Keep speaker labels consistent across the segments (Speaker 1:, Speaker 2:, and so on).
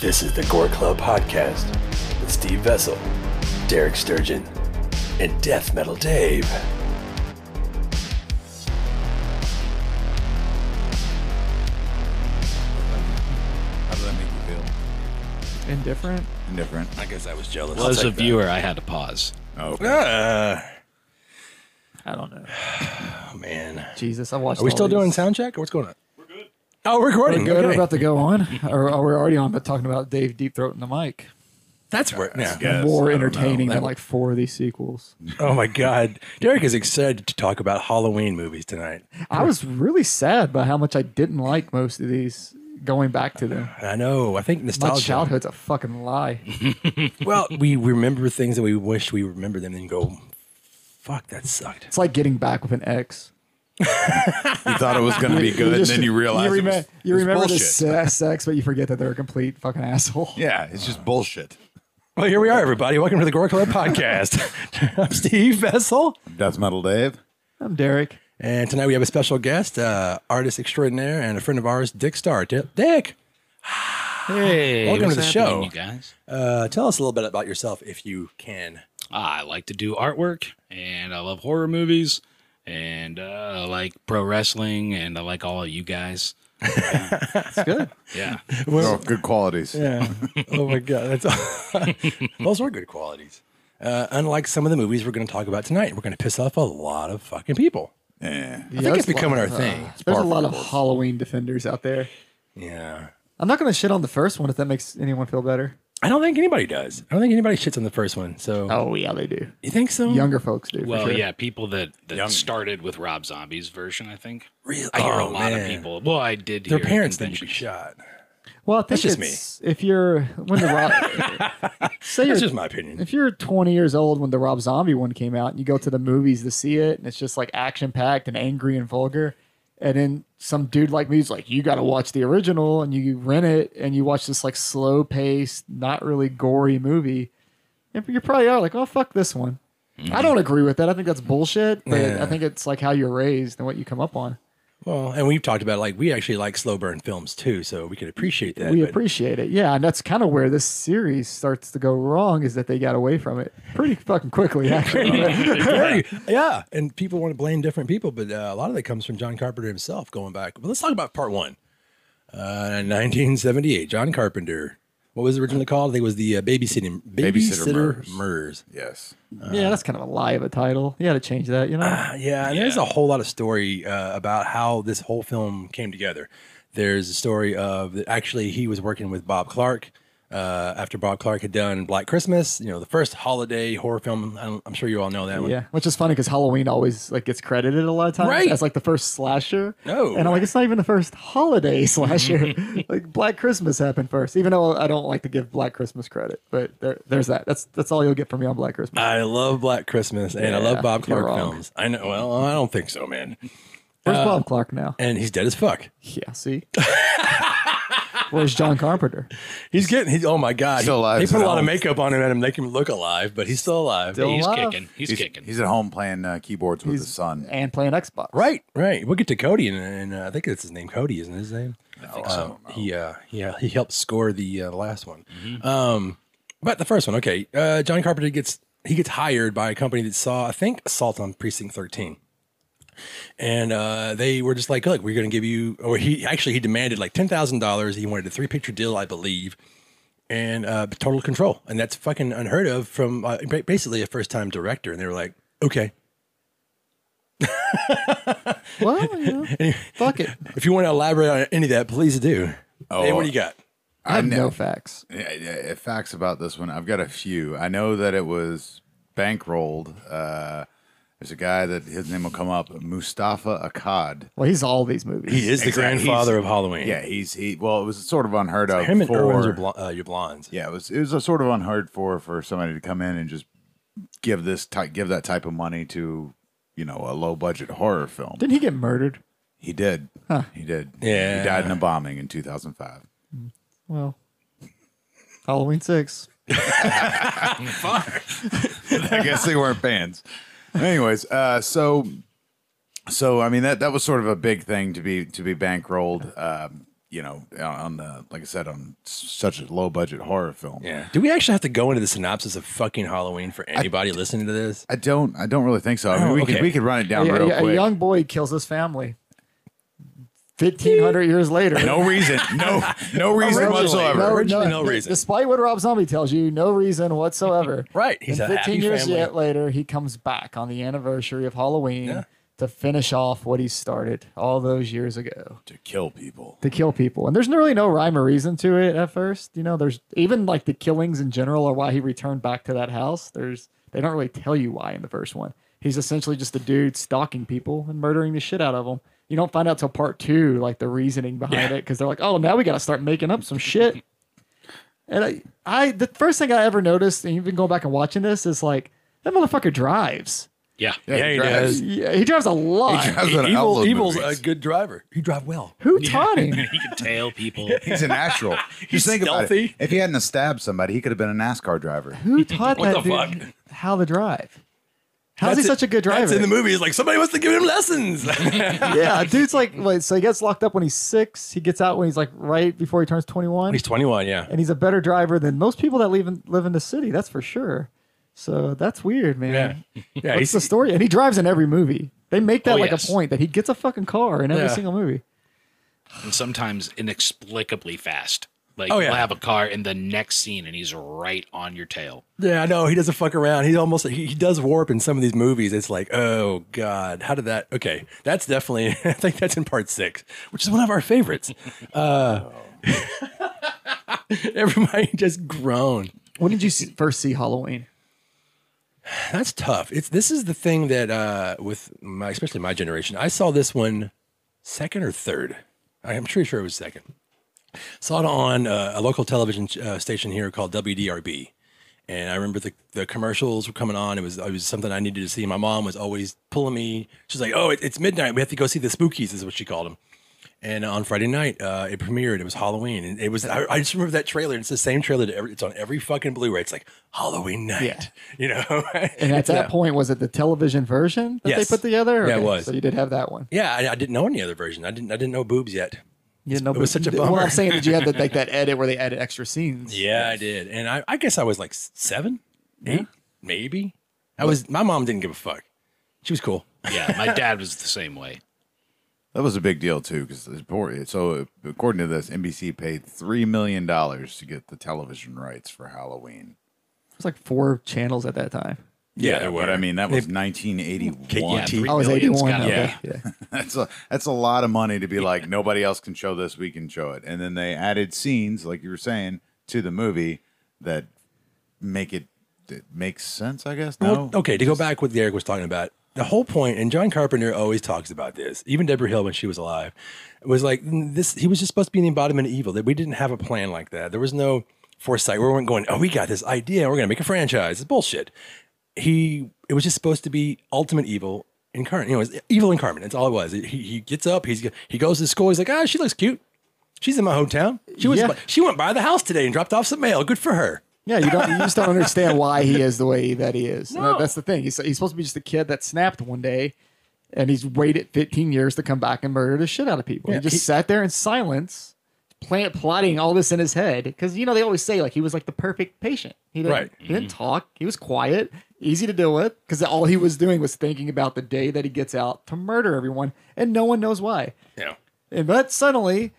Speaker 1: This is the Gore Club Podcast with Steve Vessel, Derek Sturgeon, and Death Metal Dave.
Speaker 2: How does that make you feel?
Speaker 3: Indifferent.
Speaker 2: Indifferent.
Speaker 1: I guess I was jealous.
Speaker 4: Well, as a viewer, I had to pause.
Speaker 2: Oh, okay.
Speaker 1: Ah,
Speaker 3: I don't know.
Speaker 1: oh, man.
Speaker 3: Jesus, I watched.
Speaker 1: Are we
Speaker 3: all
Speaker 1: still
Speaker 3: these.
Speaker 1: doing sound check? What's going on? We're good. Oh, we're recording.
Speaker 3: We're good. We're
Speaker 1: Okay.
Speaker 3: about to go on, or or we're already on, but talking about Dave deep throating the mic.
Speaker 1: That's where. Yeah.
Speaker 2: Yes,
Speaker 3: More
Speaker 2: I don't know.
Speaker 3: entertaining
Speaker 1: That-
Speaker 3: than like four of these sequels.
Speaker 1: Oh my God. Derek is excited to talk about Halloween movies tonight.
Speaker 3: I was really sad by how much I didn't like most of these. Going back to them,
Speaker 1: I know. I think
Speaker 3: my
Speaker 1: nostalgia.
Speaker 3: childhood's a fucking lie.
Speaker 1: Well, we remember things that we wish we remembered them, and then go, "Fuck, that sucked."
Speaker 3: It's like getting back with an ex.
Speaker 2: You thought it was going to be good, and
Speaker 3: just-
Speaker 2: then you realize
Speaker 3: you,
Speaker 2: it was-
Speaker 3: remem-
Speaker 2: it
Speaker 3: you
Speaker 2: was
Speaker 3: remember the
Speaker 2: bullshit.
Speaker 3: se- sex, but you forget that they're a complete fucking asshole.
Speaker 2: Yeah, it's just bullshit.
Speaker 1: Well, here we are, everybody. Welcome to the Gore Club Podcast. I'm Steve Vessel,
Speaker 2: Death Metal Dave.
Speaker 3: I'm Derek.
Speaker 1: and tonight we have a special guest, uh, artist extraordinaire, and a friend of ours, Dick Star. Di- Dick,
Speaker 4: Hey,
Speaker 1: Welcome
Speaker 4: what's
Speaker 1: to the
Speaker 4: happening,
Speaker 1: show.
Speaker 4: you guys.
Speaker 1: uh, tell us a little bit about yourself, if you can.
Speaker 4: I like to do artwork, and I love horror movies, and uh, I like pro wrestling, and I like all of you guys.
Speaker 3: It's good.
Speaker 4: Yeah,
Speaker 2: oh, good qualities.
Speaker 1: Yeah. oh my God, that's those are good qualities. Uh, unlike some of the movies we're going to talk about tonight, we're going to piss off a lot of fucking people.
Speaker 2: Yeah.
Speaker 1: I think it's becoming our thing.
Speaker 3: uh, There's a lot of Halloween defenders out there.
Speaker 1: Yeah.
Speaker 3: I'm not going to shit on the first one if that makes anyone feel better.
Speaker 1: I don't think anybody does. I don't think anybody shits on the first one. So
Speaker 3: Oh yeah, they do.
Speaker 1: you think so?
Speaker 3: Younger folks do. for
Speaker 4: well,
Speaker 3: sure.
Speaker 4: yeah, people that,
Speaker 2: Young.
Speaker 4: that started with Rob Zombie's version, I think.
Speaker 1: Really?
Speaker 4: I hear a
Speaker 1: Oh,
Speaker 4: lot
Speaker 1: man.
Speaker 4: of people. Well, I did.
Speaker 1: Their
Speaker 4: hear at
Speaker 1: parents think you
Speaker 4: conventions.
Speaker 1: shot.
Speaker 3: Well, I think
Speaker 1: just
Speaker 3: it's, if you're when the Rob, say you're,
Speaker 1: That's just my opinion.
Speaker 3: if you're 20 years old when the Rob Zombie one came out, and you go to the movies to see it, and it's just like action packed and angry and vulgar, and then some dude like me's like, you got to watch the original, and you rent it, and you watch this like slow paced, not really gory movie, and you probably are like, oh fuck this one. I don't agree with that. I think that's bullshit. But
Speaker 1: Mm-hmm. Yeah.
Speaker 3: I think it's like how you're raised and what you come up on.
Speaker 1: Well, and we've talked about like we actually like slow burn films too, so we could appreciate that.
Speaker 3: we
Speaker 1: but
Speaker 3: appreciate it. Yeah, and that's kind of where this series starts to go wrong is that they got away from it pretty fucking quickly, actually.
Speaker 1: very- yeah, and people want to blame different people, but uh, a lot of that comes from John Carpenter himself going back. But let's talk about part one. Uh, 1978, John Carpenter. What was it originally called? I think it was the uh, babysitting
Speaker 2: Babysitter
Speaker 1: babysitter
Speaker 2: Murders.
Speaker 1: murders.
Speaker 2: Yes.
Speaker 3: yeah, that's kind of a lie of a title. You got to change that, you know?
Speaker 1: Uh, yeah, and there's a whole lot of story uh, about how this whole film came together. There's a story of that actually he was working with Bob Clark uh, after Bob Clark had done Black Christmas, you know, the first holiday horror film. I'm, I'm sure you all know that one.
Speaker 3: Yeah, which is funny because Halloween always like gets credited a lot of times
Speaker 1: Right.
Speaker 3: as like the first slasher.
Speaker 1: No.
Speaker 3: and I'm like, it's not even the first holiday slasher. like Black Christmas happened first, even though I don't like to give Black Christmas credit, but there, there's that. That's that's all you'll get from me on Black Christmas.
Speaker 1: I love Black Christmas and I love
Speaker 3: Yeah,
Speaker 1: Bob
Speaker 3: you're
Speaker 1: Clark
Speaker 3: wrong.
Speaker 1: films. I know. Well, I don't think so, man.
Speaker 3: Where's Bob Clark now?
Speaker 1: uh, And he's dead as fuck.
Speaker 3: Yeah, see. Where's John Carpenter?
Speaker 1: He's getting. He's oh my god.
Speaker 2: Still
Speaker 1: He-
Speaker 2: alive.
Speaker 1: They put a lot of
Speaker 2: Still.
Speaker 1: makeup on him and make him look alive, but he's still alive.
Speaker 3: Still-
Speaker 4: He's
Speaker 3: alive.
Speaker 4: kicking. He's,
Speaker 2: He's,
Speaker 4: kicking.
Speaker 2: he's at home playing uh, keyboards with his son.
Speaker 3: and playing Xbox.
Speaker 1: Right, right. We'll get to Cody, and, and uh, I think that's his name. Cody, isn't it his name? I think
Speaker 2: so.
Speaker 1: He, uh, yeah, he helped score the uh, last one. Um, but the first one, okay. Uh, John Carpenter gets he gets hired by a company that saw, I think, Assault on Precinct Thirteen, and uh, they were just like, "Look, we're going to give you." Or he actually he demanded like ten thousand dollars. He wanted a three picture deal, I believe. And uh, total control, and that's fucking unheard of from uh, ba- basically a first time director. And they were like, "Okay,
Speaker 3: Well, you know, fuck it.
Speaker 1: If you want to elaborate on any of that, please do.
Speaker 2: Oh.
Speaker 1: hey, what do you got?
Speaker 3: I have no facts.
Speaker 2: Yeah, yeah, facts about this one. I've got a few. I know that it was bankrolled. Uh, there's a guy that his name will come up, Mustafa Akkad.
Speaker 3: Well, he's all these movies.
Speaker 1: He is the
Speaker 2: Exactly.
Speaker 1: grandfather of Halloween.
Speaker 2: Yeah, he's he. Well, it was sort of unheard of.
Speaker 1: Him and
Speaker 2: for-
Speaker 1: Irwin's are bl- uh, your blondes.
Speaker 2: Yeah, it was it was a sort of unheard for for somebody to come in and just give this type give that type of money to you know a low budget horror film.
Speaker 3: Didn't he get murdered?
Speaker 2: he did. He did.
Speaker 1: Yeah.
Speaker 2: He died in a bombing in 2005.
Speaker 3: Well, Halloween six.
Speaker 2: I guess they weren't fans. Anyways, uh, so so I mean that that was sort of a big thing to be to be bankrolled. Um, you know, on- on the like I said, on s- such a low budget horror film.
Speaker 1: Yeah. Do we actually have to go into the synopsis of fucking Halloween for anybody listening to this?
Speaker 2: I don't. I don't really think so. I mean,
Speaker 1: Oh,
Speaker 2: we
Speaker 1: okay.
Speaker 2: could we could run it down
Speaker 3: a,
Speaker 2: real
Speaker 3: a- a
Speaker 2: quick.
Speaker 3: young boy kills his family. Fifteen hundred years later,
Speaker 2: no reason. No. No reason
Speaker 1: Originally.
Speaker 2: whatsoever.
Speaker 1: No. Originally, reason.
Speaker 3: Despite what Rob Zombie tells you, no reason whatsoever.
Speaker 1: Right. He's
Speaker 3: and
Speaker 1: a
Speaker 3: 15
Speaker 1: happy
Speaker 3: years
Speaker 1: family.
Speaker 3: yet later, he comes back on the anniversary of Halloween
Speaker 1: Yeah.
Speaker 3: to finish off what he started all those years ago
Speaker 2: To kill people.
Speaker 3: to kill people. And there's really no rhyme or reason to it at first. You know, there's even like the killings in general or why he returned back to that house. There's they don't really tell you why in the first one. He's essentially just a dude stalking people and murdering the shit out of them. You don't find out till part two, like the reasoning behind it, it, because they're like, oh, now we got to start making up some shit. and I, I, the first thing I ever noticed, and even going back and watching this, is like that motherfucker drives.
Speaker 4: Yeah.
Speaker 1: Yeah, he
Speaker 2: drives-
Speaker 1: does.
Speaker 3: Yeah, he drives a lot.
Speaker 2: He drives on
Speaker 1: E-, Evil,
Speaker 2: Outlaw
Speaker 1: evil's
Speaker 2: movies.
Speaker 1: a good driver. He drive well.
Speaker 3: Who taught him?
Speaker 4: he can tail people.
Speaker 2: He's a natural.
Speaker 1: He's
Speaker 2: Just think about it.
Speaker 1: stealthy.
Speaker 2: If he hadn't stabbed somebody, he could have been a NASCAR driver.
Speaker 3: Who taught
Speaker 1: What
Speaker 3: that
Speaker 1: the
Speaker 3: dude how to drive? How's he
Speaker 1: That's it-
Speaker 3: such a good driver?
Speaker 1: That's in the movie. It's like somebody wants to give him lessons.
Speaker 3: yeah, dude's like, wait, so he gets locked up when he's six. He gets out when he's like right before he turns twenty one,
Speaker 1: He's 21, yeah.
Speaker 3: and he's a better driver than most people that live in live in the city. That's for sure. So that's weird, man.
Speaker 1: Yeah.
Speaker 3: What's
Speaker 1: Yeah, he's,
Speaker 3: the story? And he drives in every movie. They make that
Speaker 4: Oh,
Speaker 3: like
Speaker 4: yes.
Speaker 3: a point that he gets a fucking car in every
Speaker 1: Yeah.
Speaker 3: single movie.
Speaker 4: and sometimes inexplicably fast. Like
Speaker 1: Oh, yeah.
Speaker 4: you'll have a car in the next scene and he's right on your tail.
Speaker 1: yeah, I know. He doesn't fuck around. He almost, he, he does warp in some of these movies. It's like, oh, God, how did that? Okay. That's definitely, I think that's in part six, which is one of our favorites. Uh, everybody just groaned.
Speaker 3: When did you see, first see Halloween?
Speaker 1: That's tough. It's this is the thing that uh with my especially my generation. I saw this one second or third. I'm pretty sure it was second. Saw it on uh, a local television uh, station here called WDRB. And I remember the, the commercials were coming on. It was it was something I needed to see. My mom was always pulling me. She's like, "Oh, it, it's midnight. We have to go see the Spookies," is what she called them. And on Friday night, uh, it premiered. It was Halloween, and it was. I, I just remember that trailer. It's the same trailer. That every, it's on every fucking Blu-ray. It's like Halloween night.
Speaker 3: Yeah.
Speaker 1: You know.
Speaker 3: And at that point, was it the television version that
Speaker 1: Yes.
Speaker 3: they put together?
Speaker 1: Yeah, it was.
Speaker 3: So you did have that one.
Speaker 1: Yeah, I, I didn't know any other version. I didn't. I didn't know boobs yet.
Speaker 3: You didn't know,
Speaker 1: was such a
Speaker 3: What
Speaker 1: bummer.
Speaker 3: I'm saying is you had that like that edit where they added extra scenes.
Speaker 1: Yeah, I did, and I, I guess I was like seven, eight, maybe. I was. My mom didn't give a fuck. She was cool.
Speaker 4: Yeah, my dad was the same way.
Speaker 2: That was a big deal too, because so according to this, NBC paid three million dollars to get the television rights for Halloween.
Speaker 3: It was like four channels at that time.
Speaker 1: Yeah, there
Speaker 2: but
Speaker 1: were.
Speaker 2: I mean that was 1981.
Speaker 1: Yeah, three-
Speaker 3: I was
Speaker 4: Million's
Speaker 3: 81.
Speaker 4: gotta be-
Speaker 3: okay. Yeah.
Speaker 2: that's a that's a lot of money to be like nobody else can show this, we can show it, and then they added scenes like you were saying to the movie that make it that makes sense, I guess. No,
Speaker 1: Well, okay, to go back what Eric was talking about, the whole point, and John Carpenter always talks about this, even Deborah Hill when she was alive, was like mm, this. He was just supposed to be an embodiment of evil. That we didn't have a plan like that. There was no foresight. We weren't going, oh, we got this idea. We're going to make a franchise. It's bullshit. He, it was just supposed to be ultimate evil incarnate. You know, it was evil incarnate. That's all it was. He, he gets up. He's he goes to school. He's like, ah, she looks cute. She's in my hometown. She was.
Speaker 3: Yeah.
Speaker 1: She went by the house today and dropped off some mail. Good for her.
Speaker 3: Yeah, you don't. You just don't understand why he is the way that he is. And that-
Speaker 1: No.
Speaker 3: That's the thing. He's he's supposed to be just a kid that snapped one day, and he's waited 15 years to come back and murder the shit out of people.
Speaker 1: Yeah,
Speaker 3: he just
Speaker 1: he-
Speaker 3: sat there in silence, plant plotting all this in his head. Because you know they always say like he was like the perfect patient. He didn't,
Speaker 1: Right.
Speaker 3: He didn't talk. He was quiet, easy to deal with. Because all he was doing was thinking about the day that he gets out to murder everyone, and no one knows why.
Speaker 1: Yeah.
Speaker 3: And but suddenly,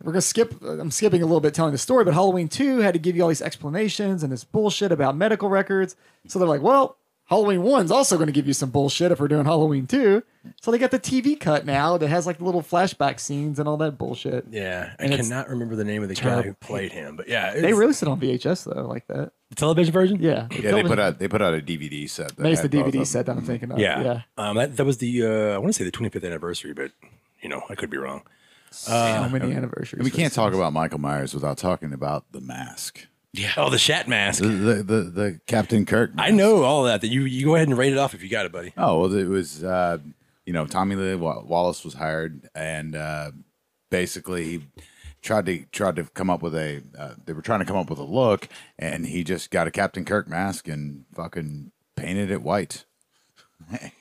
Speaker 3: we're gonna skip. I'm skipping a little bit telling the story, but Halloween two had to give you all these explanations and this bullshit about medical records. So they're like, well, Halloween one's also gonna give you some bullshit if we're doing Halloween two. So they got the TV cut now that has like little flashback scenes and all that bullshit.
Speaker 1: Yeah,
Speaker 3: And
Speaker 1: I
Speaker 3: it's
Speaker 1: cannot remember the name of the guy who played him, but yeah,
Speaker 3: They
Speaker 1: it's-
Speaker 3: released it on VHS though, like that.
Speaker 1: the television version.
Speaker 3: Yeah,
Speaker 2: yeah, they put out they put out a DVD set. that
Speaker 3: Maybe it's the
Speaker 2: had both
Speaker 3: DVD
Speaker 2: of them.
Speaker 3: set that I'm thinking of.
Speaker 1: yeah.
Speaker 3: yeah.
Speaker 1: Um, that, that was the uh, I want to say the 25th anniversary, but you know I could be wrong.
Speaker 3: How many anniversaries?
Speaker 2: Uh, And we
Speaker 3: for
Speaker 2: can't
Speaker 3: this
Speaker 2: talk
Speaker 3: thing.
Speaker 2: about Michael Myers without talking about the mask,
Speaker 4: Yeah.
Speaker 1: Oh, the Shat Mask.
Speaker 2: the the the, the Captain Kirk.
Speaker 1: I
Speaker 2: mask.
Speaker 1: know all that. That you you go ahead and rate it off if you got it, buddy.
Speaker 2: Oh well, it was uh, you know Tommy Lee Wa- Wallace was hired, and uh, basically he tried to tried to come up with a. Uh, they were trying to come up with a look, and he just got a Captain Kirk mask and fucking painted it white.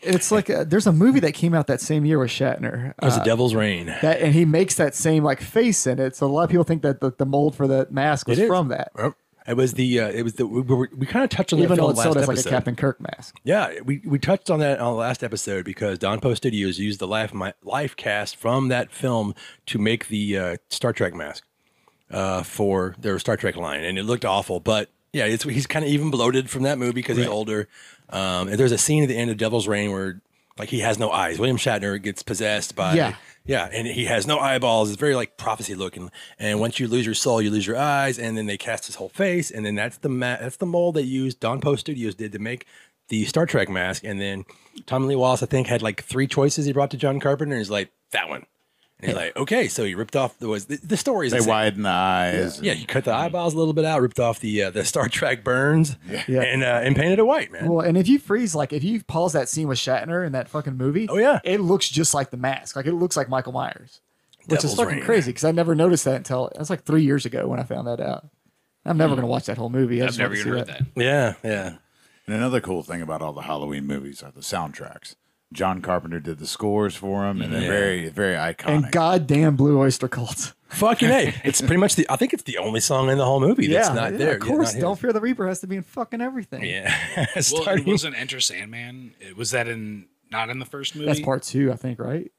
Speaker 3: It's like a, there's a movie that came out that same year with Shatner.
Speaker 1: It was
Speaker 3: uh,
Speaker 1: the Devil's Reign.
Speaker 3: that and he makes that same like face in it. So a lot of people think that the, the mold for the mask was
Speaker 1: It is.
Speaker 3: from that.
Speaker 1: Oh, It was the uh, it was the we, we, we kind of touched on that
Speaker 3: Even
Speaker 1: film
Speaker 3: though it's
Speaker 1: last
Speaker 3: sold as
Speaker 1: episode.
Speaker 3: like a Captain Kirk mask.
Speaker 1: Yeah, we, we touched on that on the last episode because Don Poe Studios used the life my life cast from that film to make the uh, Star Trek mask uh, for their Star Trek line, and it looked awful. But yeah, it's he's kind of even bloated from that movie because he's older. Um, and there's a scene at the end of Devil's Reign where like he has no eyes. William Shatner gets possessed by
Speaker 3: Yeah.
Speaker 1: yeah, and he has no eyeballs. It's very like prophecy looking. And once you lose your soul, you lose your eyes, and then they cast his whole face, and then that's the ma- that's the mold they used. Don Poe Studios did to make the Star Trek mask, and then Tom Lee Wallace I think had like three choices he brought to John Carpenter, and he's like that one. And he's like, okay, so he ripped off the was the, the story is
Speaker 2: They
Speaker 1: the same.
Speaker 2: widen the eyes.
Speaker 1: Yeah, you cut the eyeballs a little bit out, ripped off the uh, the Star Trek burns,
Speaker 3: Yeah.
Speaker 1: and uh, and painted it white, man.
Speaker 3: Well, and if you freeze, like if you pause that scene with Shatner in that fucking movie,
Speaker 1: Oh, yeah.
Speaker 3: it looks just like the mask. Like it looks like Michael Myers, which
Speaker 1: Devil's
Speaker 3: is fucking
Speaker 1: Reign.
Speaker 3: crazy because I never noticed that until that's like three years ago when I found that out. I'm
Speaker 1: Hmm.
Speaker 3: never gonna watch that whole movie. I
Speaker 4: I've
Speaker 3: just want
Speaker 4: never
Speaker 3: to
Speaker 4: even
Speaker 3: see
Speaker 4: heard that.
Speaker 1: Yeah, yeah.
Speaker 2: And another cool thing about all the Halloween movies are the soundtracks. John Carpenter did the scores for them, and they're
Speaker 1: Yeah.
Speaker 2: very, very iconic.
Speaker 3: And goddamn Blue Oyster Cult.
Speaker 1: Fucking a! It's pretty much the. I think it's the only song in the whole movie that's not there.
Speaker 3: Of
Speaker 1: Yeah,
Speaker 3: course,
Speaker 1: not
Speaker 3: Don't Fear the Reaper has to be in fucking everything.
Speaker 1: his. Yeah,
Speaker 4: Well, it
Speaker 1: starting
Speaker 4: wasn't Enter Sandman. It was that in not in the first movie.
Speaker 3: That's part two, I think, right?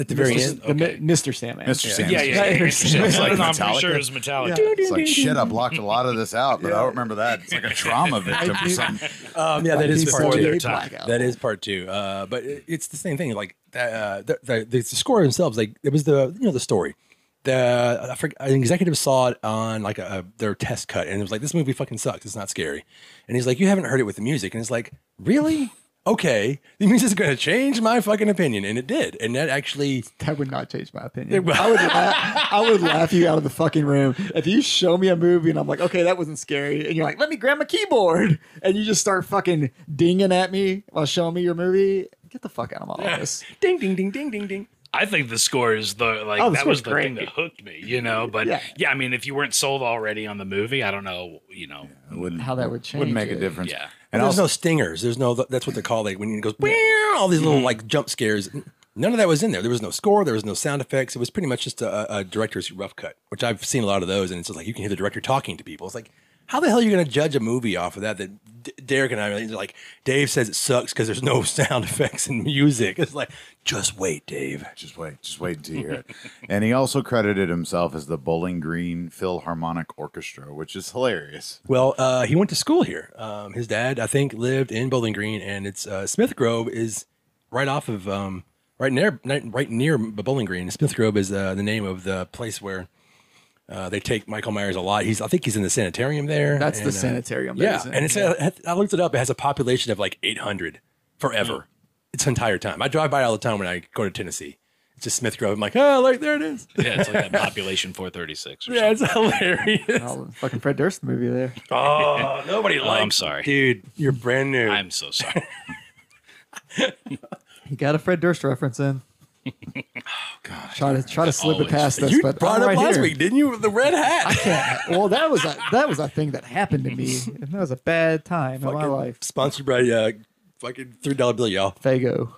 Speaker 1: at the very
Speaker 3: This is
Speaker 1: end.
Speaker 3: the
Speaker 4: Okay.
Speaker 3: Mi- Mr. Sandman.
Speaker 2: Mr. Sandman.
Speaker 4: Yeah, yeah, yeah.
Speaker 3: Enter
Speaker 4: Enter
Speaker 3: Sandman.
Speaker 4: Sandman.
Speaker 2: It's like
Speaker 4: I'm pretty sure
Speaker 2: Metallica.
Speaker 4: it was Metallica.
Speaker 3: Yeah.
Speaker 2: It's like, shit, I've blocked a lot of this out, but I don't remember that. It's like a trauma victim or something.
Speaker 1: Um, yeah, that
Speaker 3: He
Speaker 1: is
Speaker 3: said
Speaker 1: part
Speaker 3: he
Speaker 1: two.
Speaker 3: ate
Speaker 4: time.
Speaker 3: blackout.
Speaker 1: That is part two. Uh, but it- it's the same thing. Like that, uh, the, the, the score themselves, like it was the you know the story. The I forget, an executive saw it on like a, a- their test cut, and it was like, "This movie fucking sucks. It's not scary." And he's like, "You haven't heard it with the music," and it's like, "Really? Okay, the music's going to change my fucking opinion," and it did. And that actually,
Speaker 3: That would not change my opinion. I would, laugh, I would laugh you out of the fucking room if you show me a movie and I'm like, okay, that wasn't scary, and you're like, let me grab my keyboard, and you just start fucking dinging at me while showing me your movie. Get the fuck out of my office.
Speaker 1: ding, ding, ding, ding, ding, ding.
Speaker 4: I think the score is the like
Speaker 3: Oh, the
Speaker 4: that was
Speaker 3: score's
Speaker 4: the thing
Speaker 3: great.
Speaker 4: that hooked me, you know. But
Speaker 3: Yeah.
Speaker 4: yeah. I mean, if you weren't sold already on the movie, I don't know, you know.
Speaker 2: It wouldn't,
Speaker 3: How that would change?
Speaker 2: wouldn't make a
Speaker 3: it.
Speaker 2: difference.
Speaker 4: Yeah.
Speaker 2: And
Speaker 1: there's
Speaker 2: also,
Speaker 1: no stingers. There's no. That's what they call like when it goes "Meow," all these little like jump scares. None of that was in there. There was no score. There was no sound effects. It was pretty much just a, a director's rough cut, which I've seen a lot of those. And it's just like you can hear the director talking to people. It's like, how the hell are you going to judge a movie off of that? That D- Derek and I are like, Dave says it sucks because there's no sound effects and music. It's like, just wait, Dave.
Speaker 2: just wait, just wait until you hear it. and he also credited himself as the Bowling Green Philharmonic Orchestra, which is hilarious.
Speaker 1: Well, uh, he went to school here. Um, his dad, I think, lived in Bowling Green, and it's uh, Smith Grove is right off of um, right near right near Bowling Green. Smith Grove is uh, the name of the place where uh, they take Michael Myers a lot. He's I think he's in the sanitarium there.
Speaker 3: That's the
Speaker 1: and, uh,
Speaker 3: sanitarium that
Speaker 1: yeah,
Speaker 3: he's in,
Speaker 1: and it's uh, I looked it up. It has a population of like 800 forever.
Speaker 3: Hmm.
Speaker 1: Its entire time. I drive by all the time when I go to Tennessee. It's just Smith Grove. I'm like, oh, look, there it is.
Speaker 4: Yeah, it's like that population 436 or
Speaker 1: Yeah,
Speaker 4: something.
Speaker 1: it's hilarious.
Speaker 3: Oh, fucking Fred Durst movie there.
Speaker 1: Oh, nobody
Speaker 4: Oh,
Speaker 1: likes.
Speaker 4: I'm sorry.
Speaker 1: dude. You're brand new.
Speaker 4: I'm so sorry.
Speaker 3: He got a Fred Durst reference in. Try to try to slip it
Speaker 4: Always.
Speaker 3: past us,
Speaker 1: Oh, you
Speaker 3: but
Speaker 1: brought
Speaker 3: I'm
Speaker 1: it up
Speaker 3: Oh, right
Speaker 1: last
Speaker 3: here.
Speaker 1: week, didn't you? With the red hat.
Speaker 3: Yeah, well, that was a, that was a thing that happened to me, and that was a bad time in my
Speaker 1: Fucking
Speaker 3: life.
Speaker 1: Sponsored by uh, fucking three dollar bill, y'all.
Speaker 3: Fago.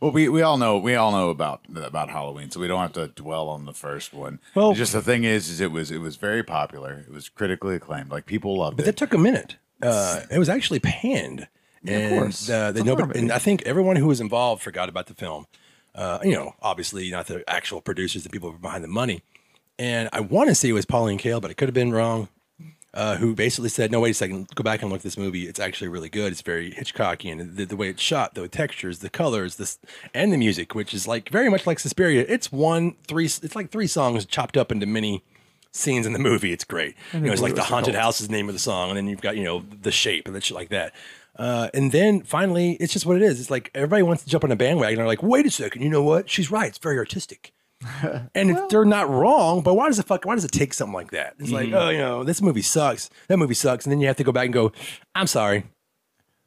Speaker 2: Well, we, we all know we all know about about Halloween, so we don't have to dwell on the first one.
Speaker 1: Well-
Speaker 2: Well, just the thing is, is it was it was very popular. It was critically acclaimed. Like people loved
Speaker 1: But
Speaker 2: it.
Speaker 1: that took a minute. Uh, it was actually panned, and
Speaker 3: course.
Speaker 1: Uh, they
Speaker 3: It's a horror
Speaker 1: nobody,
Speaker 3: movie.
Speaker 1: and I think everyone who was involved forgot about the film. Uh, you know, obviously not the actual producers, the people behind the money. And I want to say it was Pauline Kael, but I could have been wrong. Uh, who basically said, "No, wait a second. Go back and look at this movie. It's actually really good. It's very Hitchcockian. The, the way it's shot, the textures, the colors, this, and the music, which is like very much like Suspiria. It's one three. It's like three songs chopped up into many scenes in the movie. It's great. You know, it's like the haunted house is the name of the song, and then you've got you know the shape and that shit like that. Uh, and then finally, it's just what it is. It's like everybody wants to jump on a bandwagon. They're like, wait a second. You know what? She's right. It's very artistic. And it's they're not wrong, but why does the fuck? Why does it take something like
Speaker 3: Mm-hmm.
Speaker 1: that? It's like, oh, you know, this movie sucks. That movie sucks, and then you have to go back and go, I'm sorry.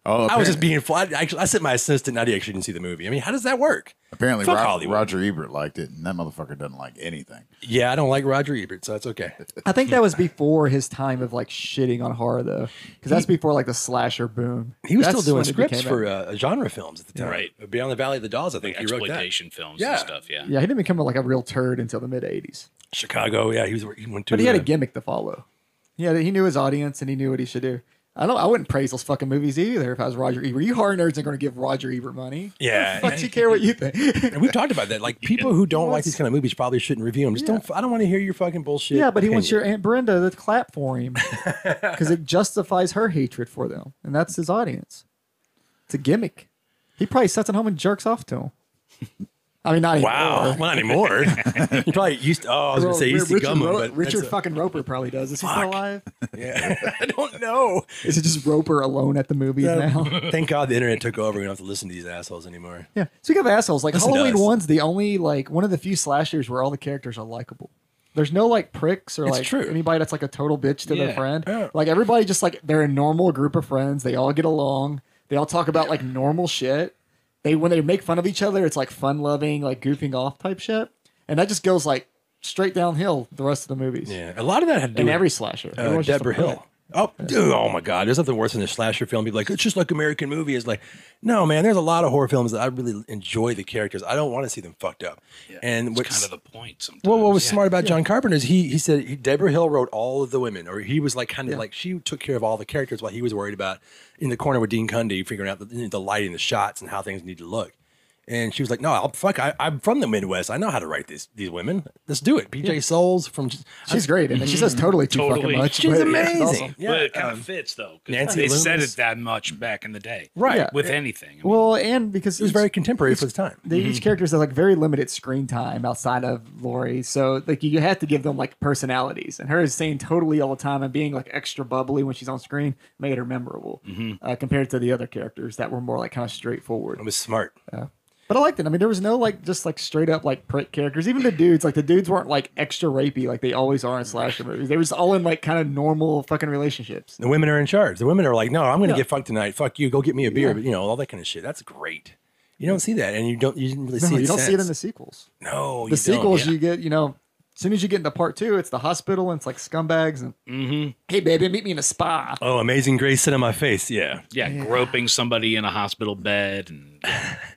Speaker 2: Oh,
Speaker 1: I was just
Speaker 2: apparently-
Speaker 1: being fly. Actually, I sent my assistant. Now he actually didn't see the movie. I mean, how does that work?
Speaker 2: Apparently,
Speaker 1: Fuck
Speaker 2: Ro-
Speaker 1: Hollywood.
Speaker 2: Roger Ebert liked it, and that motherfucker doesn't like anything.
Speaker 1: Yeah, I don't like Roger Ebert, so that's okay.
Speaker 3: I think that was before his time of like shitting on horror though, because that's before like the slasher boom.
Speaker 1: He was
Speaker 3: That's
Speaker 1: still doing
Speaker 3: when it
Speaker 1: scripts
Speaker 3: became
Speaker 1: for uh, genre films at the time. Uh,
Speaker 4: Right.
Speaker 1: Beyond the Valley of the Dolls, I think he wrote that.
Speaker 4: exploitation films
Speaker 1: Yeah.
Speaker 4: and stuff. Yeah.
Speaker 3: a- yeah, he didn't become like a real turd until the mid '80s,
Speaker 1: Chicago, yeah, he was. He went to.
Speaker 3: but he had a
Speaker 1: uh,
Speaker 3: gimmick to follow. Yeah, he knew his audience and he knew what he should do. I don't. I wouldn't praise those fucking movies either if I was Roger Ebert. You horror nerds are going to give Roger Ebert money.
Speaker 1: Yeah.
Speaker 3: fuck you care what you think.
Speaker 1: And we've talked about that. Like people who don't like these kind of movies probably shouldn't review them. Just don't. I don't want to hear your fucking bullshit.
Speaker 3: Yeah, but he wants
Speaker 1: opinion.
Speaker 3: your Aunt Brenda to clap for him because it justifies her hatred for them, and that's his audience. It's a gimmick. He probably sits at home and jerks off to him. I mean, not
Speaker 1: Wow, well,
Speaker 3: anymore.
Speaker 1: not anymore. you probably used. To, oh, I was gonna say
Speaker 3: Well,
Speaker 1: used to
Speaker 3: Richard
Speaker 1: gum 'em,
Speaker 3: Ro-
Speaker 1: but
Speaker 3: Richard
Speaker 1: that's a-
Speaker 3: fucking Roper probably does. Is he still alive?
Speaker 1: yeah. I don't know.
Speaker 3: Is it just Roper alone at the movies now?
Speaker 1: Thank God the internet took over. We don't have to listen to these assholes anymore.
Speaker 3: Yeah. Speaking of assholes, like
Speaker 1: Listen to
Speaker 3: Halloween
Speaker 1: us.
Speaker 3: One's the only like one of the few slashers where all the characters are likable. There's no like pricks or
Speaker 1: It's
Speaker 3: like
Speaker 1: true.
Speaker 3: anybody that's like a total bitch to their
Speaker 4: Yeah.
Speaker 3: friend.
Speaker 1: Yeah.
Speaker 3: Like everybody just like they're a normal group of friends. They all get along. They all talk about like normal shit. They when they make fun of each other, it's like fun loving, like goofing off type shit. And that just goes like straight downhill the rest of the movies.
Speaker 1: Yeah, a lot of that had to do
Speaker 3: In
Speaker 1: with,
Speaker 3: every slasher.
Speaker 1: uh,
Speaker 3: Everyone's just a
Speaker 1: Deborah
Speaker 3: prick.
Speaker 1: Hill. Oh, dude, oh my God! There's nothing worse than a slasher film. Be like, it's just like American movie. Is like, no, man. There's a lot of horror films that I really enjoy the characters. I don't want to see them fucked up. And
Speaker 4: It's
Speaker 1: what's
Speaker 4: kind of the point. Sometimes.
Speaker 1: Well, what was
Speaker 4: Yeah.
Speaker 1: smart about John Carpenter is he he said he, Deborah Hill wrote all of the women, or he was like kind of like she took care of all the characters while he was worried about in the corner with Dean Cundy figuring out the, the lighting, the shots, and how things need to look. And she was like, "No, I'll, fuck, I, I'm from the Midwest. I know how to write these these women. Let's do it." PJ Souls from
Speaker 3: She's great, and she says totally too
Speaker 4: Totally.
Speaker 3: fucking much.
Speaker 1: Mm-hmm. she's
Speaker 3: but it's
Speaker 1: amazing.
Speaker 3: awesome.
Speaker 1: Yeah,
Speaker 4: but it kind
Speaker 1: um,
Speaker 4: of fits though. 'cause
Speaker 1: Nancy
Speaker 4: they said
Speaker 1: Loomis.
Speaker 4: it that much back in the day,
Speaker 1: right.
Speaker 3: Yeah.
Speaker 4: With anything. I mean,
Speaker 3: Well, and because
Speaker 1: It was very contemporary for the time.
Speaker 3: they, each characters have like very limited screen time outside of Lori, so like you have to give them like personalities. And her is saying totally all the time and being like extra bubbly when she's on screen made her memorable uh, compared to the other characters that were more like kind of straightforward.
Speaker 1: It was smart.
Speaker 3: But I liked it. I mean, there was no like just like straight up like prick characters. Even the dudes, like the dudes weren't like extra rapey like they always are in slasher movies. They were just all in like kind of normal fucking relationships.
Speaker 1: The women are in charge. The women are like, "No, I'm going to
Speaker 3: Yeah.
Speaker 1: get fucked tonight. Fuck you. Go get me a beer." But you know all that kind of shit. That's great. You don't see that, and you don't. You didn't really see
Speaker 3: No,
Speaker 1: it.
Speaker 3: you don't see it in
Speaker 1: since.
Speaker 3: the sequels.
Speaker 1: no.
Speaker 3: the
Speaker 1: you don't.
Speaker 3: sequels
Speaker 1: Yeah.
Speaker 3: you get, you know, as soon as you get into part two, it's the hospital and it's like scumbags and
Speaker 1: Mm-hmm.
Speaker 3: hey baby, meet me in a spa.
Speaker 1: Oh, Amazing Grace sit on my face. Yeah.
Speaker 4: yeah, groping somebody in a hospital bed, and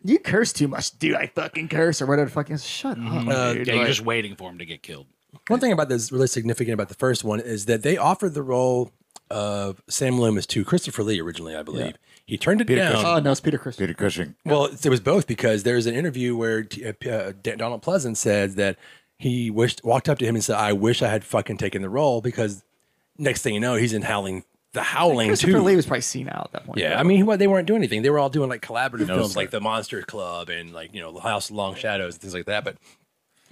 Speaker 3: You curse too much, dude. I fucking curse or whatever. the Fucking shut
Speaker 1: Mm-hmm.
Speaker 3: up.
Speaker 1: Uh,
Speaker 3: dude.
Speaker 4: yeah,
Speaker 3: Like,
Speaker 4: you're just waiting for him to get killed.
Speaker 1: One thing about this really significant about the first one is that they offered the role of Sam Loomis to Christopher Lee originally, I believe. He turned it down. Uh,
Speaker 3: oh no, it's Peter Christian.
Speaker 2: Peter Cushing.
Speaker 1: Well, it was both because there's an interview where T- uh, P- uh, D- Donald Pleasant said that he wished walked up to him and said, "I wish I had fucking taken the role because next thing you know, he's in Howling the Howling
Speaker 3: Christopher
Speaker 1: too."
Speaker 3: Lee was probably senile at that point.
Speaker 1: Yeah, I mean, he- they weren't doing anything. They were all doing like collaborative films,
Speaker 2: sir.
Speaker 1: like The Monster Club and like you know The House of Long Shadows and things like that. But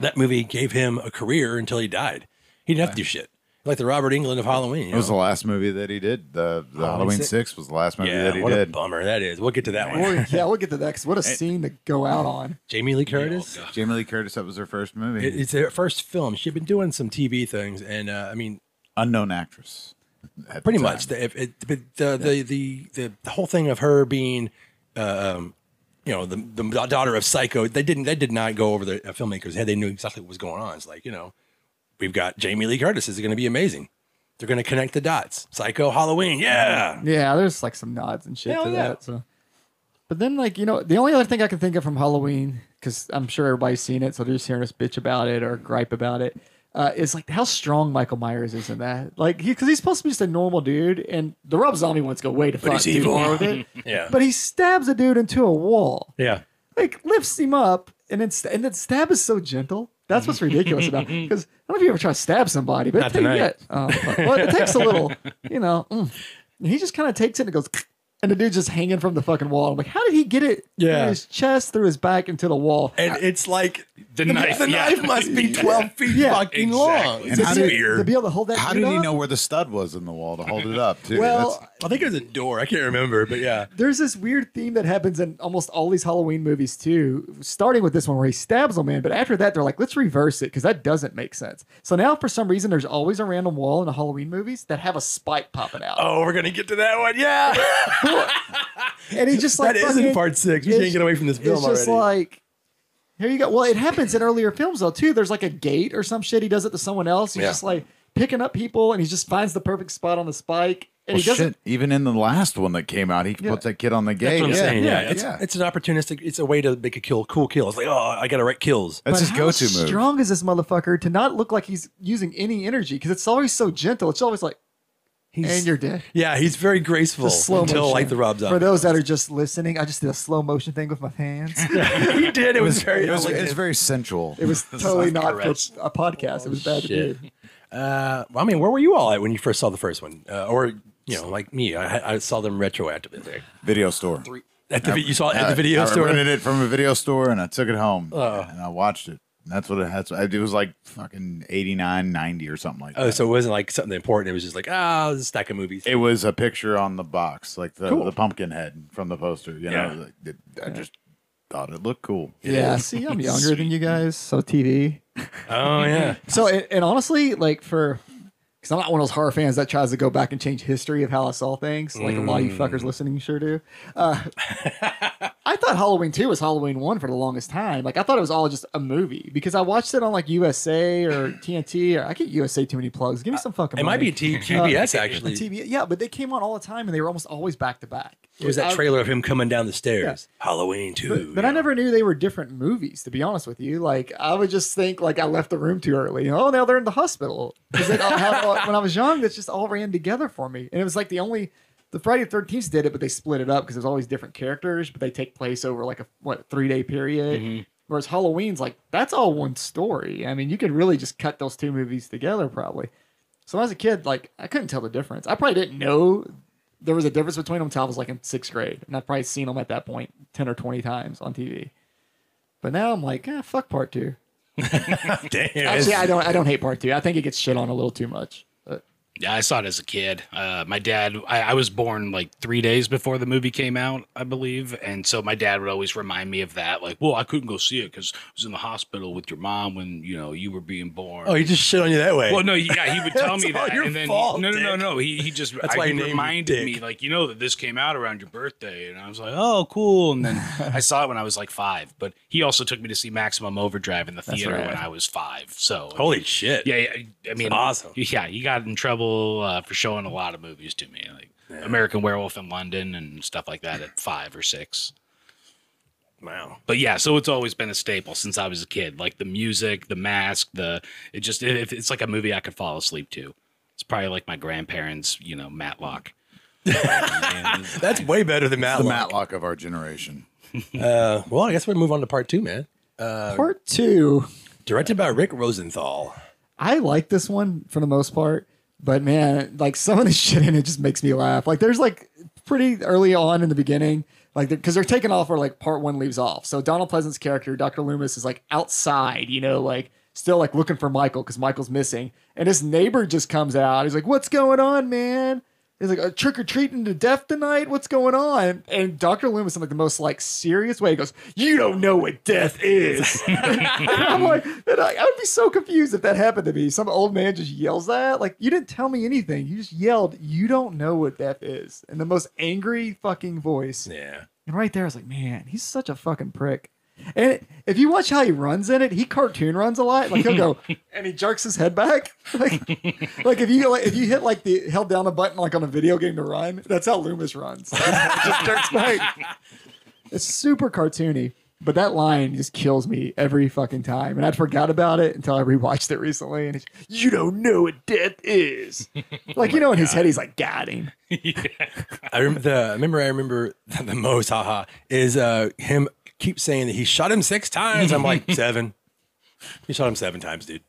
Speaker 1: that movie gave him a career until he died. He didn't have to do shit. Like the Robert England of Halloween. you
Speaker 2: It was the
Speaker 1: know?
Speaker 2: last movie that he did. The, the Halloween
Speaker 1: six?
Speaker 2: Six was the last movie that
Speaker 1: yeah,
Speaker 2: he
Speaker 1: what a
Speaker 2: did.
Speaker 1: bummer that is. We'll get to that one.
Speaker 3: Or- yeah, we'll get to that. 'cause what a scene to go out on.
Speaker 1: Jamie
Speaker 2: Oh,
Speaker 1: Lee Curtis.
Speaker 4: God.
Speaker 2: Jamie Lee Curtis. That was her first movie.
Speaker 1: It- It's her first film. She'd been doing some TV things, and uh, I mean,
Speaker 2: Unknown actress. at the
Speaker 1: pretty
Speaker 2: time.
Speaker 1: much the, if it, but the, the, the the the whole thing of her being um you know the, the daughter of psycho they didn't they did not go over the uh, filmmakers head they knew exactly what was going on it's like you know we've got jamie lee curtis this is going to be amazing they're going to connect the dots psycho halloween yeah
Speaker 3: Yeah, there's like some nods and shit
Speaker 1: Hell
Speaker 3: to
Speaker 1: yeah.
Speaker 3: that. So, but then like you know, the only other thing I can think of from Halloween, because I'm sure everybody's seen it, so they're just hearing us bitch about it or gripe about it, uh, is like how strong Michael Myers is in that. Like, because he's supposed to be just a normal dude, and the Rob Zombie ones go way to fuck
Speaker 1: he's
Speaker 3: too
Speaker 1: evil.
Speaker 3: far with it.
Speaker 1: Yeah.
Speaker 3: but he stabs a dude into a wall,
Speaker 1: yeah
Speaker 3: like lifts him up, and then st- and then stab is so gentle. That's what's ridiculous about because I don't know if you ever try to stab somebody, but
Speaker 1: Not
Speaker 3: it, takes,
Speaker 1: tonight.
Speaker 3: oh, fuck. well, it takes a little, you know. mm. And he just kind of takes it and goes, and the dude's just hanging from the fucking wall. I'm like, how did he get it?
Speaker 1: Yeah.
Speaker 3: through his chest through his back into the wall.
Speaker 1: and it's like
Speaker 4: The knife,
Speaker 1: the
Speaker 4: yeah.
Speaker 1: knife must be 12 feet
Speaker 3: Yeah,
Speaker 1: fucking long
Speaker 4: exactly.
Speaker 1: it's
Speaker 2: And how
Speaker 1: a
Speaker 2: did-
Speaker 1: spear
Speaker 3: to be able to hold that.
Speaker 2: How
Speaker 3: dude
Speaker 2: did he
Speaker 3: up?
Speaker 2: know where the stud was in the wall to hold it up? Too.
Speaker 3: Well,
Speaker 2: That's-
Speaker 1: i think it was a door i can't remember but yeah
Speaker 3: there's this weird theme that happens in almost all these Halloween movies too, starting with this one where he stabs them in. But after that, they're like, let's reverse it because that doesn't make sense. So now, for some reason, there's always a random wall in the Halloween movies that have a spike popping out.
Speaker 1: oh we're gonna get to that one yeah
Speaker 3: and he just like
Speaker 1: that is in
Speaker 3: fucking-
Speaker 1: part six. We
Speaker 3: it's-
Speaker 1: can't get away from this film
Speaker 3: it's just
Speaker 1: already.
Speaker 3: like here you go. Well, it happens in earlier films though too. There's like a gate or some shit. He does it to someone else. He's
Speaker 1: Yeah.
Speaker 3: just like picking up people, and he just finds the perfect spot on the spike, and
Speaker 2: Well,
Speaker 3: he doesn't.
Speaker 2: shit, even in the last one that came out, he
Speaker 3: Yeah.
Speaker 2: puts that kid on the
Speaker 1: That's
Speaker 2: gate.
Speaker 1: what I'm
Speaker 2: yeah,
Speaker 1: saying. Yeah,
Speaker 2: yeah,
Speaker 1: It's,
Speaker 2: yeah.
Speaker 1: it's an opportunistic. It's a way to make a kill, cool kill. It's like, oh, I gotta write kills.
Speaker 2: That's
Speaker 3: but
Speaker 2: his
Speaker 3: how
Speaker 2: go-to move.
Speaker 3: Strong is this motherfucker to not look like he's using any energy because it's always so gentle. It's always like,
Speaker 1: He's,
Speaker 3: and you're dead.
Speaker 1: yeah, he's very graceful
Speaker 3: The slow
Speaker 1: until
Speaker 3: motion.
Speaker 1: like the Rob Zombie.
Speaker 3: For those that are just listening, I just did a slow motion thing with my hands.
Speaker 1: he did. It was very.
Speaker 2: It was,
Speaker 1: elegant.
Speaker 2: it's very sensual.
Speaker 3: It was totally not for
Speaker 4: correct.
Speaker 3: a podcast. It was bad
Speaker 1: Shit.
Speaker 3: to do.
Speaker 1: Uh, well, I mean, where were you all at when you first saw the first one, uh, or you know, like me, I, I saw them retroactively.
Speaker 2: video store.
Speaker 1: At the, vi- you saw it at the video
Speaker 2: I,
Speaker 1: store.
Speaker 2: I rented it from a video store and I took it home
Speaker 1: Oh.
Speaker 2: and I watched it. And that's what it had. It was like fucking 89, 90 or something like that.
Speaker 1: Oh, so it wasn't like something important. It was just like ah, this is a stack of movies.
Speaker 2: It was a picture on the box, like the,
Speaker 1: Cool.
Speaker 2: the pumpkin head from the poster. You
Speaker 1: Yeah.
Speaker 2: know, like, it- I just thought it looked cool.
Speaker 3: Yeah, see, I'm younger than you guys, so TV.
Speaker 1: oh yeah,
Speaker 3: So, and, and honestly, like for, because I'm not one of those horror fans that tries to go back and change history of how I saw things, like a lot of you fuckers
Speaker 1: Mm.
Speaker 3: listening sure do. Uh, I thought Halloween 2 was Halloween 1 for the longest time. Like, I thought it was all just a movie because I watched it on like USA or TNT or I get USA too many plugs. Give me some fucking
Speaker 1: Uh, it might
Speaker 3: money.
Speaker 1: be T- TBS
Speaker 3: The
Speaker 1: actually.
Speaker 3: TV, yeah, but they came on all the time and they were almost always back to back.
Speaker 1: It was that
Speaker 3: I-
Speaker 1: trailer of him coming down the stairs. Halloween too.
Speaker 3: Uh, But, but I
Speaker 1: yeah.
Speaker 3: never knew they were different movies. To be honest with you, like I would just think like I left the room too early. Oh, now they're in the hospital. 'Cause it all- how- when I was young, this just all ran together for me, and it was like the only the Friday the Thirteenth did it, but they split it up because there's always different characters, but they take place over like a what three day period.
Speaker 1: Mm-hmm.
Speaker 3: Whereas Halloween's like that's all one story. I mean, you could really just cut those two movies together probably. So when I was a kid, like I couldn't tell the difference. I probably didn't know there was a difference between them until I was like in sixth grade, and I've probably seen them at that point ten or twenty times on TV. But now I'm like, ah, fuck part two.
Speaker 1: Damn.
Speaker 3: Actually, I don't. I don't hate part two. I think it gets shit on a little too much. But
Speaker 4: Yeah, I saw it as a kid. Uh, my dad, I, I was born like three days before the movie came out, I believe. And so my dad would always remind me of that. Like, well, I couldn't go see it because I was in the hospital with your mom when, you know, you were being born.
Speaker 1: oh, he just shit on you that way.
Speaker 4: Well, no, yeah, he would tell
Speaker 1: It's
Speaker 4: me
Speaker 1: all
Speaker 4: that,
Speaker 1: your
Speaker 4: and then
Speaker 1: fault,
Speaker 4: no, no, no,
Speaker 1: Dick.
Speaker 4: no. He he just
Speaker 1: That's
Speaker 4: I,
Speaker 1: why
Speaker 4: he
Speaker 1: he named you
Speaker 4: reminded me
Speaker 1: Dick.
Speaker 4: like you know that this came out around your birthday, and I was like, oh, cool. And then I saw it when I was like five, but he also took me to see Maximum Overdrive in the theater
Speaker 3: right.
Speaker 4: when I was five. So I
Speaker 1: holy shit.
Speaker 4: yeah, yeah, I mean,
Speaker 1: awesome.
Speaker 4: Yeah, he got in trouble uh, for showing a lot of movies to me, like American Werewolf in London and stuff like that at five or six.
Speaker 1: Wow.
Speaker 4: But yeah, so it's always been a staple since I was a kid. Like the music, the mask, the it just it, it's like a movie I could fall asleep to. It's probably like my grandparents, you know, Matlock.
Speaker 1: That's way better than
Speaker 2: The
Speaker 1: Matlock.
Speaker 2: Matlock of our generation.
Speaker 1: Uh, well, I guess we'll move on to part two, man.
Speaker 3: part two,
Speaker 1: Directed by Rick Rosenthal.
Speaker 3: I like this one for the most part. But man, like some of the shit in it just makes me laugh. Like there's like pretty early on in the beginning, like because they're taking off where like part one leaves off. So Donald Pleasant's character, Dr. Loomis, is like outside, you know, like still like looking for Michael because Michael's missing. And his neighbor just comes out. He's like, "What's going on, man?" He's like, "A trick or treating to death tonight? What's going on?" And Dr. Loomis in like the most like serious way goes, "You don't know what death is." and I'm like, and I, I would be so confused if that happened to me. Some old man just yells that, like, "You didn't tell me anything. You just yelled, you don't know what death is," in the most angry fucking voice.
Speaker 1: Yeah.
Speaker 3: And right there, I was like, man, he's such a fucking prick. And if you watch how he runs in it, he cartoon runs a lot. Like he'll go and he jerks his head back. Like, like if you like if you hit like the held down a button like on a video game to run, that's how Loomis runs. He just jerks back. It's super cartoony. But that line just kills me every fucking time. And I'd forgot about it until I rewatched it recently. And it's, you don't know what death is. Like, you know, in his head, he's like, got him.
Speaker 1: I remember the remember I remember the most haha is uh him keep saying that he shot him six times. I'm like seven. He shot him seven times, dude.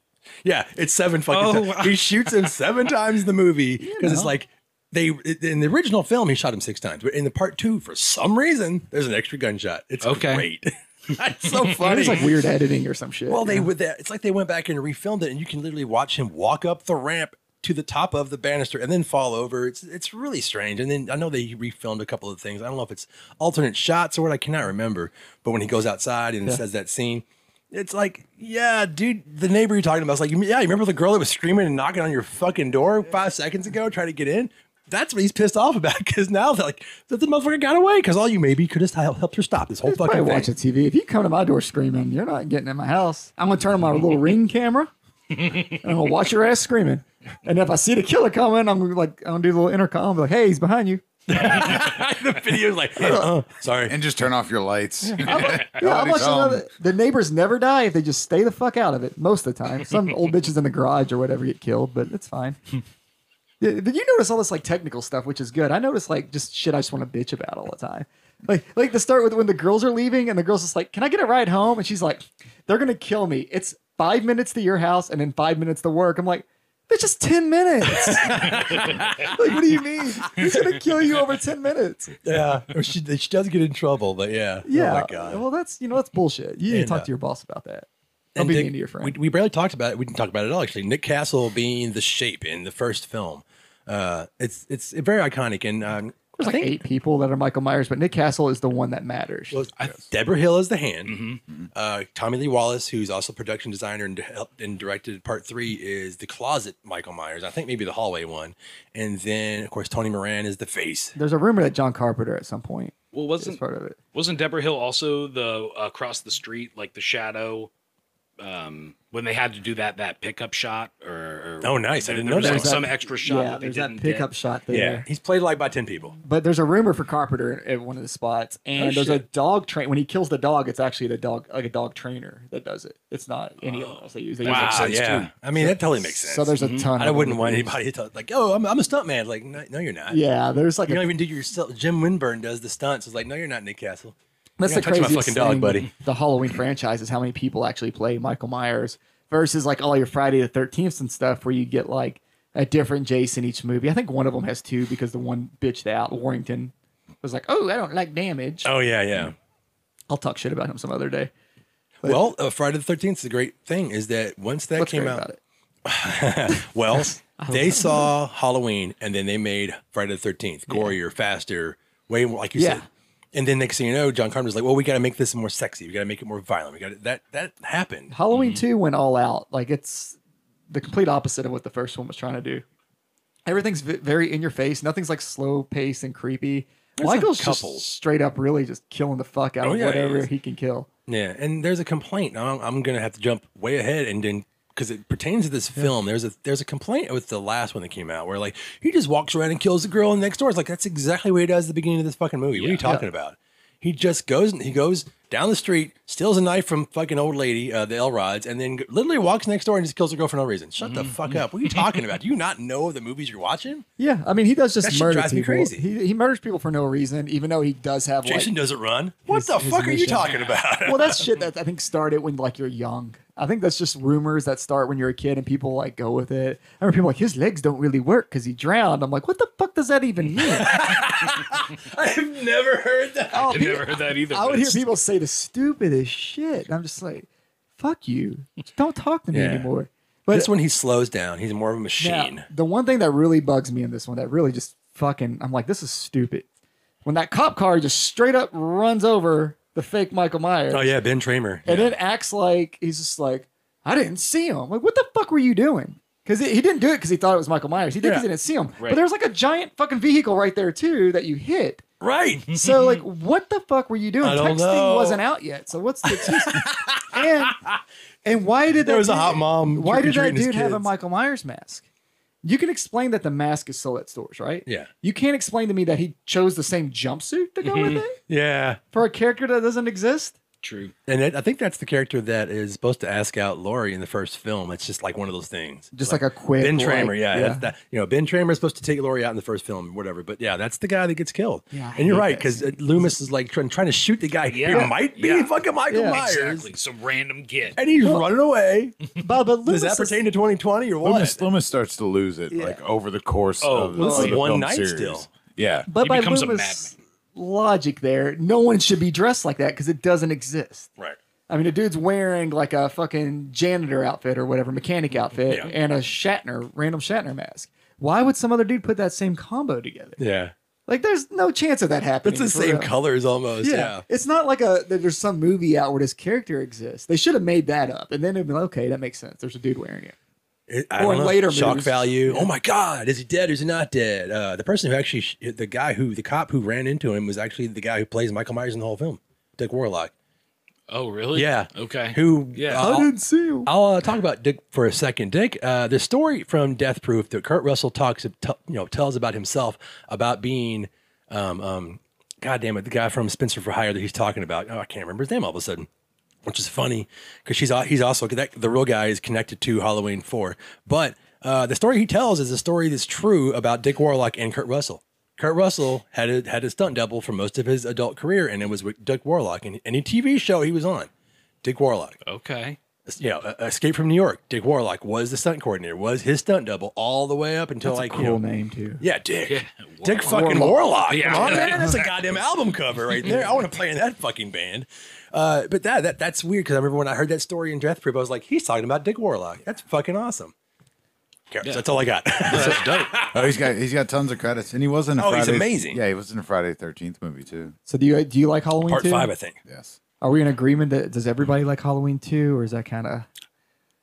Speaker 1: Yeah, it's seven fucking.
Speaker 4: Oh,
Speaker 1: times.
Speaker 4: wow.
Speaker 1: He shoots him seven times in the movie because it's like they in the original film he shot him six times, but in the part two for some reason there's an extra gunshot. It's
Speaker 4: Okay.
Speaker 1: great. That's so funny.
Speaker 3: It's like weird editing or some shit.
Speaker 1: Well, they would. That it's like they went back and refilmed it, and you can literally watch him walk up the ramp to the top of the banister and then fall over. It's it's really strange. And then I know they refilmed a couple of things. I don't know if it's alternate shots or what. I cannot remember. But when he goes outside and says that scene. It's like, yeah, dude, the neighbor you're talking about is like, yeah, you remember the girl that was screaming and knocking on your fucking door five seconds ago trying to get in? That's what he's pissed off about because now they're like that the motherfucker got away because all you maybe could have helped her stop this whole
Speaker 3: You're probably
Speaker 1: fucking thing.
Speaker 3: watching TV. If you come to my door screaming, you're not getting in my house. I'm gonna turn on my little ring camera, and I'm gonna watch your ass screaming. And if I see the killer coming, I'm gonna be like, I'm gonna do the little intercom, be like, hey, he's behind you.
Speaker 1: the video's like, uh, sorry.
Speaker 2: and just turn off your lights.
Speaker 3: Yeah, I'm
Speaker 2: Nobody's
Speaker 3: watching
Speaker 2: home.
Speaker 3: another. The neighbors never die if they just stay the fuck out of it most of the time. Some old bitches in the garage or whatever get killed, but it's fine. Did did you notice all this like technical stuff, which is good? I notice like just shit I just want to bitch about all the time. Like like to start with when the girls are leaving and the girls just like, can I get a ride home? And she's like, they're gonna kill me. It's five minutes to your house and then five minutes to work. I'm like. That's just ten minutes. like, what do you mean? He's gonna kill you over ten minutes.
Speaker 1: Yeah. Or she, she does get in trouble, but yeah.
Speaker 3: Yeah.
Speaker 1: Oh my God.
Speaker 3: Well, that's you know that's bullshit. You need to
Speaker 1: And,
Speaker 3: talk
Speaker 1: uh,
Speaker 3: to your boss about that. Don't
Speaker 1: And
Speaker 3: be
Speaker 1: Nick-
Speaker 3: mean to your friend.
Speaker 1: We, we barely talked about it. We didn't talk about it at all, actually. Nick Castle being the shape in the first film. Uh, it's it's very iconic. And um, I
Speaker 3: There's like
Speaker 1: think
Speaker 3: eight people that are Michael Myers, but Nick Castle is the one that matters.
Speaker 1: Well, I- Deborah Hill is the hand. Uh, Tommy Lee Wallace, who's also production designer and helped and directed part three, is the closet Michael Myers. I think maybe the hallway one, and then of course Tony Moran is the face.
Speaker 3: There's a rumor that John Carpenter at some point
Speaker 4: Well,
Speaker 3: is
Speaker 4: wasn't
Speaker 3: part of it.
Speaker 4: wasn't Deborah Hill also the across the street, like the shadow? Um, when they had to do that that pickup shot, or, or
Speaker 1: Oh, nice. I
Speaker 4: there-
Speaker 1: didn't
Speaker 4: there
Speaker 1: know
Speaker 4: was
Speaker 1: that.
Speaker 4: like
Speaker 1: There's
Speaker 4: some extra shot
Speaker 3: yeah,
Speaker 4: that they
Speaker 3: there's
Speaker 4: didn't
Speaker 3: that pickup
Speaker 4: get.
Speaker 3: shot there.
Speaker 1: he's played like by ten people.
Speaker 3: But there's a rumor for Carpenter at one of the spots,
Speaker 4: Oh,
Speaker 3: and there's a dog train. When he kills the dog, it's actually the dog, like a dog trainer that does it. It's not anyone else they use. They use
Speaker 4: Oh. Wow,
Speaker 3: like
Speaker 4: sense,
Speaker 1: Ah, yeah.
Speaker 4: too.
Speaker 1: I mean, that totally makes sense.
Speaker 3: So there's a ton.
Speaker 1: I
Speaker 3: of
Speaker 1: wouldn't
Speaker 3: them.
Speaker 1: want anybody to tell, like, oh, I'm, I'm a stunt man. Like, no, no, you're not.
Speaker 3: Yeah, there's like
Speaker 1: You
Speaker 3: a
Speaker 1: don't even do yourself. Jim Winburn does the stunts. It's like, no, you're not Nick Castle.
Speaker 3: That's
Speaker 1: You're
Speaker 3: the
Speaker 1: not touching
Speaker 3: craziest
Speaker 1: my fucking dog,
Speaker 3: thing
Speaker 1: buddy.
Speaker 3: with The Halloween franchise is how many people actually play Michael Myers versus like all your Friday the Thirteenth and stuff, where you get like a different Jason each movie. I think one of them has two because the one bitched out Warrington was like, "Oh, I don't like damage."
Speaker 1: Oh yeah, yeah.
Speaker 3: I'll talk shit about him some other day.
Speaker 1: Well, uh, Friday the Thirteenth. The great thing is that once that
Speaker 3: What's
Speaker 1: came
Speaker 3: great
Speaker 1: out,
Speaker 3: about it?
Speaker 1: Well, they saw Halloween and then they made Friday the 13th, gorier, faster, way more, like you
Speaker 3: Yeah.
Speaker 1: said. And then next thing you know, John Carpenter's like, well, we got to make this more sexy. We got to make it more violent. We got to, that, that happened.
Speaker 3: Halloween two went all out. Like it's the complete opposite of what the first one was trying to do. Everything's v- very in your face. Nothing's like slow pace and creepy.
Speaker 1: some
Speaker 3: Michael's
Speaker 1: couples.
Speaker 3: just straight up really just killing the fuck out
Speaker 1: Oh,
Speaker 3: of
Speaker 1: yeah, he
Speaker 3: whatever
Speaker 1: is.
Speaker 3: he can kill.
Speaker 1: Yeah. And there's a complaint. I'm, I'm going to have to jump way ahead and then, because it pertains to this film, there's a there's a complaint with the last one that came out where like he just walks around and kills the girl in the next door. It's like that's exactly what he does at the beginning of this fucking movie. What are you talking about? He just goes and he goes down the street, steals a knife from fucking old lady, uh, the Elrods, and then g- literally walks next door and just kills her girl for no reason. Shut the fuck up! What are you talking about? Do you not know the movies you're watching?
Speaker 3: Yeah, I mean, he does just
Speaker 1: That shit
Speaker 3: murder
Speaker 1: drives me
Speaker 3: people.
Speaker 1: crazy.
Speaker 3: He, he murders people for no reason, even though he does have
Speaker 1: Jason
Speaker 3: like.
Speaker 1: doesn't run. What
Speaker 3: his-
Speaker 1: the
Speaker 3: his
Speaker 1: fuck are you
Speaker 3: mission.
Speaker 1: talking about?
Speaker 3: Well, that's shit that I think started when like you're young. I think that's just rumors that start when you're a kid and people like go with it. I remember people like his legs don't really work because he drowned. I'm like, what the fuck does that even mean?
Speaker 1: I've never heard that.
Speaker 3: Oh,
Speaker 4: I
Speaker 3: people-
Speaker 4: never heard that either.
Speaker 3: I
Speaker 4: but
Speaker 3: would hear
Speaker 4: it's-
Speaker 3: people say the stupidest shit. And I'm just like, fuck you. Don't talk to me
Speaker 1: Yeah.
Speaker 3: anymore.
Speaker 1: But
Speaker 3: But
Speaker 1: this one, he slows down. He's more of a
Speaker 3: Now,
Speaker 1: machine.
Speaker 3: the one thing that really bugs me in this one that really just fucking I'm like, this is stupid. When that cop car just straight up runs over the fake Michael Myers
Speaker 1: Oh yeah, Ben Tramer.
Speaker 3: and then acts like he's just like, I didn't see him. Like, what the fuck were you doing? Because he didn't do it because he thought it was Michael Myers. He did because he
Speaker 1: Yeah.
Speaker 3: didn't see him. But
Speaker 4: Right.
Speaker 3: there was like a giant fucking vehicle right there too that you hit.
Speaker 1: Right.
Speaker 3: So like, what the fuck were you doing?
Speaker 1: I don't
Speaker 3: Texting
Speaker 1: know.
Speaker 3: wasn't out yet. So what's the excuse? and and why did
Speaker 1: There
Speaker 3: that
Speaker 1: was a
Speaker 3: dude-
Speaker 1: hot mom
Speaker 3: Why did that
Speaker 1: trick-or-treating his
Speaker 3: dude have a
Speaker 1: kids.
Speaker 3: Michael Myers mask? You can explain that the mask is sold at stores, right?
Speaker 1: Yeah.
Speaker 3: You can't explain to me that he chose the same jumpsuit to go
Speaker 1: Mm-hmm.
Speaker 3: with it
Speaker 1: Yeah.
Speaker 3: for a character that doesn't exist.
Speaker 4: True.
Speaker 1: And it, I think that's the character that is supposed to ask out Laurie in the first film. It's just like one of those things.
Speaker 3: Just like, a quick
Speaker 1: Ben
Speaker 3: like-
Speaker 1: Tramer, yeah, That's that, you know Ben Tramer is supposed to take Laurie out in the first film, whatever. But yeah, that's the guy that gets killed.
Speaker 3: Yeah, I
Speaker 1: and you're
Speaker 3: hate
Speaker 1: right
Speaker 3: that
Speaker 1: because Loomis is like trying, trying to shoot the guy. Yeah,
Speaker 4: Yeah.
Speaker 1: he might be
Speaker 4: Yeah.
Speaker 1: fucking Michael
Speaker 3: Yeah.
Speaker 1: Myers,
Speaker 4: Exactly. Some random kid.
Speaker 1: and he's running away.
Speaker 3: But, but
Speaker 1: Does
Speaker 3: Loomis
Speaker 1: that
Speaker 3: is-
Speaker 1: pertain to 2020 or what?
Speaker 2: Loomis, Loomis starts to lose it like over the course
Speaker 4: Oh,
Speaker 2: of,
Speaker 4: well,
Speaker 2: of the
Speaker 1: one
Speaker 2: film
Speaker 1: night
Speaker 2: series.
Speaker 1: still.
Speaker 2: Yeah,
Speaker 3: But
Speaker 4: He
Speaker 3: by
Speaker 4: becomes a
Speaker 3: Loomis' logic, there, no one should be dressed like that because it doesn't exist.
Speaker 1: Right.
Speaker 3: I mean, a dude's wearing like a fucking janitor outfit or whatever, mechanic outfit,
Speaker 1: Yeah.
Speaker 3: and a Shatner, random Shatner mask. Why would some other dude put that same combo together?
Speaker 1: Yeah,
Speaker 3: Like, there's no chance of that happening.
Speaker 1: it's the
Speaker 3: for
Speaker 1: same
Speaker 3: real.
Speaker 1: colors almost.
Speaker 3: Yeah.
Speaker 1: Yeah.
Speaker 3: it's not like a that there's some movie out where this character exists. They should have made that up, and then it'd be like, okay, that makes sense. There's a dude wearing it.
Speaker 1: It- I
Speaker 3: Or
Speaker 1: don't know.
Speaker 3: later
Speaker 1: shock
Speaker 3: movies.
Speaker 1: value. Oh my God, is he dead? Is he not dead? Uh, the person who actually, sh- the guy who, the cop who ran into him was actually the guy who plays Michael Myers in the whole film, Dick Warlock.
Speaker 4: Oh, really?
Speaker 1: Yeah.
Speaker 4: Okay.
Speaker 1: Who?
Speaker 4: Yeah.
Speaker 1: uh,
Speaker 3: I didn't see him.
Speaker 1: I'll uh, talk about Dick for a second. Dick, uh, the story from Death Proof that Kurt Russell talks, t- you know, tells about himself about being, um, um, God damn it, the guy from Spencer for Hire that he's talking about. Oh, I can't remember his name all of a sudden, which is funny because she's al- he's also that, the real guy is connected to Halloween Four, but uh, the story he tells is a story that's true about Dick Warlock and Kurt Russell. Kurt Russell had a, had a stunt double for most of his adult career, and it was with Dick Warlock. And any TV show he was on, Dick Warlock
Speaker 4: Okay.
Speaker 1: you know, uh, Escape from New York, Dick Warlock was the stunt coordinator, was his stunt double all the way up until
Speaker 3: That's
Speaker 1: like
Speaker 3: a
Speaker 1: you know,
Speaker 3: cool name too.
Speaker 1: yeah, Dick,
Speaker 4: Yeah,
Speaker 1: Dick fucking Warlock.
Speaker 3: Warlock.
Speaker 4: Yeah.
Speaker 1: Come on, man, that's a goddamn album cover right there. I want to play in that fucking band. Uh, but that that that's weird because I remember when I heard that story in Death Proof, I was like, he's talking about Dick Warlock. That's fucking awesome. Okay, so that's all I got.
Speaker 4: That's dope.
Speaker 2: Oh, he's got he's got tons of credits, and he was in. A
Speaker 1: Oh, he's
Speaker 2: Friday,
Speaker 1: amazing.
Speaker 2: Yeah, he was in a Friday Thirteenth movie too.
Speaker 3: So do you do you like Halloween?
Speaker 1: Part
Speaker 3: too?
Speaker 1: five, I think.
Speaker 2: Yes.
Speaker 3: Are we in agreement that does everybody like Halloween too, or is that kind of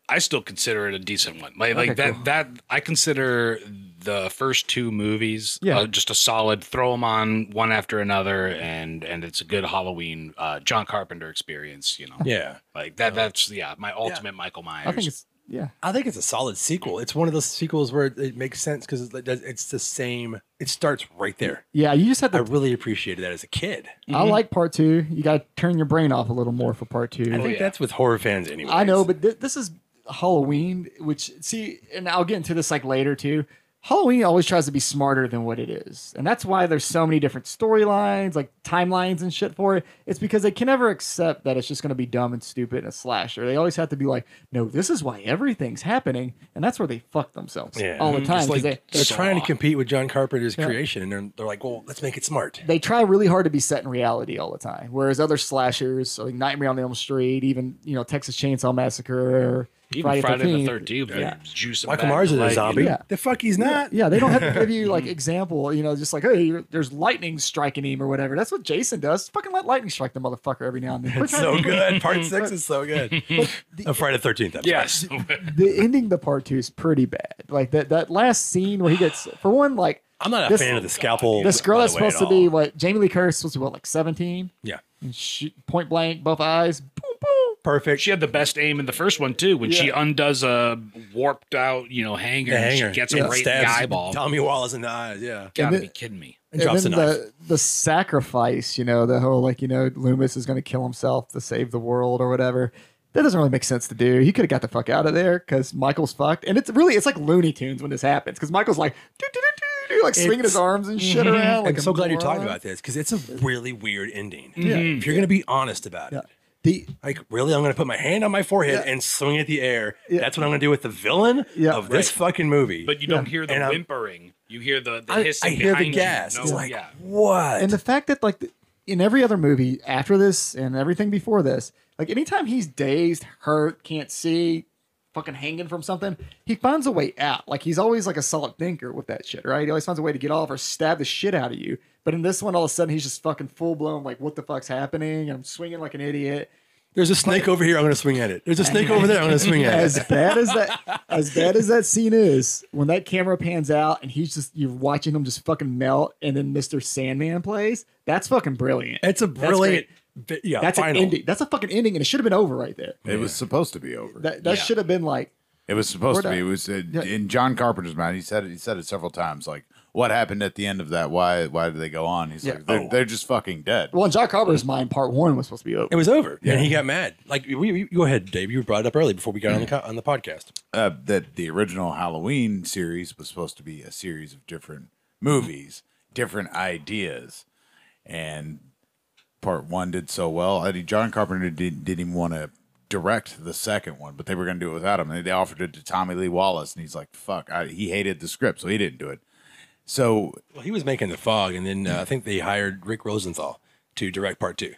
Speaker 4: I still consider it a decent one. Like, like
Speaker 3: Okay,
Speaker 4: that,
Speaker 3: cool.
Speaker 4: that I consider the first two movies
Speaker 3: Yeah.
Speaker 4: uh, just a solid throw them on one after another, and and it's a good Halloween uh, John Carpenter experience. You know,
Speaker 1: Yeah,
Speaker 4: like that. That's yeah, my ultimate Michael Myers.
Speaker 3: I think it's yeah.
Speaker 1: I think it's a solid sequel. It's one of those sequels where it, it makes sense because it's, it's the same. It starts right there.
Speaker 3: Yeah, you just had
Speaker 1: I
Speaker 3: to
Speaker 1: really appreciated that as a kid.
Speaker 3: I like part 2. You got to turn your brain off a little more for part 2.
Speaker 1: I think
Speaker 4: Oh, yeah.
Speaker 1: that's with horror fans anyway.
Speaker 3: I know, but th- this is Halloween, which see, and I'll get into this like later too. Halloween always tries to be smarter than what it is, and that's why there's so many different storylines, like timelines and shit for it. It's because they can never accept that it's just going to be dumb and stupid and a slasher. They always have to be like, no, this is why everything's happening, and that's where they fuck themselves
Speaker 1: Yeah.
Speaker 3: all the time.
Speaker 4: It's
Speaker 3: 'cause
Speaker 4: like-
Speaker 3: they,
Speaker 1: they're
Speaker 4: Saw.
Speaker 1: trying to compete with John Carpenter's creation, and they're, they're like, "Well, let's make it smart."
Speaker 3: they try really hard to be set in reality all the time. Whereas other slashers, like Nightmare on Elm Street, even you know Texas Chainsaw Massacre, or
Speaker 4: Even
Speaker 3: Friday,
Speaker 4: Friday,
Speaker 3: 13th,
Speaker 4: the Thirteenth, yeah. juice. 'em
Speaker 1: Michael
Speaker 4: back,
Speaker 1: Myers is
Speaker 4: like,
Speaker 1: a
Speaker 4: you
Speaker 1: zombie.
Speaker 4: know,
Speaker 3: Yeah.
Speaker 1: The fuck, he's not.
Speaker 3: Yeah, they don't have to give you like example, you know, just like, hey, you're- there's lightning striking him or whatever. That's what Jason does. Fucking let lightning strike the motherfucker every now and then. Quit
Speaker 1: It's
Speaker 3: trying
Speaker 1: so
Speaker 3: to-
Speaker 1: good. Part six is so good. Uh, Friday the Thirteenth.
Speaker 4: Yes.
Speaker 3: the ending the part two is pretty bad. Like that that last scene where he gets for one, like
Speaker 1: I'm not a
Speaker 3: This-
Speaker 1: fan of the scalpel.
Speaker 3: this girl
Speaker 1: by the
Speaker 3: that's
Speaker 1: way, at
Speaker 3: supposed to be
Speaker 1: all.
Speaker 3: what Jamie Lee Curtis supposed to be what, like 17?
Speaker 1: Yeah,
Speaker 3: And she, point blank, both eyes, boom, boom.
Speaker 1: perfect.
Speaker 4: She had the best aim in the first one too. When she undoes a warped out, you know, hanger,
Speaker 1: The
Speaker 4: and
Speaker 1: hanger
Speaker 4: she gets
Speaker 1: Yeah.
Speaker 4: a right in the
Speaker 1: Stabs
Speaker 4: eyeball.
Speaker 1: Tommy Wallace in the eyes. Yeah,
Speaker 4: Gotta
Speaker 3: And
Speaker 4: be
Speaker 3: then-
Speaker 4: kidding me.
Speaker 1: and drops a
Speaker 3: and then
Speaker 1: knife.
Speaker 3: the the sacrifice, you know, the whole like you know Loomis is going to kill himself to save the world or whatever. That doesn't really make sense to do. He could have got the fuck out of there because Michael's fucked, and it's really it's like Looney Tunes when this happens because Michael's like doo, doo, doo, doo, doo, like swinging his arms and shit around. Like
Speaker 1: I'm
Speaker 3: a
Speaker 1: so glad you're talking
Speaker 3: moron.
Speaker 1: about this because it's a really weird ending.
Speaker 4: Mm-hmm.
Speaker 1: If you're gonna be honest about it,
Speaker 3: the
Speaker 1: like really, I'm gonna put my hand on my forehead
Speaker 3: Yeah.
Speaker 1: and swing at the air. That's what I'm gonna do with the villain
Speaker 3: Yeah.
Speaker 1: of this fucking movie.
Speaker 4: But you don't hear the
Speaker 1: And I'm-
Speaker 4: whimpering. You hear the, the
Speaker 1: I, I
Speaker 4: hissing.
Speaker 1: hear the
Speaker 4: behind you.
Speaker 1: gas.
Speaker 4: No,
Speaker 1: it's like
Speaker 4: yeah.
Speaker 1: what?
Speaker 3: and the fact that like th- in every other movie after this and everything before this, like anytime he's dazed, hurt, can't see, fucking hanging from something, he finds a way out. Like he's always like a solid thinker with that shit, right? He always finds a way to get off or stab the shit out of you. But in this one, all of a sudden he's just fucking full blown like, what the fuck's happening? I'm swinging like an idiot.
Speaker 1: There's a snake over here. I'm going to swing at it. There's a snake over there. I'm going to swing at
Speaker 3: As
Speaker 1: it.
Speaker 3: bad as that, as bad as that scene is, when that camera pans out and he's just you're watching him just fucking melt, and then Mister Sandman plays. That's fucking brilliant.
Speaker 1: It's a
Speaker 3: That's
Speaker 1: brilliant.
Speaker 3: great.
Speaker 1: bi- yeah,
Speaker 3: That's
Speaker 1: final.
Speaker 3: an ending. That's a fucking ending, and it should have been over right there.
Speaker 2: It was supposed to be over.
Speaker 3: That that
Speaker 4: Yeah.
Speaker 3: should have been like,
Speaker 2: it was supposed to
Speaker 3: We're
Speaker 2: be. It
Speaker 3: done.
Speaker 2: was uh, in John Carpenter's mind. He said it. He said it several times. Like, what happened at the end of that? Why? Why did they go on? He's
Speaker 3: Yeah.
Speaker 2: like, they're,
Speaker 1: Oh.
Speaker 2: they're just fucking dead.
Speaker 3: well, in John Carpenter's mind, part one was supposed to be over.
Speaker 1: It was over, and he got mad. Like, we, we- go ahead, Dave. You brought it up early before we got on the
Speaker 3: Mm-hmm.
Speaker 1: co- on the podcast.
Speaker 2: uh, that the original Halloween series was supposed to be a series of different movies, different ideas, and part one did so well. I think John Carpenter did, didn't even want to direct the second one, but they were going to do it without him. And they offered it to Tommy Lee Wallace, and he's like, "Fuck!" I, he hated the script, so he didn't do it. So
Speaker 1: Well, he was making the fog, and then uh, I think they hired Rick Rosenthal to direct part two.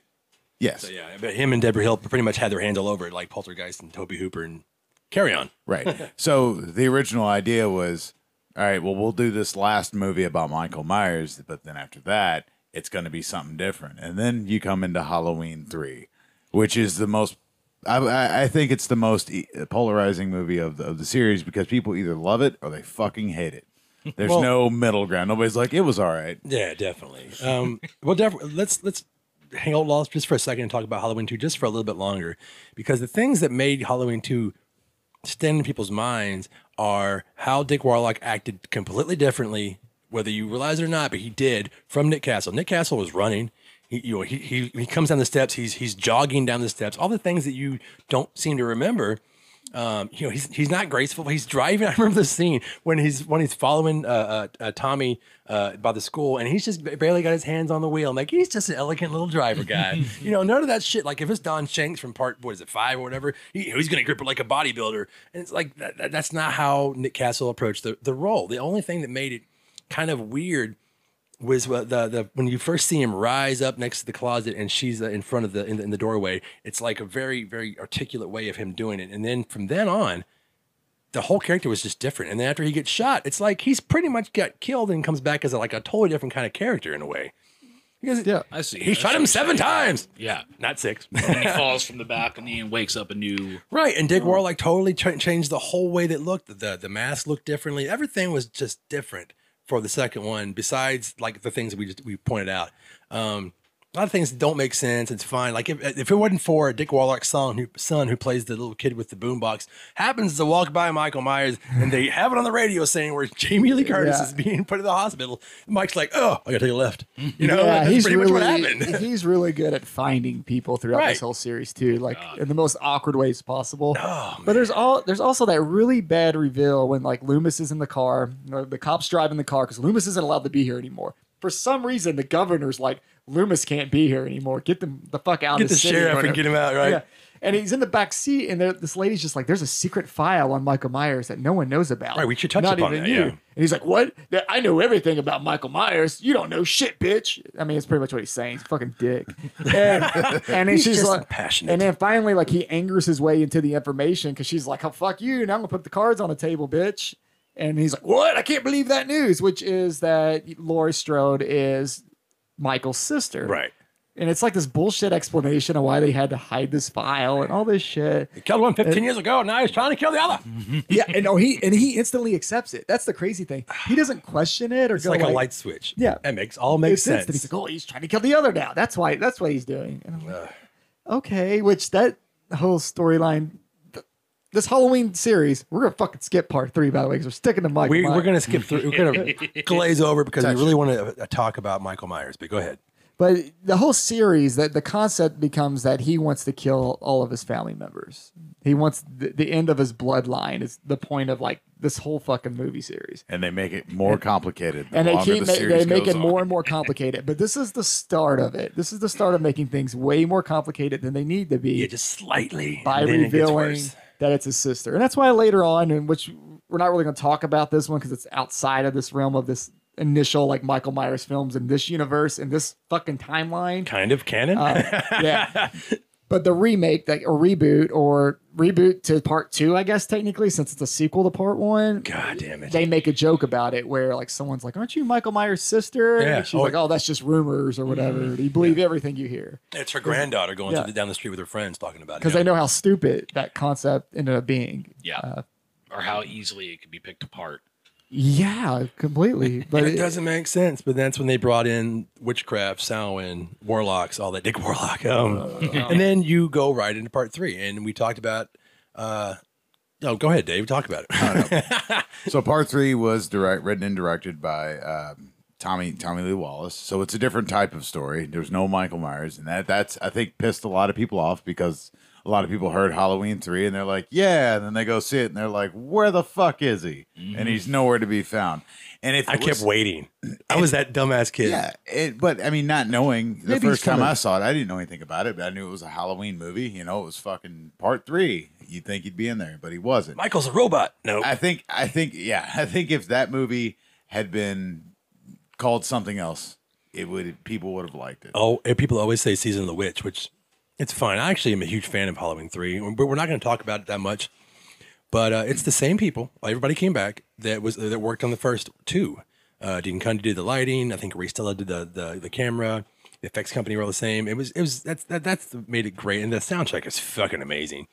Speaker 2: yes,
Speaker 1: So yeah, but him and Deborah Hill pretty much had their hand all over it, like Poltergeist and Toby Hooper and Carry On.
Speaker 2: Right. so the original idea was, all right, well, we'll do this last movie about Michael Myers, but then after that, it's going to be something different. And then you come into Halloween 3, which is the most I, I, I think it's the most e- polarizing movie of the, of the series because people either love it or they fucking hate it. There's
Speaker 1: Well-
Speaker 2: no middle ground. Nobody's like it was all right.
Speaker 1: Yeah, definitely. Um, well, definitely. Let's let's hang out lost just for a second and talk about Halloween two just for a little bit longer, because the things that made Halloween two stand in people's minds are how Dick Warlock acted completely differently, whether you realize it or not, but he did from Nick Castle. Nick Castle was running. He, you know, he, he he comes down the steps. He's he's jogging down the steps. All the things that you don't seem to remember. Um, you know, he's he's not graceful. He's driving. I remember the scene when he's when he's following uh, uh, uh, Tommy uh, by the school, and he's just ba- barely got his hands on the wheel. I'm like, he's just an elegant little driver guy. you know, none of that shit. Like if it's Don Shanks from part what is it five or whatever, he, he's gonna grip it like a bodybuilder, and it's like that, that- that's not how Nick Castle approached the the role. The only thing that made it kind of weird was what the the when you first see him rise up next to the closet and she's uh, in front of the in, the in the doorway. It's like a very very articulate way of him doing it, and then from then on, the whole character was just different. And then after he gets shot, it's like he's pretty much got killed and comes back as a, like a totally different kind of character in a way. Because
Speaker 3: Yeah.
Speaker 4: I see.
Speaker 1: he
Speaker 4: I
Speaker 1: shot
Speaker 4: see
Speaker 1: him
Speaker 4: what you're
Speaker 1: seven
Speaker 4: saying.
Speaker 1: times,
Speaker 4: Yeah.
Speaker 1: not six.
Speaker 4: And he falls from the balcony and wakes up a new.
Speaker 1: Right, and Dick Warlock totally ch- changed the whole way that looked. The the mask looked differently. Everything was just different for the second one. Besides, like the things that we just we pointed out, um, a lot of things don't make sense. It's fine. Like if if it wasn't for Dick Warlock's son who son who plays the little kid with the boombox happens to walk by Michael Myers and they have it on the radio saying where Jamie Lee Curtis
Speaker 3: Yeah.
Speaker 1: is being put in the hospital. Mike's like, oh, I gotta take a left. You know,
Speaker 3: yeah,
Speaker 1: that's
Speaker 3: he's
Speaker 1: pretty
Speaker 3: really
Speaker 1: much what happened.
Speaker 3: he's really good at finding people throughout
Speaker 1: Right.
Speaker 3: this whole series too, like in the most awkward ways possible.
Speaker 1: Oh,
Speaker 3: but there's all there's also that really bad reveal when like Loomis is in the car, or the cops driving the car because Loomis isn't allowed to be here anymore. For some reason, the governor's like Loomis can't be here anymore. Get them the fuck out.
Speaker 1: Get
Speaker 3: of
Speaker 1: the
Speaker 3: city," or
Speaker 1: sheriff and
Speaker 3: whatever.
Speaker 1: get him out, right?
Speaker 3: Yeah. And he's in the back seat, and there- this lady's just like, "There's a secret file on Michael Myers that no one knows about."
Speaker 1: Right, we should touch
Speaker 3: Not
Speaker 1: upon
Speaker 3: even
Speaker 1: that,
Speaker 3: you.
Speaker 1: yeah.
Speaker 3: And he's like, "What? That- I know everything about Michael Myers. You don't know shit, bitch." I mean, it's pretty much what he's saying. He's a fucking dick. And, and then
Speaker 1: He's
Speaker 3: she's
Speaker 1: just
Speaker 3: like,
Speaker 1: passionate.
Speaker 3: And then finally, like, he angers his way into the information because she's like, "Oh fuck you! Now I'm gonna put the cards on the table, bitch." And he's like, "What? I can't believe that news," which is that Laurie Strode is Michael's sister,
Speaker 1: Right.
Speaker 3: and it's like this bullshit explanation of why they had to hide this file and all this shit.
Speaker 1: He killed one 15 years ago. Now he's trying to kill the other.
Speaker 3: yeah, and no, he and he instantly accepts it. That's the crazy thing. He doesn't question it or
Speaker 1: It's like, a light switch.
Speaker 3: Yeah.
Speaker 1: that makes all
Speaker 3: It
Speaker 1: makes sense.
Speaker 3: sense. He's like, oh, he's trying to kill the other now. That's why. That's what he's doing. And I'm like, okay, which that whole storyline. th- This Halloween series, we're gonna fucking skip part three, by the way, because we're sticking to Michael.
Speaker 1: we,
Speaker 3: Myers.
Speaker 1: we're going to skip through. We're going to glaze over because we really want to uh, talk about Michael Myers. But go ahead.
Speaker 3: But the whole series, that the concept becomes that he wants to kill all of his family members. He wants the, the end of his bloodline is the point of like this whole fucking movie series.
Speaker 2: And they make it more complicated. The
Speaker 3: And they
Speaker 2: longer
Speaker 3: keep
Speaker 2: the
Speaker 3: ma-
Speaker 2: series
Speaker 3: they make
Speaker 2: goes
Speaker 3: it
Speaker 2: on.
Speaker 3: more and more complicated. But this is the start of it. This is the start of making things way more complicated than they need to be
Speaker 1: Yeah, just slightly.
Speaker 3: by
Speaker 1: and then it gets
Speaker 3: revealing
Speaker 1: worse.
Speaker 3: that it's his sister. And that's why later on, and which we're not really going to talk about this one because it's outside of this realm of this initial like Michael Myers films in this universe in this fucking timeline.
Speaker 1: kind of canon.
Speaker 3: Uh, yeah. But the remake, like a reboot or reboot to part two, I guess technically, since it's a sequel to part one,
Speaker 1: God damn it.
Speaker 3: they make a joke about it where like someone's like, "Aren't you Michael Myers' sister?"
Speaker 1: Yeah. Mm.
Speaker 3: And she's
Speaker 1: Oh,
Speaker 3: like, "Oh, that's just rumors or whatever. You believe everything you hear
Speaker 1: it's her granddaughter going to
Speaker 3: Yeah.
Speaker 1: the, down the street with her friends talking about it.
Speaker 3: because they know how stupid that concept ended up being."
Speaker 4: Yeah.
Speaker 1: Uh,
Speaker 4: or how easily it could be picked apart.
Speaker 3: Yeah, completely. But
Speaker 1: It doesn't make sense, but that's when they brought in witchcraft, Samhain, warlocks, all that. Dick Warlock. Um,
Speaker 3: Uh,
Speaker 1: and then you go right into part three, and we talked about. Uh, oh, go ahead, Dave. Talk about it.
Speaker 2: So part three was direct, written and directed by um, Tommy Tommy Lee Wallace. So it's a different type of story. There's no Michael Myers, and that that's I think pissed a lot of people off because a lot of people heard Halloween three and they're like, yeah, and then they go see it and they're like, where the fuck is he? And he's nowhere to be found. And if
Speaker 1: Mm-hmm. I
Speaker 2: it
Speaker 1: kept
Speaker 2: was-
Speaker 1: waiting. I was that dumbass kid.
Speaker 2: Yeah, it, but I mean, not knowing the
Speaker 3: Maybe he's
Speaker 2: first time
Speaker 3: coming.
Speaker 2: I saw it, I didn't know anything about it, but I knew it was a Halloween movie. You know, it was fucking part three. You'd think he'd be in there, but he wasn't.
Speaker 1: Michael's a robot. No.
Speaker 2: I think I think yeah, I think if that movie had been called something else, it would people would have liked it.
Speaker 1: oh, and people always say season of the witch, which it's fine. I actually am a huge fan of Halloween three, but we're not going to talk about it that much. But uh, it's the same people. Everybody came back that was that worked on the first two. Uh, Dean Cundy did the lighting. I think Ray Stella did the the, the camera. The effects company were all the same. It was it was that's that, that's what made it great, and the soundtrack is fucking amazing.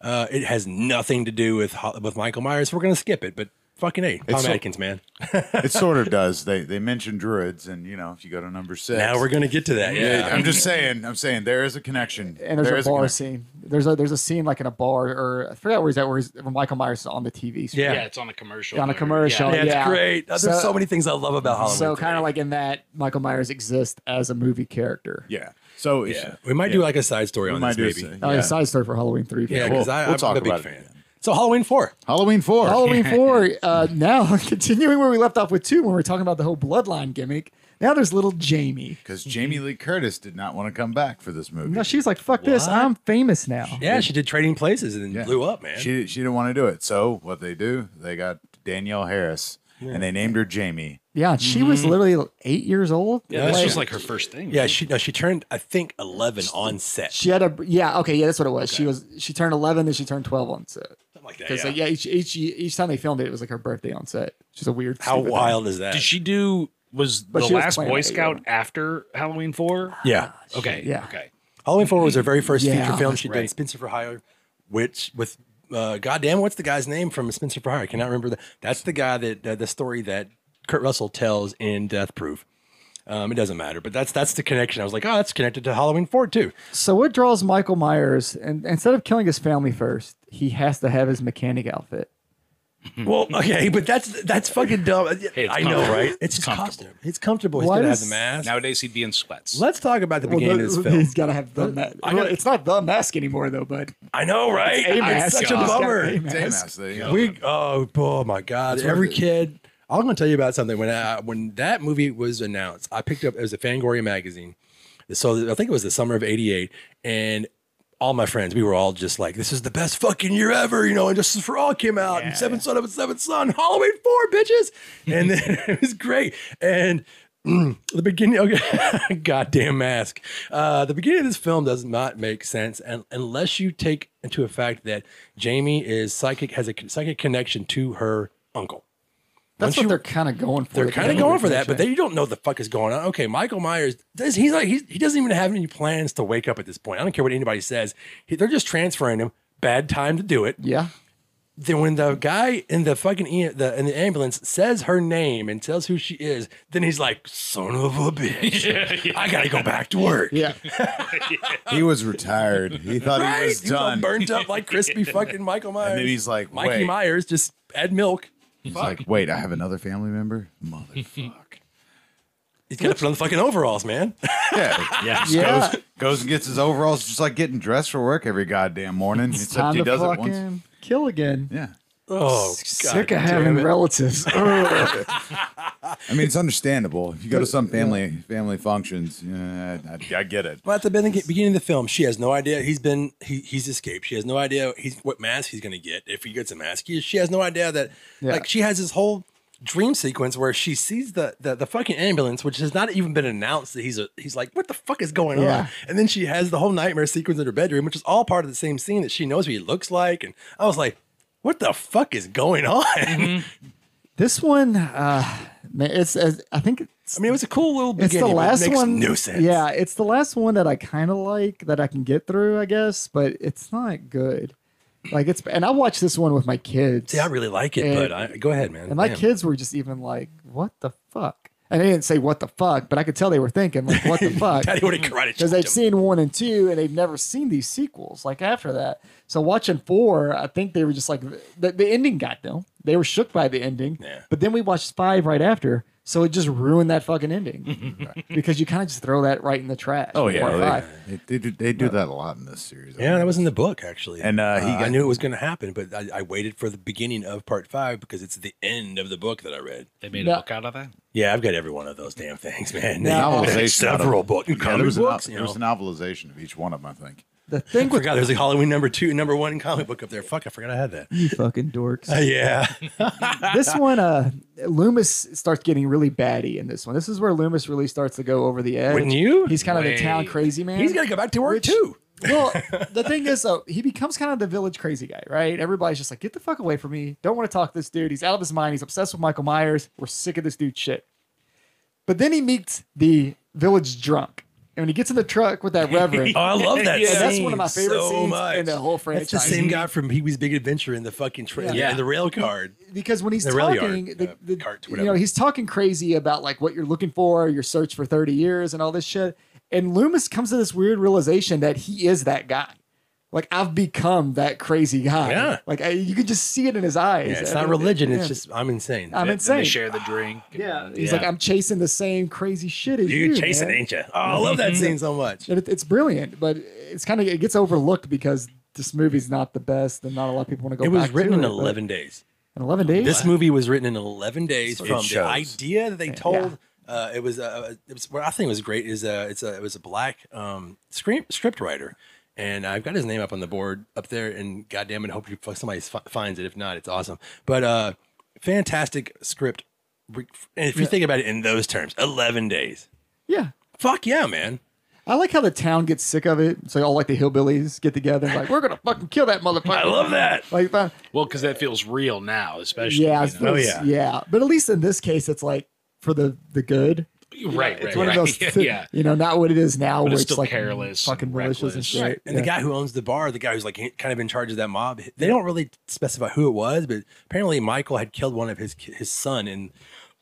Speaker 1: Uh, it has nothing to do with Ho- with Michael Myers. We're gonna skip it, but fucking a Tom
Speaker 2: so-
Speaker 1: Atkins, man.
Speaker 2: It sort of does. They they mention druids, and you know if you go to number six,
Speaker 1: Now we're gonna get to that. Yeah,
Speaker 2: Yeah, I'm just saying. I'm saying there is a connection.
Speaker 3: And there's
Speaker 2: There
Speaker 3: a
Speaker 2: is
Speaker 3: bar
Speaker 2: connection.
Speaker 3: scene. There's a there's a scene like in a bar, or I forgot where he's at, where, he's, where Michael Myers is on the TV. Screen.
Speaker 1: Yeah.
Speaker 4: Yeah, it's on a commercial.
Speaker 3: On a
Speaker 4: there.
Speaker 3: commercial,
Speaker 1: Yeah, it's
Speaker 3: Yeah.
Speaker 1: great. Oh, There's so,
Speaker 3: So-
Speaker 1: many things I love about Halloween.
Speaker 3: So kind of like in that, Michael Myers exists as a movie character.
Speaker 2: Yeah. So it's-
Speaker 1: yeah, we might do like a side story
Speaker 2: we
Speaker 1: on
Speaker 2: might
Speaker 1: this
Speaker 2: do
Speaker 1: maybe.
Speaker 2: a-
Speaker 3: Oh,
Speaker 2: yeah.
Speaker 3: yeah. side story for Halloween three.
Speaker 1: Yeah,
Speaker 2: we'll-
Speaker 1: because I
Speaker 2: we'll
Speaker 1: I'm
Speaker 2: talk
Speaker 1: a big
Speaker 2: about it
Speaker 1: fan.
Speaker 2: again.
Speaker 1: So Halloween four.
Speaker 2: Halloween four.
Speaker 3: Halloween four. Uh, now continuing where we left off with two, when we were talking about the whole bloodline gimmick. Now there's little Jamie.
Speaker 2: Because Jamie Lee Curtis did not want to come back for this movie.
Speaker 3: No, she was like, "Fuck this!
Speaker 1: What?
Speaker 3: I'm famous now."
Speaker 1: Yeah, she did Trading Places and then
Speaker 2: Yeah.
Speaker 1: blew up, man.
Speaker 2: She she didn't want to do it. So what they do? They got Danielle Harris, and they named her Jamie.
Speaker 3: Yeah, and she was literally eight years old.
Speaker 4: Yeah, this was like her first thing.
Speaker 1: yeah, she no, she turned I think eleven on set.
Speaker 3: she had a yeah. Okay, yeah, that's what it was. She was she turned eleven, then she turned twelve on set.
Speaker 1: Something like that.
Speaker 3: Because
Speaker 1: Yeah.
Speaker 3: uh, yeah, each, each each time they filmed it, it was like her birthday on set. She's a weird.
Speaker 1: How
Speaker 3: stupid thing.
Speaker 1: wild is that?
Speaker 4: Did she do? Was
Speaker 3: But
Speaker 4: the
Speaker 3: she was
Speaker 4: last
Speaker 3: playing
Speaker 4: Boy
Speaker 3: it,
Speaker 4: Scout after Halloween Four?
Speaker 1: yeah.
Speaker 4: Okay.
Speaker 3: yeah.
Speaker 4: Okay.
Speaker 1: Halloween Four was her very first
Speaker 3: Yeah,
Speaker 1: feature film. She did
Speaker 4: right.
Speaker 1: Spencer for Hire, which with uh, goddamn, what's the guy's name from Spencer for Hire? I cannot remember that. That's the guy that uh, the story that Kurt Russell tells in Death Proof. Um, it doesn't matter, but that's that's the connection. I was like, oh, that's connected to Halloween Four too.
Speaker 3: So what draws Michael Myers? And instead of killing his family first, he has to have his mechanic outfit.
Speaker 1: Well, okay, but that's that's fucking dumb.
Speaker 4: it's
Speaker 1: I know,
Speaker 4: comfortable.
Speaker 1: right? Hmm. It's,
Speaker 4: It's comfortable.
Speaker 1: costume. It's comfortable. He's
Speaker 3: Why
Speaker 1: gonna
Speaker 3: does-
Speaker 1: have the mask.
Speaker 4: Nowadays he'd be in sweats.
Speaker 1: Let's talk about the beginning of this film.
Speaker 3: he's got to have the mask.
Speaker 1: I know-
Speaker 3: it's not the mask anymore, though. But
Speaker 1: I know, right? It's,
Speaker 3: mask.
Speaker 1: such a
Speaker 4: God.
Speaker 1: bummer.
Speaker 3: It's got a
Speaker 2: Damn,
Speaker 3: mask.
Speaker 2: ass, there you go.
Speaker 1: We oh, oh my god!
Speaker 2: what
Speaker 1: Every
Speaker 2: it is.
Speaker 1: kid. I'm going to tell you about something. When I, when that movie was announced, I picked up it was a Fangoria magazine. So I think it was the summer of '88, and all my friends, we were all just like, "This is the best fucking year ever," you know. And Justice for All came out, and Seven Son of a Seven Son, Halloween Four, bitches, and then it was great. And mm, the beginning, okay, goddamn mask. Uh, the beginning of this film does not make sense, and unless you take into effect that Jamie is psychic, has a psychic connection to her uncle.
Speaker 3: that's
Speaker 1: Once
Speaker 3: what
Speaker 1: you-
Speaker 3: they're kind of going for.
Speaker 1: They're kind of going for that, but then you don't know the fuck is going on. Okay, Michael Myers, does, he's like he's, he doesn't even have any plans to wake up at this point. I don't care what anybody says. He- they're just transferring him. Bad time to do it.
Speaker 3: yeah,
Speaker 1: Then when the guy in the fucking e- the, in the ambulance says her name and tells who she is, then he's like, "Son of a bitch, I gotta go back to work."
Speaker 3: yeah.
Speaker 2: He was retired. He thought
Speaker 1: Right?
Speaker 2: he was
Speaker 1: He's all
Speaker 2: done.
Speaker 1: burnt up like crispy fucking Michael Myers.
Speaker 2: And then he's like,
Speaker 1: Mikey
Speaker 2: wait.
Speaker 1: Myers, just add milk.
Speaker 2: He's like, wait, I have another family member. Motherfucker.
Speaker 1: He's gonna put on the fucking overalls, man.
Speaker 2: yeah.
Speaker 4: yeah.
Speaker 3: yeah.
Speaker 2: Goes and gets his overalls, just like getting dressed for work every goddamn morning. Except
Speaker 3: Time
Speaker 2: he
Speaker 3: to
Speaker 2: does it
Speaker 3: fucking
Speaker 2: once.
Speaker 3: kill again.
Speaker 2: Yeah.
Speaker 1: Oh,
Speaker 3: Sick
Speaker 1: God
Speaker 3: of having
Speaker 1: damn it.
Speaker 3: relatives. Ugh.
Speaker 2: I mean, it's understandable. If you go to some family family functions, yeah, I, I, I get it.
Speaker 1: Well, at the begin- beginning of the film, she has no idea he's been he, he's escaped. She has no idea he's what mask he's going to get if he gets a mask. He- she has no idea that
Speaker 3: Yeah.
Speaker 1: like she has this whole dream sequence where she sees the, the the fucking ambulance, which has not even been announced that he's a he's like what the fuck is going
Speaker 3: Yeah.
Speaker 1: on? And then she has the whole nightmare sequence in her bedroom, which is all part of the same scene that she knows what he looks like. And I was like, what the fuck is going on?
Speaker 3: Mm-hmm. this one, uh, man, it's, it's I think it's,
Speaker 1: I mean, it was a cool little
Speaker 3: it's
Speaker 1: beginning.
Speaker 3: the
Speaker 1: but it
Speaker 3: last
Speaker 1: makes
Speaker 3: one.
Speaker 1: No sense.
Speaker 3: Yeah, it's the last one that I kind of like that I can get through, I guess, but it's not good. Like it's and I watched this one with my kids.
Speaker 1: See, I really like it,
Speaker 3: And-
Speaker 1: but I, go ahead, man.
Speaker 3: And my
Speaker 1: Damn.
Speaker 3: kids were just even like, "What the fuck?" And they didn't say "What the fuck," but I could tell they were thinking, like, "What the fuck?"
Speaker 1: Daddy would have karate
Speaker 3: because they've
Speaker 1: chopped him.
Speaker 3: seen one and two, and they've never seen these sequels. Like after that, so watching four, I think they were just like the, the ending got them. They were shook by the ending.
Speaker 1: Yeah.
Speaker 3: But then we watched five right after, so it just ruined that fucking ending because you kind of just throw that right in the trash.
Speaker 2: Oh
Speaker 3: in part
Speaker 2: yeah,
Speaker 3: five.
Speaker 2: they, they, do, they do that a lot in this series.
Speaker 1: Yeah, that was in the book actually.
Speaker 2: And, uh, he
Speaker 1: I
Speaker 2: got-
Speaker 1: knew it was going to happen, but I, I waited for the beginning of part five because it's the end of the book that I read.
Speaker 4: They made
Speaker 3: No.
Speaker 4: a book out of that.
Speaker 1: Yeah, I've got every one of those damn things, man.
Speaker 3: Now-
Speaker 1: There's
Speaker 2: Novelization of
Speaker 1: several
Speaker 2: them.
Speaker 1: books,
Speaker 2: Yeah, there
Speaker 1: comic
Speaker 2: was, a no-
Speaker 1: books. you
Speaker 2: there was a
Speaker 1: know.
Speaker 2: novelization of each one of them. I think.
Speaker 3: The thing
Speaker 1: I forgot there's a Halloween number two, number one comic book up there. Fuck, I forgot I had that.
Speaker 3: you fucking dorks.
Speaker 1: Uh, yeah,
Speaker 3: this one, uh, Loomis starts getting really batty in this one. This is where Loomis really starts to go over the edge.
Speaker 1: Wouldn't you?
Speaker 3: He's kind of the
Speaker 4: Way.
Speaker 3: town crazy man.
Speaker 1: he's got to go back to work
Speaker 3: Which-
Speaker 1: too.
Speaker 3: well, the thing is, though, he becomes kind of the village crazy guy, right? Everybody's just like, get the fuck away from me. Don't want to talk to this dude. He's out of his mind. He's obsessed with Michael Myers. We're sick of this dude shit. But then he meets the village drunk. And when he gets in the truck with that reverend,
Speaker 1: Oh, I love that.
Speaker 4: Yeah,
Speaker 1: scene
Speaker 3: that's one of my favorite
Speaker 1: so
Speaker 3: scenes
Speaker 1: much.
Speaker 3: in the whole
Speaker 1: That's the
Speaker 3: franchise.
Speaker 1: same guy from Pee Wee's Big Adventure in the fucking train,
Speaker 4: Yeah.
Speaker 1: in the rail card.
Speaker 3: because when he's
Speaker 1: The rail yard,
Speaker 3: talking, the,
Speaker 1: uh,
Speaker 3: the,
Speaker 1: cart,
Speaker 3: you know,
Speaker 1: whatever.
Speaker 3: he's talking crazy about like what you're looking for, your search for 30 years and all this shit. And Loomis comes to this weird realization that he is that guy. Like I've become that crazy guy.
Speaker 1: Yeah.
Speaker 3: Like I, you could just see it in his eyes.
Speaker 1: Yeah, it's
Speaker 3: I
Speaker 1: not
Speaker 3: mean,
Speaker 1: religion.
Speaker 3: yeah.
Speaker 1: It's just I'm insane.
Speaker 3: I'm
Speaker 4: And They
Speaker 3: insane.
Speaker 4: share the drink.
Speaker 3: Yeah. He's like, I'm chasing the same crazy shit as you.
Speaker 1: you chase it,
Speaker 3: man."
Speaker 1: ain't you? Oh, I love that scene so much.
Speaker 3: And it, it's brilliant, but it's kind of it gets overlooked because this movie's not the best, and not a lot of people want to go.
Speaker 1: It was
Speaker 3: back
Speaker 1: written
Speaker 3: to
Speaker 1: in
Speaker 3: it, but-
Speaker 1: 11 days.
Speaker 3: In eleven days.
Speaker 1: This movie was written in 11 days
Speaker 2: It
Speaker 1: from the
Speaker 2: shows.
Speaker 1: idea that they told. Uh, it was uh, it was what I think was great is uh, it's a it was a black um script script writer, and I've got his name up on the board up there. And goddamn it, I hope you somebody fi- finds it. If not, it's awesome. But uh, fantastic script. And if you think about it in those terms, 11 days.
Speaker 3: yeah.
Speaker 1: Fuck yeah, man.
Speaker 3: I like how the town gets sick of it, so all like the hillbillies get together, and like we're gonna fucking kill that motherfucker.
Speaker 1: I love that.
Speaker 3: Like, fine.
Speaker 4: Well, because that feels real now, especially.
Speaker 3: yeah,
Speaker 4: you know?
Speaker 1: Oh, yeah.
Speaker 3: yeah, yeah. But at least in this case, it's like for the the good.
Speaker 4: right, right,
Speaker 3: oh, It's one
Speaker 4: right.
Speaker 3: of those,
Speaker 4: yeah.
Speaker 3: you know, not what it is now, where
Speaker 4: it's
Speaker 3: it's,
Speaker 4: still
Speaker 3: like
Speaker 4: careless
Speaker 3: fucking
Speaker 4: and
Speaker 3: malicious and
Speaker 4: reckless.
Speaker 3: shit.
Speaker 1: Right. And the guy who owns the bar, the guy who's like kind of in charge of that mob, they don't really specify who it was, but apparently Michael had killed one of his ki- his son in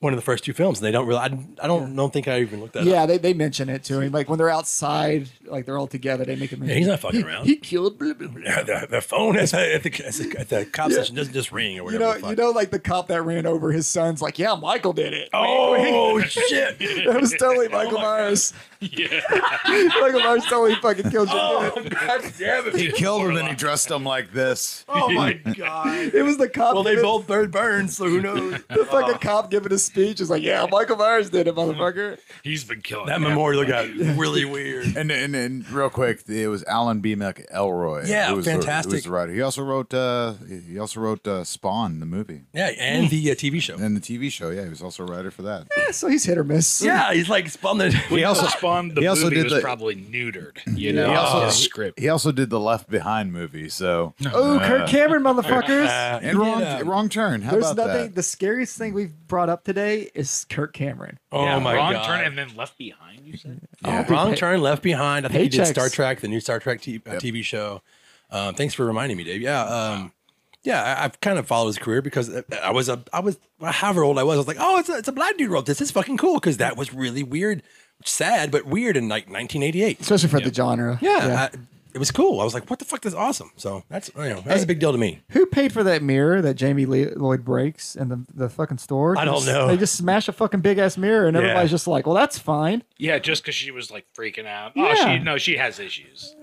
Speaker 1: one of the first two films. And they don't really, I, I don't don't think I even looked that up.
Speaker 3: Yeah, they, they mention it to him. Like when they're outside, like they're all together, they make him.
Speaker 1: Yeah, he's not fucking around.
Speaker 3: He killed. Blah, blah, blah.
Speaker 1: the, the phone at the, at the, at the cop station doesn't just ring or
Speaker 3: You
Speaker 1: whatever.
Speaker 3: know,
Speaker 1: the fuck.
Speaker 3: you know, like the cop that ran over his son's like, yeah, Michael did it.
Speaker 1: oh shit!
Speaker 3: That was totally Michael Myers. Michael Myers totally fucking killed you.
Speaker 1: Oh, God damn
Speaker 2: He killed him and he dressed him like this.
Speaker 1: Oh my god!
Speaker 3: It was the cop.
Speaker 1: Well, they
Speaker 3: giving-
Speaker 1: both Uh-huh. burned burns, so who knows?
Speaker 3: The fucking cop giving a speech is like, yeah, Michael Myers did it, motherfucker.
Speaker 4: He's been killing
Speaker 1: That
Speaker 4: everybody.
Speaker 1: memorial got really weird.
Speaker 2: And, and and real quick, it was Alan B. McElroy.
Speaker 1: Yeah,
Speaker 2: who was the-
Speaker 1: fantastic.
Speaker 2: who was the writer. He also wrote. Uh, he also wrote uh, Spawn, the movie,
Speaker 1: Yeah, and the uh, TV show.
Speaker 2: and the TV show. Yeah, he was also a writer for that.
Speaker 3: Yeah, so he's hit or miss.
Speaker 1: Yeah, he's like spun the.
Speaker 4: He also spawned the
Speaker 2: He also
Speaker 4: movie
Speaker 2: did
Speaker 4: was
Speaker 2: the-
Speaker 4: probably neutered. You know,
Speaker 2: He also-
Speaker 4: his script.
Speaker 2: He also did the Left Behind movie. So uh,
Speaker 3: Oh, Kirk Cameron, motherfuckers.
Speaker 1: Uh, he did,
Speaker 2: and wrong,
Speaker 1: uh,
Speaker 2: wrong turn. How
Speaker 3: There's
Speaker 2: about
Speaker 3: nothing.
Speaker 2: that?
Speaker 3: The scariest thing we've brought up today is Kirk Cameron.
Speaker 1: Oh
Speaker 4: Yeah,
Speaker 1: my
Speaker 4: wrong
Speaker 1: god!
Speaker 4: turn and then left behind. You said.
Speaker 1: Oh, wrong
Speaker 3: Pay-
Speaker 1: turn, left behind. I think he did
Speaker 3: Paychecks.
Speaker 1: Star Trek, the new Star Trek t- uh, TV show. Um, thanks for reminding me, Dave. Yeah, um, yeah. I, I've kind of followed his career because I, I was a, I was however old I was. I was like, oh, it's a, it's a black dude wrote this. It's fucking cool because that was really weird, sad but weird in like 1988.
Speaker 3: Especially for the genre.
Speaker 1: Yeah, I, it was cool. I was like, what the fuck? That's awesome. So that's you know that's a big deal to me.
Speaker 3: Who paid for that mirror that Jamie Lee- Lloyd breaks in the, the fucking store?
Speaker 1: I don't
Speaker 3: Just-
Speaker 1: know.
Speaker 3: They just smash a fucking big ass mirror and
Speaker 1: Yeah.
Speaker 3: everybody's just like, well, that's fine.
Speaker 4: Yeah, just because she was like freaking out. Oh,
Speaker 3: Yeah.
Speaker 4: she no, she has issues.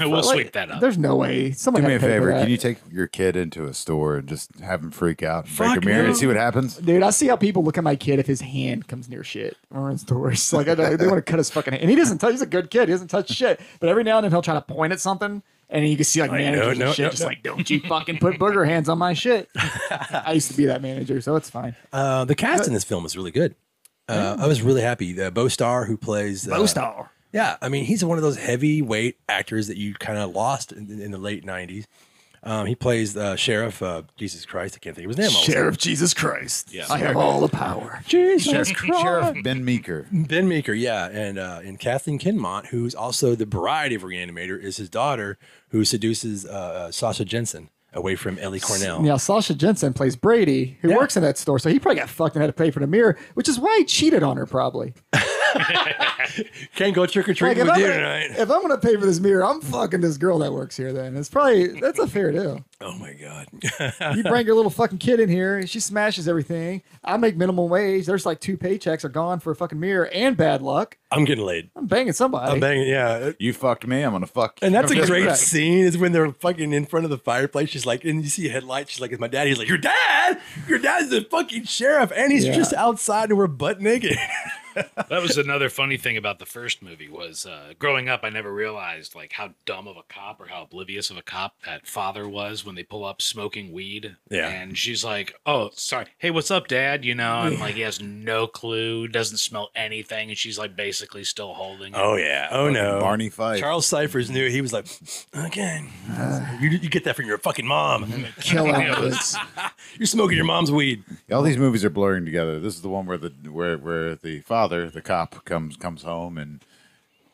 Speaker 4: we'll
Speaker 3: Like,
Speaker 4: sweep that up.
Speaker 3: There's no way. Someone
Speaker 2: Do me
Speaker 3: had
Speaker 2: a
Speaker 3: to pay for
Speaker 2: favor.
Speaker 3: that.
Speaker 2: Can you take your kid into a store and just have him freak out, and break
Speaker 1: Fuck
Speaker 2: a mirror,
Speaker 1: no.
Speaker 2: and see what happens?
Speaker 3: Dude, I see how people look at my kid if his hand comes near shit or in stores. Like, I, don't- they want to cut his fucking hand. And he doesn't touch, he's a good kid. He doesn't touch shit. But every now and then he'll try to point at something. And you can see like managers
Speaker 1: no,
Speaker 3: and
Speaker 1: no,
Speaker 3: shit,
Speaker 1: no,
Speaker 3: just
Speaker 1: no.
Speaker 3: like, don't you fucking put booger hands on my shit. I used to be that manager, so it's fine.
Speaker 1: Uh, the cast in this film is really good. Uh, I was really happy. The Bo Star who plays uh,
Speaker 3: Bo Star.
Speaker 1: Yeah, I mean, he's one of those heavyweight actors that you kind of lost in, in the late '90s. Um, he plays the sheriff. Uh, Jesus Christ, I can't think of his name. all of a sudden.
Speaker 3: Sheriff Jesus Christ.
Speaker 4: Yeah.
Speaker 3: I have all the power.
Speaker 1: Jesus
Speaker 2: Sheriff Ben Meeker.
Speaker 1: Ben Meeker, yeah, and uh, and Kathleen Kinmont, who's also the bride of Reanimator, is his daughter who seduces uh, uh, Sasha Jensen away from Ellie Cornell.
Speaker 3: Now, Sasha Jensen plays Brady, who
Speaker 1: Yeah.
Speaker 3: works in that store, so he probably got fucked and had to pay for the mirror, which is why he cheated on her, probably.
Speaker 1: Can't go trick or
Speaker 3: Like,
Speaker 1: treating
Speaker 3: if,
Speaker 1: with
Speaker 3: I'm
Speaker 1: you
Speaker 3: gonna,
Speaker 1: tonight.
Speaker 3: if I'm gonna pay for this mirror, I'm fucking this girl that works here. Then it's probably that's a fair deal.
Speaker 1: Oh my god.
Speaker 3: You bring your little fucking kid in here, she smashes everything. I make minimum wage. There's like two paychecks are gone for a fucking mirror and bad luck.
Speaker 1: I'm getting laid.
Speaker 3: I'm banging somebody.
Speaker 1: I'm banging. Yeah,
Speaker 2: You fucked me. I'm gonna fuck.
Speaker 1: And that's a
Speaker 2: Just-
Speaker 1: great
Speaker 3: right.
Speaker 1: scene is when they're fucking in front of the fireplace. She's like, and you see a headlight. She's like, it's my dad. He's like, your dad? Your dad's the fucking sheriff. And he's
Speaker 3: Yeah.
Speaker 1: just outside and we're butt naked.
Speaker 4: that was another funny thing about the first movie was uh, growing up, I never realized like how dumb of a cop or how oblivious of a cop that father was when they pull up smoking weed.
Speaker 1: Yeah.
Speaker 4: and she's like, "Oh, sorry, hey, what's up, Dad?" You know, and like he has no clue, doesn't smell anything, and she's like basically still holding. him.
Speaker 1: oh, yeah. Oh, no.
Speaker 2: Barney Fife.
Speaker 1: Charles Cyphers knew. He was like, okay. you, you get that from your fucking mom.
Speaker 3: Kill outfits.
Speaker 1: You're smoking your mom's weed.
Speaker 2: All these movies are blurring together. This is the one where the where where the father, the cop, comes comes home and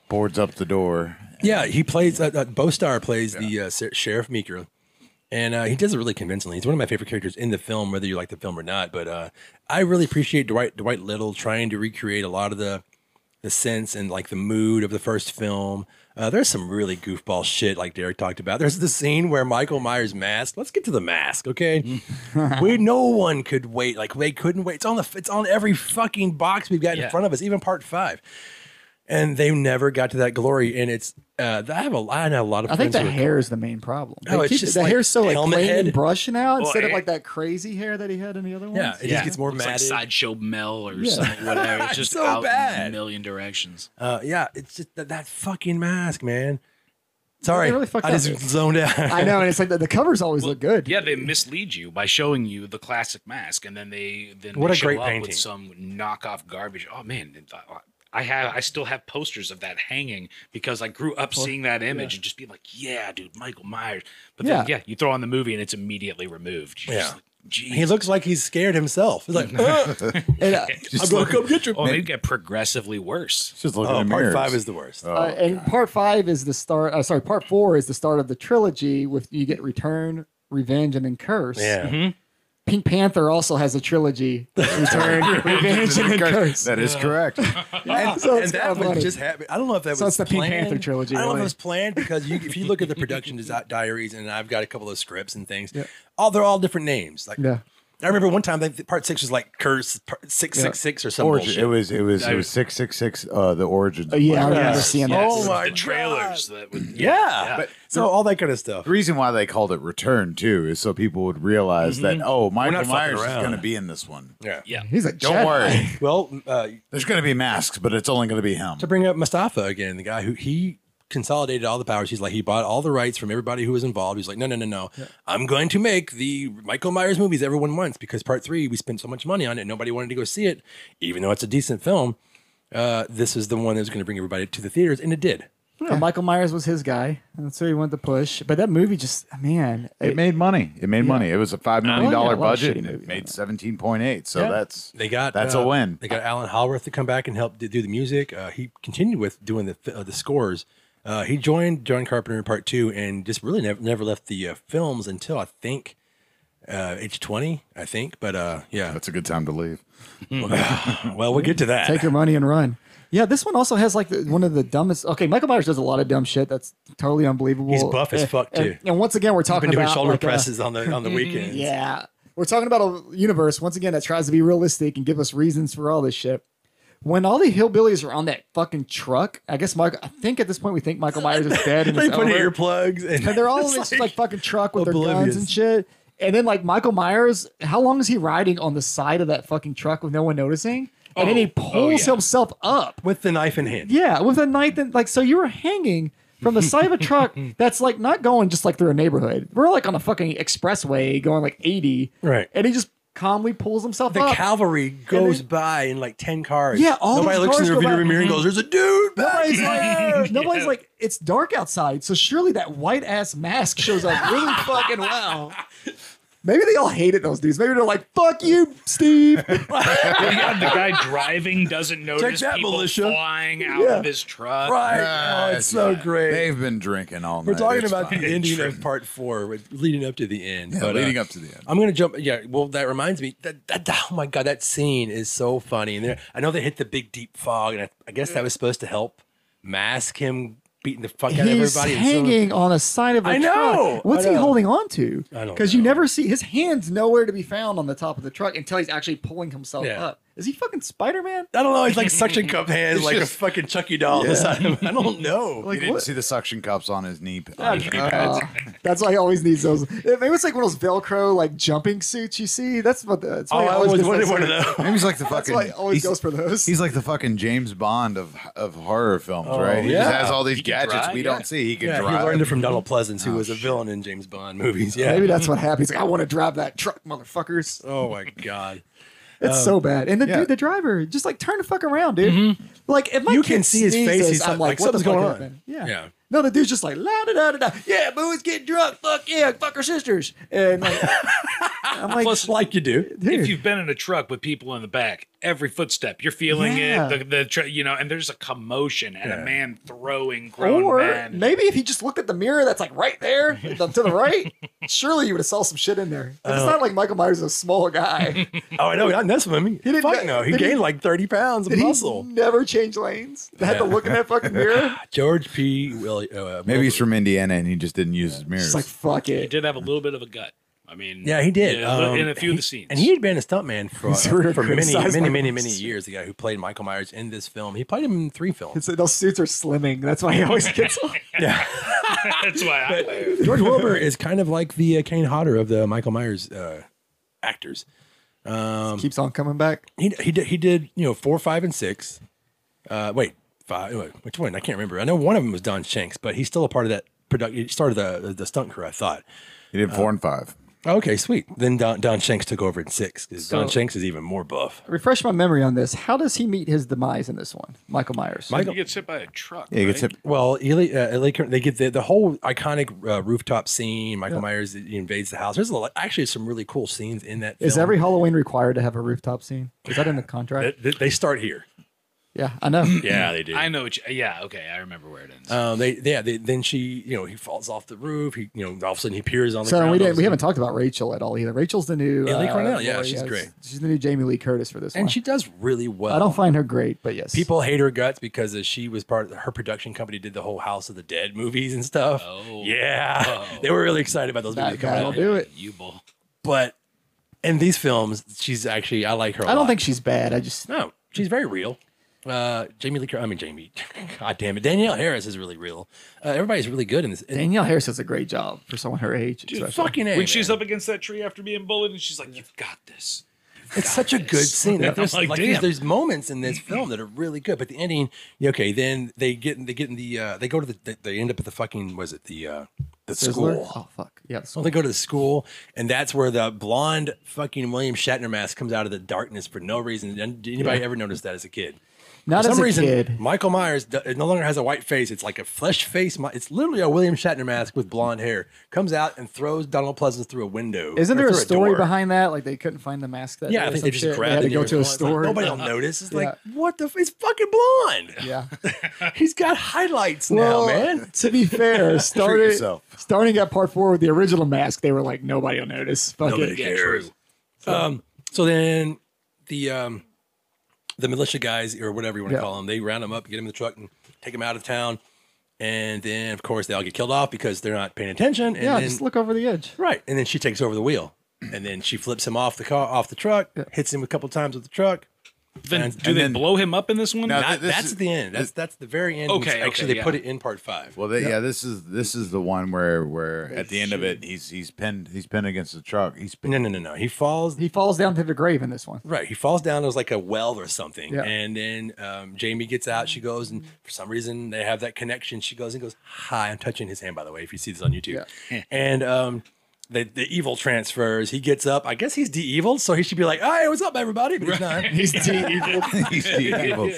Speaker 2: boards up the door.
Speaker 1: Yeah, he plays. Uh, uh, Bo Star plays the uh, Ser- Sheriff Meeker, and uh, he does it really convincingly. He's one of my favorite characters in the film, whether you like the film or not. But uh, I really appreciate Dwight Dwight Little trying to recreate a lot of the the sense and like the mood of the first film. Uh, there's some really goofball shit, like Derek talked about. There's the scene where Michael Myers' mask. Let's get to the mask, okay? we no one could wait. Like they couldn't wait. It's on the. It's on every fucking box we've got in
Speaker 4: Yeah.
Speaker 1: front of us, even part five. And they never got to that glory. And it's. Uh, I have a. I know a lot of.
Speaker 3: I think
Speaker 1: friends
Speaker 3: the
Speaker 1: who are-
Speaker 3: hair is the main problem.
Speaker 1: No,
Speaker 3: They
Speaker 1: it's
Speaker 3: keep-
Speaker 1: just
Speaker 3: the
Speaker 1: like
Speaker 3: hair's so like
Speaker 1: helmet
Speaker 3: plain and
Speaker 1: head.
Speaker 3: brush now instead of
Speaker 4: it-
Speaker 3: like that crazy hair that he had in the other one.
Speaker 1: Yeah, it
Speaker 4: Yeah.
Speaker 1: just gets more
Speaker 4: Looks like
Speaker 1: matted.
Speaker 4: sideshow Mel or something, whatever. It's just
Speaker 1: So
Speaker 4: out in
Speaker 1: bad.
Speaker 4: a million directions.
Speaker 1: Uh, yeah, it's just that, that fucking mask, man. Sorry,
Speaker 3: really fucked
Speaker 1: I just
Speaker 3: up.
Speaker 1: zoned out.
Speaker 3: I know, and it's like the, the covers always
Speaker 4: Well,
Speaker 3: look good.
Speaker 4: Yeah, they mislead you by showing you the classic mask, and then they then
Speaker 1: What
Speaker 4: they
Speaker 1: a
Speaker 4: show
Speaker 1: great
Speaker 4: up
Speaker 1: painting.
Speaker 4: with some knockoff garbage. Oh man, I- I have I still have posters of that hanging because I grew up seeing that image and just being like, yeah, dude, Michael Myers. But then,
Speaker 3: Yeah.
Speaker 4: yeah, you throw on the movie and it's immediately removed. You're
Speaker 1: Yeah.
Speaker 4: just like, Geez.
Speaker 1: He looks like he's scared himself. He's like, "Uh,
Speaker 3: And, uh,
Speaker 1: I'm gonna come get your.
Speaker 4: Oh, they get progressively worse.
Speaker 2: Just looking
Speaker 1: Oh,
Speaker 2: at
Speaker 1: part five is the worst.
Speaker 2: Oh,
Speaker 3: uh, and part five is the start. Uh, sorry, part four is the start of the trilogy. With you get Return, Revenge, and then Curse.
Speaker 1: yeah,
Speaker 3: Pink Panther also has a trilogy: Return, Revenge, and then Curse.
Speaker 2: That is correct.
Speaker 1: and,
Speaker 3: So
Speaker 1: and
Speaker 3: it's
Speaker 1: that
Speaker 3: kinda
Speaker 1: one
Speaker 3: funny.
Speaker 1: just happened. I don't know if that
Speaker 3: So
Speaker 1: was
Speaker 3: it's the Pink
Speaker 1: planned.
Speaker 3: Panther trilogy,
Speaker 1: I don't know if
Speaker 3: really.
Speaker 1: it was planned because you, if you look at the production desi- diaries, and I've got a couple of scripts and things,
Speaker 3: Yeah.
Speaker 1: all they're all different names. Like,
Speaker 3: Yeah.
Speaker 1: I remember one time that part six was like Curse part six six six or something.
Speaker 2: Origin. It was it was it was six six six. Uh, the origins.
Speaker 3: Oh, yeah, I
Speaker 2: of Black
Speaker 3: remember
Speaker 2: Mass.
Speaker 3: seeing that.
Speaker 1: Oh
Speaker 4: Yes,
Speaker 1: my
Speaker 4: the trailers that would
Speaker 1: Yeah, But, so all that kind of stuff.
Speaker 2: The reason why they called it Return too is so people would realize that oh,
Speaker 1: Mm-hmm. not
Speaker 2: Michael
Speaker 1: fucking
Speaker 2: Myers is
Speaker 1: around.
Speaker 2: going to be in this one.
Speaker 1: Yeah.
Speaker 4: yeah.
Speaker 3: He's like,
Speaker 2: Don't
Speaker 3: Jedi.
Speaker 2: worry,
Speaker 1: Well, uh,
Speaker 2: there's going to be masks, but it's only going to be him.
Speaker 1: to bring up Mustafa again, the guy who he consolidated all the powers. He's like he bought all the rights from everybody who was involved. He's like, no, no, no, no. I'm going to make the Michael Myers movies everyone wants because part three we spent so much money on it, nobody wanted to go see it, even though it's a decent film. Uh, this is the one that was going to bring everybody to the theaters, and it did.
Speaker 3: Yeah, Michael Myers was his guy. That's who he wanted to push. But that movie just, man,
Speaker 2: It made money. It made money. It was a five million
Speaker 3: Well, yeah,
Speaker 2: dollar
Speaker 3: a lot of
Speaker 2: budget,
Speaker 3: shitty
Speaker 2: and
Speaker 3: movies
Speaker 2: it
Speaker 3: on
Speaker 2: made seventeen point eight. So
Speaker 3: Yeah.
Speaker 2: that's
Speaker 1: They got
Speaker 2: that's
Speaker 1: uh,
Speaker 2: a win.
Speaker 1: They got Alan Hallworth to come back and help do do the music. Uh, he continued with doing the uh, the scores. Uh, he joined John Carpenter in part two, and just really never never left the uh, films until I think uh, age twenty, I think. But uh, yeah,
Speaker 2: That's a good time to leave.
Speaker 1: well, we'll get to that.
Speaker 3: Mm-hmm. take your money and run. Yeah, this one also has like the, one of the dumbest. Okay, Michael Myers does a lot of dumb shit. That's totally unbelievable.
Speaker 1: He's buff as
Speaker 3: And-
Speaker 1: fuck,
Speaker 3: and-
Speaker 1: too.
Speaker 3: And, once again, we're talking
Speaker 1: Been doing
Speaker 3: about
Speaker 1: shoulder
Speaker 3: like, a-
Speaker 1: presses on the on the weekends.
Speaker 3: yeah, we're talking about a universe once again that tries to be realistic and give us reasons for all this shit. When all the hillbillies are on that fucking truck, I guess Michael. I think at this point we think Michael Myers is dead. And
Speaker 1: they
Speaker 3: it's
Speaker 1: put in
Speaker 3: over.
Speaker 1: earplugs, and,
Speaker 3: and they're all in
Speaker 1: it's
Speaker 3: this like, fucking truck with their guns
Speaker 1: oblivious.
Speaker 3: and shit. And then like Michael Myers, how long is he riding on the side of that fucking truck with no one noticing? And then he
Speaker 4: Oh, oh,
Speaker 3: pulls
Speaker 4: yeah.
Speaker 3: himself up.
Speaker 1: with the knife in hand.
Speaker 3: Yeah, with a knife. And, like so, you were hanging from the side of a truck that's like not going just like through a neighborhood. We're like on a fucking expressway going like eighty,
Speaker 1: Right.
Speaker 3: And he just calmly pulls himself
Speaker 1: The
Speaker 3: up.
Speaker 1: cavalry goes by in like ten cars.
Speaker 3: Yeah, all
Speaker 1: nobody
Speaker 3: these
Speaker 1: looks
Speaker 3: cars
Speaker 1: in
Speaker 3: go
Speaker 1: the rearview
Speaker 3: by. Mm-hmm.
Speaker 1: mirror and goes, "There's a dude back
Speaker 3: Nobody's
Speaker 1: there."
Speaker 3: like, nobody's like, it's dark outside, so surely that white ass mask shows up really fucking well. Maybe they all hated those dudes. Maybe they're like, fuck you, Steve.
Speaker 4: yeah, the guy driving doesn't notice
Speaker 1: that,
Speaker 4: people
Speaker 1: militia.
Speaker 4: flying out
Speaker 3: Yeah.
Speaker 4: of his truck.
Speaker 1: Right. oh,
Speaker 3: Ah,
Speaker 2: Yes,
Speaker 1: it's so
Speaker 2: yeah.
Speaker 1: great.
Speaker 2: They've been drinking all night.
Speaker 1: We're talking
Speaker 2: It's
Speaker 1: about
Speaker 2: fine.
Speaker 1: the ending
Speaker 2: True.
Speaker 1: of part four, with- leading up to the end.
Speaker 2: Yeah,
Speaker 1: but, uh,
Speaker 2: leading up to the end.
Speaker 1: I'm gonna jump. Yeah, well, that reminds me. That, that oh my god, that scene is so funny. And there, I know they hit the big deep fog, and I, I guess that was supposed to help mask him beating the fuck out of
Speaker 3: He's
Speaker 1: everybody. It's so-
Speaker 3: hanging on a side of a
Speaker 1: I know.
Speaker 3: truck. What's
Speaker 1: I
Speaker 3: he
Speaker 1: know.
Speaker 3: holding on to?
Speaker 1: I don't
Speaker 3: Because you
Speaker 1: know.
Speaker 3: never see his hands nowhere to be found on the top of the truck until he's actually pulling himself
Speaker 1: Yeah.
Speaker 3: up. Is he fucking Spider Man?
Speaker 1: I don't know. It's like suction cup hands, like a fucking Chucky doll. this time. I don't know.
Speaker 2: You didn't
Speaker 3: what?
Speaker 2: see the suction cups on his knee. on his knee pads.
Speaker 3: Uh, that's why he always needs those. Maybe it's like one of those Velcro like jumping suits you see. That's what. The, that's
Speaker 1: oh,
Speaker 3: why he
Speaker 1: I
Speaker 3: always
Speaker 1: always
Speaker 3: gets
Speaker 1: wanted
Speaker 3: those-
Speaker 1: one of those.
Speaker 2: Maybe he's like the
Speaker 3: That's
Speaker 2: fucking.
Speaker 3: why he always
Speaker 2: he's-
Speaker 3: goes for those.
Speaker 2: He's like the fucking James Bond of of horror films, right? He just
Speaker 1: yeah.
Speaker 2: has all these
Speaker 4: can
Speaker 2: gadgets
Speaker 4: drive,
Speaker 2: we
Speaker 4: yeah.
Speaker 2: don't see. He can
Speaker 1: Yeah,
Speaker 2: drive. Oh,
Speaker 1: he learned it from Donald Pleasance, who was a villain in James Bond movies. Yeah.
Speaker 3: Maybe that's what happens. Like, I want to drive that truck, motherfuckers.
Speaker 1: Oh my god. Um,
Speaker 3: It's so bad. And the
Speaker 2: yeah.
Speaker 3: dude, the driver, just like turn the fuck around, dude. Like if my
Speaker 1: You
Speaker 3: kid
Speaker 1: can see his
Speaker 3: sneezes,
Speaker 1: face, he's
Speaker 3: I'm
Speaker 1: like,
Speaker 3: like, what the
Speaker 1: something's
Speaker 3: fuck
Speaker 1: going on.
Speaker 3: happened? Yeah.
Speaker 1: Yeah.
Speaker 3: No, the dude's just like la da da da da. Yeah, boys get drunk. Fuck yeah, fuck our sisters. And like, I'm like,
Speaker 1: Plus, like you do.
Speaker 3: dude,
Speaker 4: If you've been in a truck with people in the back, every footstep. You're feeling
Speaker 3: Yeah.
Speaker 4: it. The, the tra- you know, and there's a commotion and
Speaker 1: Yeah.
Speaker 4: a man throwing grown
Speaker 3: Or
Speaker 4: men.
Speaker 3: maybe if he just looked at the mirror that's like right there to to the right, surely you would have saw some shit in there. It's not like Michael Myers is a small guy.
Speaker 1: Oh, I know. Not messing with me. He
Speaker 3: didn't
Speaker 1: didn't Fuck
Speaker 3: get-
Speaker 1: no. He
Speaker 3: did he-
Speaker 1: gained like 30 pounds of
Speaker 3: Did he
Speaker 1: muscle.
Speaker 3: never change lanes? They had to
Speaker 1: Yeah.
Speaker 3: look in that fucking mirror.
Speaker 1: Uh, George P. Willie. Uh,
Speaker 2: Maybe he's
Speaker 1: Wilbur.
Speaker 2: from Indiana and he just didn't use his mirrors.
Speaker 3: Just like fuck
Speaker 4: he
Speaker 3: it.
Speaker 4: did have a little bit of a gut. I mean,
Speaker 1: Yeah, he did.
Speaker 4: yeah, li-
Speaker 1: Um,
Speaker 4: in a few of
Speaker 1: he-
Speaker 4: the scenes,
Speaker 1: And he had been a stuntman for,
Speaker 3: He's really
Speaker 1: for many,
Speaker 3: criticized
Speaker 1: many, many,
Speaker 3: Michael
Speaker 1: many,
Speaker 3: Myers.
Speaker 1: years. The guy who played Michael Myers in this film. He played him in three films.
Speaker 3: It's, those suits are slimming. That's why he always gets.
Speaker 1: Yeah.
Speaker 4: that's why I laugh.
Speaker 1: George Wilbur is kind of like the uh, Kane Hodder of the Michael Myers uh, actors.
Speaker 3: keeps on coming back.
Speaker 1: He he did, he did you know four, five, and six. Uh, wait, five. wait, Which one? I can't remember. I know one of them was Don Shanks, but he's still a part of that product. He started the, the the stunt crew. I thought.
Speaker 2: he did four and five.
Speaker 1: Okay, sweet. Then Don, Don Shanks took over in six. 'cause Don
Speaker 3: So-
Speaker 1: Shanks is even more buff.
Speaker 3: Refresh my memory on this. How does he meet his demise in this one, Michael Myers?
Speaker 1: Michael-
Speaker 4: He gets hit by a truck.
Speaker 2: Yeah, he gets
Speaker 4: right?
Speaker 2: hit.
Speaker 1: Well, Eli, uh, Eli, Kern- they get the, the whole iconic uh, rooftop scene. Michael Myers he invades the house. There's a lot, actually some really cool scenes in that.
Speaker 3: is
Speaker 1: film.
Speaker 3: every Halloween required to have a rooftop scene? Is that in the
Speaker 1: They-
Speaker 3: contract?
Speaker 1: they, they start here?
Speaker 3: Yeah, I know.
Speaker 1: Yeah, they do.
Speaker 4: I know. What you, yeah. Okay. I remember where it ends.
Speaker 1: Um, they, yeah, they, then she, you know, he falls off the roof. He, you know, all of a sudden he peers on the
Speaker 3: So
Speaker 1: ground.
Speaker 3: we didn't. We
Speaker 1: all
Speaker 3: haven't
Speaker 1: of a
Speaker 3: talked about Rachel at all either. Rachel's the new
Speaker 1: Yeah, Lee
Speaker 3: uh,
Speaker 1: Cornell. Yeah,
Speaker 3: Lori,
Speaker 1: she's
Speaker 3: yes.
Speaker 1: great.
Speaker 3: She's the new Jamie Lee Curtis for this
Speaker 1: sudden-
Speaker 3: one.
Speaker 1: and she does really well.
Speaker 3: I don't find her great, but yes,
Speaker 1: people hate her guts because uh, she was part of her production company did the whole House of the Dead movies and stuff.
Speaker 4: Oh.
Speaker 1: yeah,
Speaker 4: Oh.
Speaker 1: they were really excited about those movies
Speaker 3: that,
Speaker 1: coming
Speaker 3: that'll
Speaker 1: out.
Speaker 3: do it.
Speaker 4: You bull.
Speaker 1: But in these films, she's actually I like her. I
Speaker 3: I don't think she's bad. I just
Speaker 1: no, she's very real. Uh, Jamie Lee, Cur- I mean Jamie. God damn it, Danielle Harris is really real. Uh, everybody's really good in this. And
Speaker 3: Danielle Harris does a great job for someone her age. especially.
Speaker 1: fucking A,
Speaker 4: when she's
Speaker 1: man.
Speaker 4: up against that tree after being bullied, and she's like, "You've got this."
Speaker 1: It's such a good scene. Like, there's,
Speaker 4: I'm
Speaker 1: like,
Speaker 4: like,
Speaker 1: there's,
Speaker 4: damn.
Speaker 1: there's moments in this film that are really good, but the ending. yeah, Okay, then they get in- they get in the uh, they go to the they, they end up at the fucking was it the uh, the
Speaker 3: Sizzler?
Speaker 1: school.
Speaker 3: Oh fuck. Yeah.
Speaker 1: Well, they go to the school, and that's where the blonde fucking William Shatner mask comes out of the darkness for no reason. Did anybody ever notice that as a kid?
Speaker 3: Not
Speaker 1: for
Speaker 3: as
Speaker 1: some
Speaker 3: a
Speaker 1: reason,
Speaker 3: kid.
Speaker 1: Michael Myers d- no longer has a white face. It's like a flesh face. mi- It's literally a William Shatner mask with blonde hair. Comes out and throws Donald Pleasance through a window.
Speaker 3: Isn't
Speaker 1: or
Speaker 3: there a
Speaker 1: through
Speaker 3: story
Speaker 1: door.
Speaker 3: behind that? Like they couldn't find the mask that day
Speaker 1: Yeah, I
Speaker 3: or
Speaker 1: think they
Speaker 3: some shit?
Speaker 1: just grabbed
Speaker 3: had to
Speaker 1: it
Speaker 3: go
Speaker 1: and
Speaker 3: to a
Speaker 1: it's like,
Speaker 3: store. Uh,
Speaker 1: nobody will notice. It's like, what the? F- it's fucking blonde.
Speaker 3: yeah.
Speaker 1: He's got highlights now, man.
Speaker 3: To be fair, started,
Speaker 2: yourself.
Speaker 3: starting at part four with the original mask, they were like, nobody will notice. Fuck
Speaker 1: Nobody
Speaker 3: it.
Speaker 1: cares. Um, so then the um, the militia guys or whatever you want to
Speaker 3: Yeah.
Speaker 1: call them, they round them up, get them in the truck, and take them out of town. And then, of course, they all get killed off because they're not paying attention. And
Speaker 3: Yeah,
Speaker 1: then,
Speaker 3: just look over the edge.
Speaker 1: Right, and then she takes over the wheel, and then she flips him off the car, off the truck, hits him a couple times with the truck.
Speaker 4: Then
Speaker 1: And-
Speaker 4: do
Speaker 2: and
Speaker 4: they
Speaker 2: then-
Speaker 4: blow him up in this one?
Speaker 2: No,
Speaker 4: Not-
Speaker 1: Not,
Speaker 2: this
Speaker 1: that's
Speaker 2: is-
Speaker 1: the end. That's that's the very end.
Speaker 4: Okay,
Speaker 1: actually,
Speaker 4: okay,
Speaker 1: they
Speaker 4: yeah.
Speaker 1: put it in part five.
Speaker 2: Well, they, yeah, this is this is the one where where at the end of it he's he's pinned he's pinned against the truck. He's pinned.
Speaker 1: No, no, no, no. He falls.
Speaker 3: He falls down to the grave in this one.
Speaker 1: Right, he falls down. It was like a well or something,
Speaker 3: Yeah.
Speaker 1: and then um, Jamie gets out. She goes, and for some reason they have that connection. She goes and goes, "Hi, I'm touching his hand." By the way, if you see this on YouTube, and um, the the evil transfers. He gets up. I guess he's de evil, so he should be like, "Hey, what's up, everybody?" But he's not.
Speaker 3: He's too evil.
Speaker 2: he's the evil.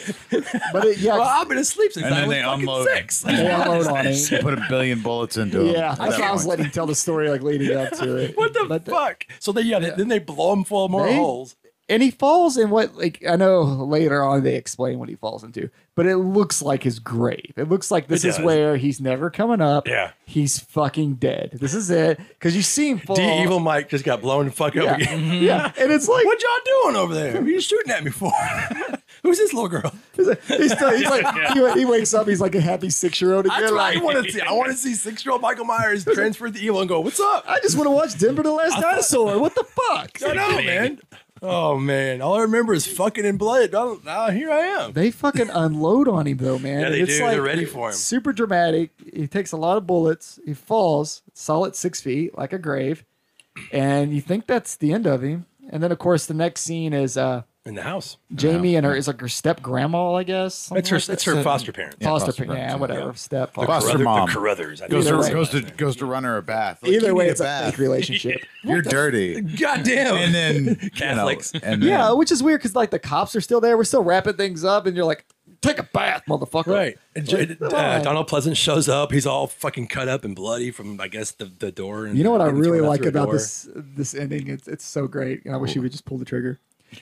Speaker 3: But it, yeah,
Speaker 1: well, I've been asleep since
Speaker 2: And
Speaker 1: I
Speaker 2: then
Speaker 1: was
Speaker 2: they
Speaker 1: fucking
Speaker 2: unload him.
Speaker 1: six.
Speaker 3: they unload on him.
Speaker 2: They put a billion bullets into him.
Speaker 3: Yeah,
Speaker 2: at
Speaker 3: that's
Speaker 2: that
Speaker 3: why I was
Speaker 2: point.
Speaker 3: letting him tell the story like leading up to it.
Speaker 1: What the
Speaker 3: But uh,
Speaker 1: fuck? So they yeah, they- then they blow him full of more
Speaker 3: They-
Speaker 1: holes.
Speaker 3: and he falls in what like I know later on they explain what he falls into, but it looks like his grave. It looks like this
Speaker 1: It
Speaker 3: is
Speaker 1: does.
Speaker 3: where he's never coming up.
Speaker 1: Yeah.
Speaker 3: he's fucking dead. This is it because you see him fall.
Speaker 1: D evil Mike just got blown the fuck
Speaker 3: yeah,
Speaker 1: up again.
Speaker 3: yeah, and it's
Speaker 1: Mm-hmm.
Speaker 3: like
Speaker 1: What y'all doing over there? What are you shooting at me for? Who's this little girl?
Speaker 3: he's, like- he's still- he's like he, he wakes up, he's like a happy six year old again.
Speaker 1: That's what I
Speaker 3: like,
Speaker 1: want to see. I want to see six year old Michael Myers transfer to evil and go, What's up?
Speaker 3: I just want to watch Denver the Last Dinosaur. What the fuck?
Speaker 1: I know, man. Oh, man. All I remember is fucking in blood. I don't- Now here I am.
Speaker 3: They fucking unload on him though, man.
Speaker 1: Yeah, they
Speaker 3: it's
Speaker 1: do.
Speaker 3: Like,
Speaker 1: They're ready for him.
Speaker 3: Super dramatic. He takes a lot of bullets. He falls solid six feet like a grave, and you think that's the end of him. And then of course the next scene is uh,
Speaker 1: In the house.
Speaker 3: Jamie and her is like her step grandma, I guess. something
Speaker 1: That's her,
Speaker 3: like that.
Speaker 1: that's her foster parents.
Speaker 3: foster,
Speaker 2: foster
Speaker 3: parent.
Speaker 2: parents,
Speaker 3: Yeah,
Speaker 2: yeah.
Speaker 3: whatever. Step.
Speaker 2: Foster
Speaker 1: Carruthers-
Speaker 2: mom.
Speaker 1: The Carruthers. I
Speaker 2: goes
Speaker 1: think.
Speaker 2: to,
Speaker 3: Either way.
Speaker 2: goes to goes to run her a bath. Like,
Speaker 3: Either
Speaker 2: you
Speaker 3: way,
Speaker 2: need
Speaker 3: it's
Speaker 2: a
Speaker 3: a
Speaker 2: bath.
Speaker 3: fake relationship.
Speaker 2: You're dirty.
Speaker 1: God damn.
Speaker 2: And then
Speaker 1: Catholics.
Speaker 2: You know, and
Speaker 3: Yeah,
Speaker 2: then-
Speaker 3: which is weird because like the cops are still there. We're still wrapping things up, and you're like, "Take a bath, motherfucker!"
Speaker 1: Right. And J-
Speaker 3: come
Speaker 1: uh,
Speaker 3: on.
Speaker 1: Donald Pleasant shows up. He's all fucking cut up and bloody from, I guess, the, the door. And
Speaker 3: You know what I
Speaker 1: getting
Speaker 3: really
Speaker 1: thrown out
Speaker 3: like
Speaker 1: through a
Speaker 3: about
Speaker 1: door.
Speaker 3: this this ending? It's it's so great, and I wish you would just pull the trigger.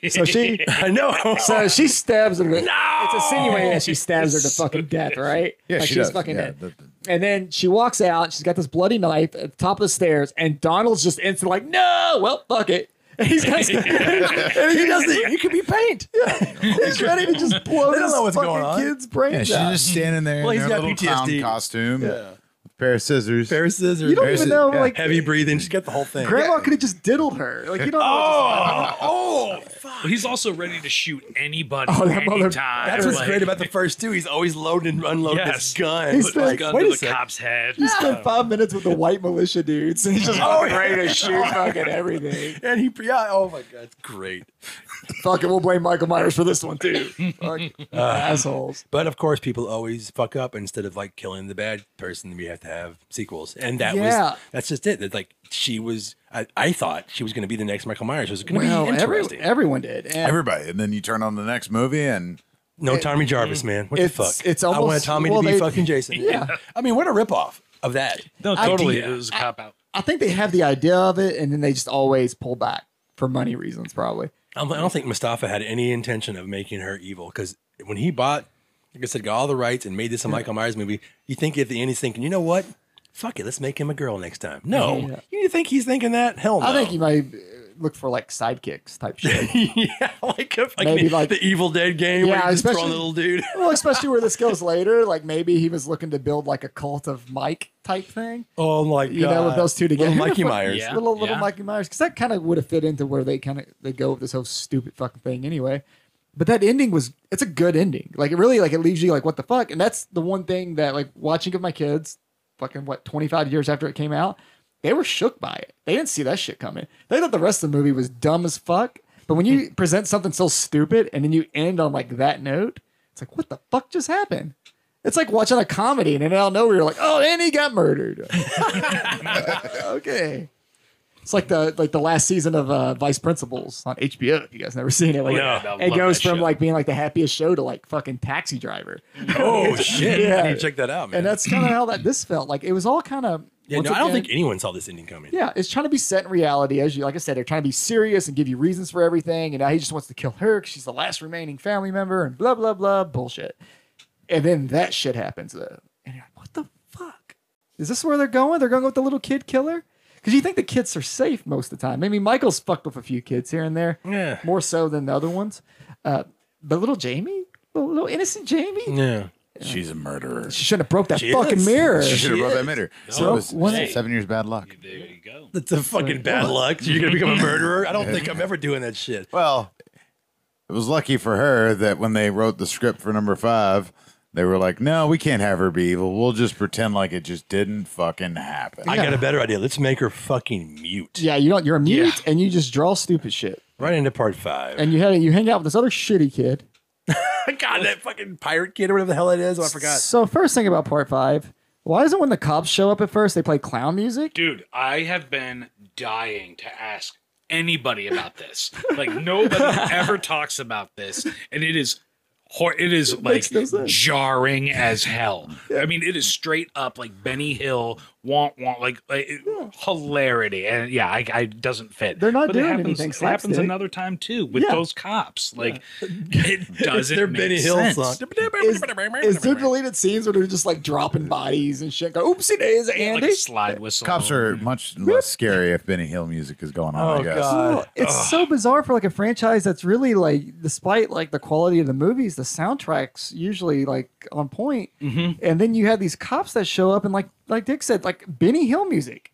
Speaker 3: So she
Speaker 1: I know.
Speaker 3: so she stabs her.
Speaker 1: No!
Speaker 3: It's insinuating that she stabs her to fucking death, right?
Speaker 2: Yeah,
Speaker 3: Like
Speaker 2: she
Speaker 3: she's
Speaker 2: does.
Speaker 3: fucking
Speaker 2: Yeah,
Speaker 3: dead.
Speaker 2: the- the-
Speaker 3: And then she walks out. She's got this bloody knife at the top of the stairs, and Donald's just instantly like, "No, well, fuck it." And he's got, and he doesn't.
Speaker 1: you could be paint.
Speaker 3: He's ready to just blow
Speaker 1: They don't
Speaker 3: this
Speaker 1: know what's
Speaker 3: fucking
Speaker 1: going on.
Speaker 3: kid's brains
Speaker 2: Yeah,
Speaker 3: out.
Speaker 2: she's just standing there
Speaker 1: Well,
Speaker 2: in
Speaker 1: he's
Speaker 2: her
Speaker 1: got
Speaker 2: little clown
Speaker 1: PTSD.
Speaker 2: costume,
Speaker 1: Yeah.
Speaker 2: with a pair of scissors.
Speaker 1: Pair of scissors.
Speaker 3: you don't
Speaker 2: There's
Speaker 3: even
Speaker 2: it.
Speaker 3: know,
Speaker 2: Yeah.
Speaker 3: like,
Speaker 1: Heavy breathing. She's got the whole thing.
Speaker 3: grandma could have just diddled her. Like, you don't know. what just-
Speaker 1: Oh, oh, fuck.
Speaker 4: He's also ready to shoot anybody
Speaker 3: Oh, that mother-
Speaker 4: anytime.
Speaker 1: That's what's
Speaker 4: like,
Speaker 1: great about the first two. He's always loading and unloading
Speaker 4: Yes.
Speaker 1: his gun.
Speaker 3: He's
Speaker 1: But,
Speaker 3: been-
Speaker 1: like,
Speaker 4: gun
Speaker 1: wait
Speaker 4: to
Speaker 1: a
Speaker 4: the
Speaker 1: second.
Speaker 4: cop's head. Oh.
Speaker 3: He spent five minutes with the white militia dudes, and he's just
Speaker 1: Oh,
Speaker 3: fucking ready to shoot fucking everything.
Speaker 1: And he, yeah, oh my God, it's great.
Speaker 3: Fuck it, we'll blame Michael Myers for this one too. Fuck assholes.
Speaker 1: But of course, people always fuck up. Instead of like killing the bad person, we have to have sequels, and that
Speaker 3: Yeah.
Speaker 1: was that's just it. That like she was, I, I thought she was going to be the next Michael Myers. It was going to
Speaker 3: Well,
Speaker 1: be
Speaker 3: every,
Speaker 1: interesting.
Speaker 3: everyone did. And
Speaker 2: Everybody, and then you turn on the next movie, and
Speaker 1: no Tommy Jarvis, man. What the fuck?
Speaker 3: Mm. it's- it's
Speaker 1: I want
Speaker 3: almost-
Speaker 1: Tommy
Speaker 3: well,
Speaker 1: to be
Speaker 3: they-
Speaker 1: fucking Jason.
Speaker 3: Yeah.
Speaker 1: I mean, what a ripoff of that.
Speaker 4: No, totally.
Speaker 1: idea.
Speaker 4: It was a cop out.
Speaker 3: I think they have the idea of it, and then they just always pull back for money reasons, probably.
Speaker 1: I'm- I don't think Mustafa had any intention of making her evil because when he bought, like I said, got all the rights and made this a Michael Myers movie, you think at the end he's thinking, you know what? Fuck it, let's make him a girl next time. No,
Speaker 3: Yeah.
Speaker 1: you think he's thinking that? Hell no.
Speaker 3: I think you might uh, look for like sidekicks type shit.
Speaker 1: yeah, like, a, like,
Speaker 3: Maybe
Speaker 1: the,
Speaker 3: like-
Speaker 1: the Evil Dead game
Speaker 3: Yeah,
Speaker 1: where you just throw on
Speaker 3: especially-
Speaker 1: the little dude.
Speaker 3: well, especially where this goes later, like maybe he was looking to build like a cult of Mike type thing.
Speaker 1: Oh my god!
Speaker 3: You know, with those two together,
Speaker 1: Little Mikey Myers.
Speaker 4: Yeah.
Speaker 3: little little
Speaker 4: yeah.
Speaker 3: Mikey Myers, because that kind of would have fit into where they kind of they go with this whole stupid fucking thing anyway. But that ending was it's a good ending. Like it really like it leaves you like what the fuck, and that's the one thing that like watching of my kids, fucking what twenty five years after it came out, they were shook by it. They didn't see that shit coming. They thought the rest of the movie was dumb as fuck. But when
Speaker 4: Hmm.
Speaker 3: you present something so stupid and then you end on like that note, it's like what the fuck just happened. It's like watching a comedy and then out of nowhere you're like, oh, and he got murdered. okay. It's like the like the last season of uh, Vice Principals on HBO. If you guys never seen it, like
Speaker 4: Yeah, I
Speaker 3: it
Speaker 4: love
Speaker 3: goes
Speaker 4: that
Speaker 3: from
Speaker 4: show.
Speaker 3: like being like the happiest show to like fucking Taxi Driver,
Speaker 1: Oh shit!
Speaker 3: Yeah.
Speaker 1: I need to check that out, man.
Speaker 3: and that's kind of how that this felt. Like it was all kind of
Speaker 1: yeah, no, I don't think anyone saw this ending coming.
Speaker 3: yeah, it's trying to be set in reality. As you like I said, they're trying to be serious and give you reasons for everything. And now he just wants to kill her because she's the last remaining family member and blah blah blah bullshit. And then that shit happens though, and you're like, what the fuck? Is this where they're going? They're going with the little kid killer? Because you think the kids are safe most of the time. I mean, Michael's fucked with a few kids here and there,
Speaker 1: Yeah.
Speaker 3: more so than the other ones. Uh, but little Jamie, little, little innocent Jamie,
Speaker 1: Yeah.
Speaker 2: she's a murderer.
Speaker 3: she shouldn't have broke that
Speaker 1: She
Speaker 3: fucking
Speaker 1: is.
Speaker 3: mirror.
Speaker 2: She should have
Speaker 1: She
Speaker 2: brought that
Speaker 1: is.
Speaker 2: mirror. So
Speaker 3: So,
Speaker 2: it was
Speaker 3: what- Hey.
Speaker 2: seven years bad luck.
Speaker 4: There you go.
Speaker 1: That's a fucking bad luck. You're gonna become a murderer. I don't think I'm ever doing that shit.
Speaker 2: Well, it was lucky for her that when they wrote the script for number five, they were like, "No, we can't have her be evil. We'll just pretend like it just didn't fucking happen."
Speaker 1: I got a better idea. Let's make her fucking mute.
Speaker 3: Yeah, you don't. You're a mute,
Speaker 4: Yeah.
Speaker 3: and you just draw stupid shit.
Speaker 1: Right into part five.
Speaker 3: and you had you hang out with this other shitty kid.
Speaker 1: God, that fucking pirate kid or whatever the hell it is. Oh, I forgot.
Speaker 3: So first thing about part five, why is it when the cops show up at first they play clown music?
Speaker 4: Dude, I have been dying to ask anybody about this. Like nobody ever talks about this, and it is hor- it is like
Speaker 3: makes no sense.
Speaker 4: jarring as hell. I mean, it is straight up like Benny Hill, want want like, like, it- hilarity, and yeah, I, I it doesn't fit.
Speaker 3: They're not
Speaker 4: But
Speaker 3: doing
Speaker 4: it happens,
Speaker 3: anything
Speaker 4: It happens
Speaker 3: slapstick.
Speaker 4: another time too with
Speaker 3: Yeah.
Speaker 4: those cops. Like it doesn't.
Speaker 1: They're
Speaker 4: make
Speaker 1: Benny Hill
Speaker 4: sense.
Speaker 1: song.
Speaker 3: Is, is there deleted scenes where they're just like dropping bodies and shit? Go, oopsie days,
Speaker 4: Like
Speaker 3: Andy.
Speaker 4: a slide whistle.
Speaker 2: Cops are much less scary if Benny Hill music is going on.
Speaker 1: Oh,
Speaker 2: I guess.
Speaker 1: God.
Speaker 3: Oh, it's so bizarre for like a franchise that's really like, despite like the quality of the movies, the soundtracks usually like on point.
Speaker 1: Mm-hmm.
Speaker 3: And then you have these cops that show up and like like Dick said, like Benny Hill music.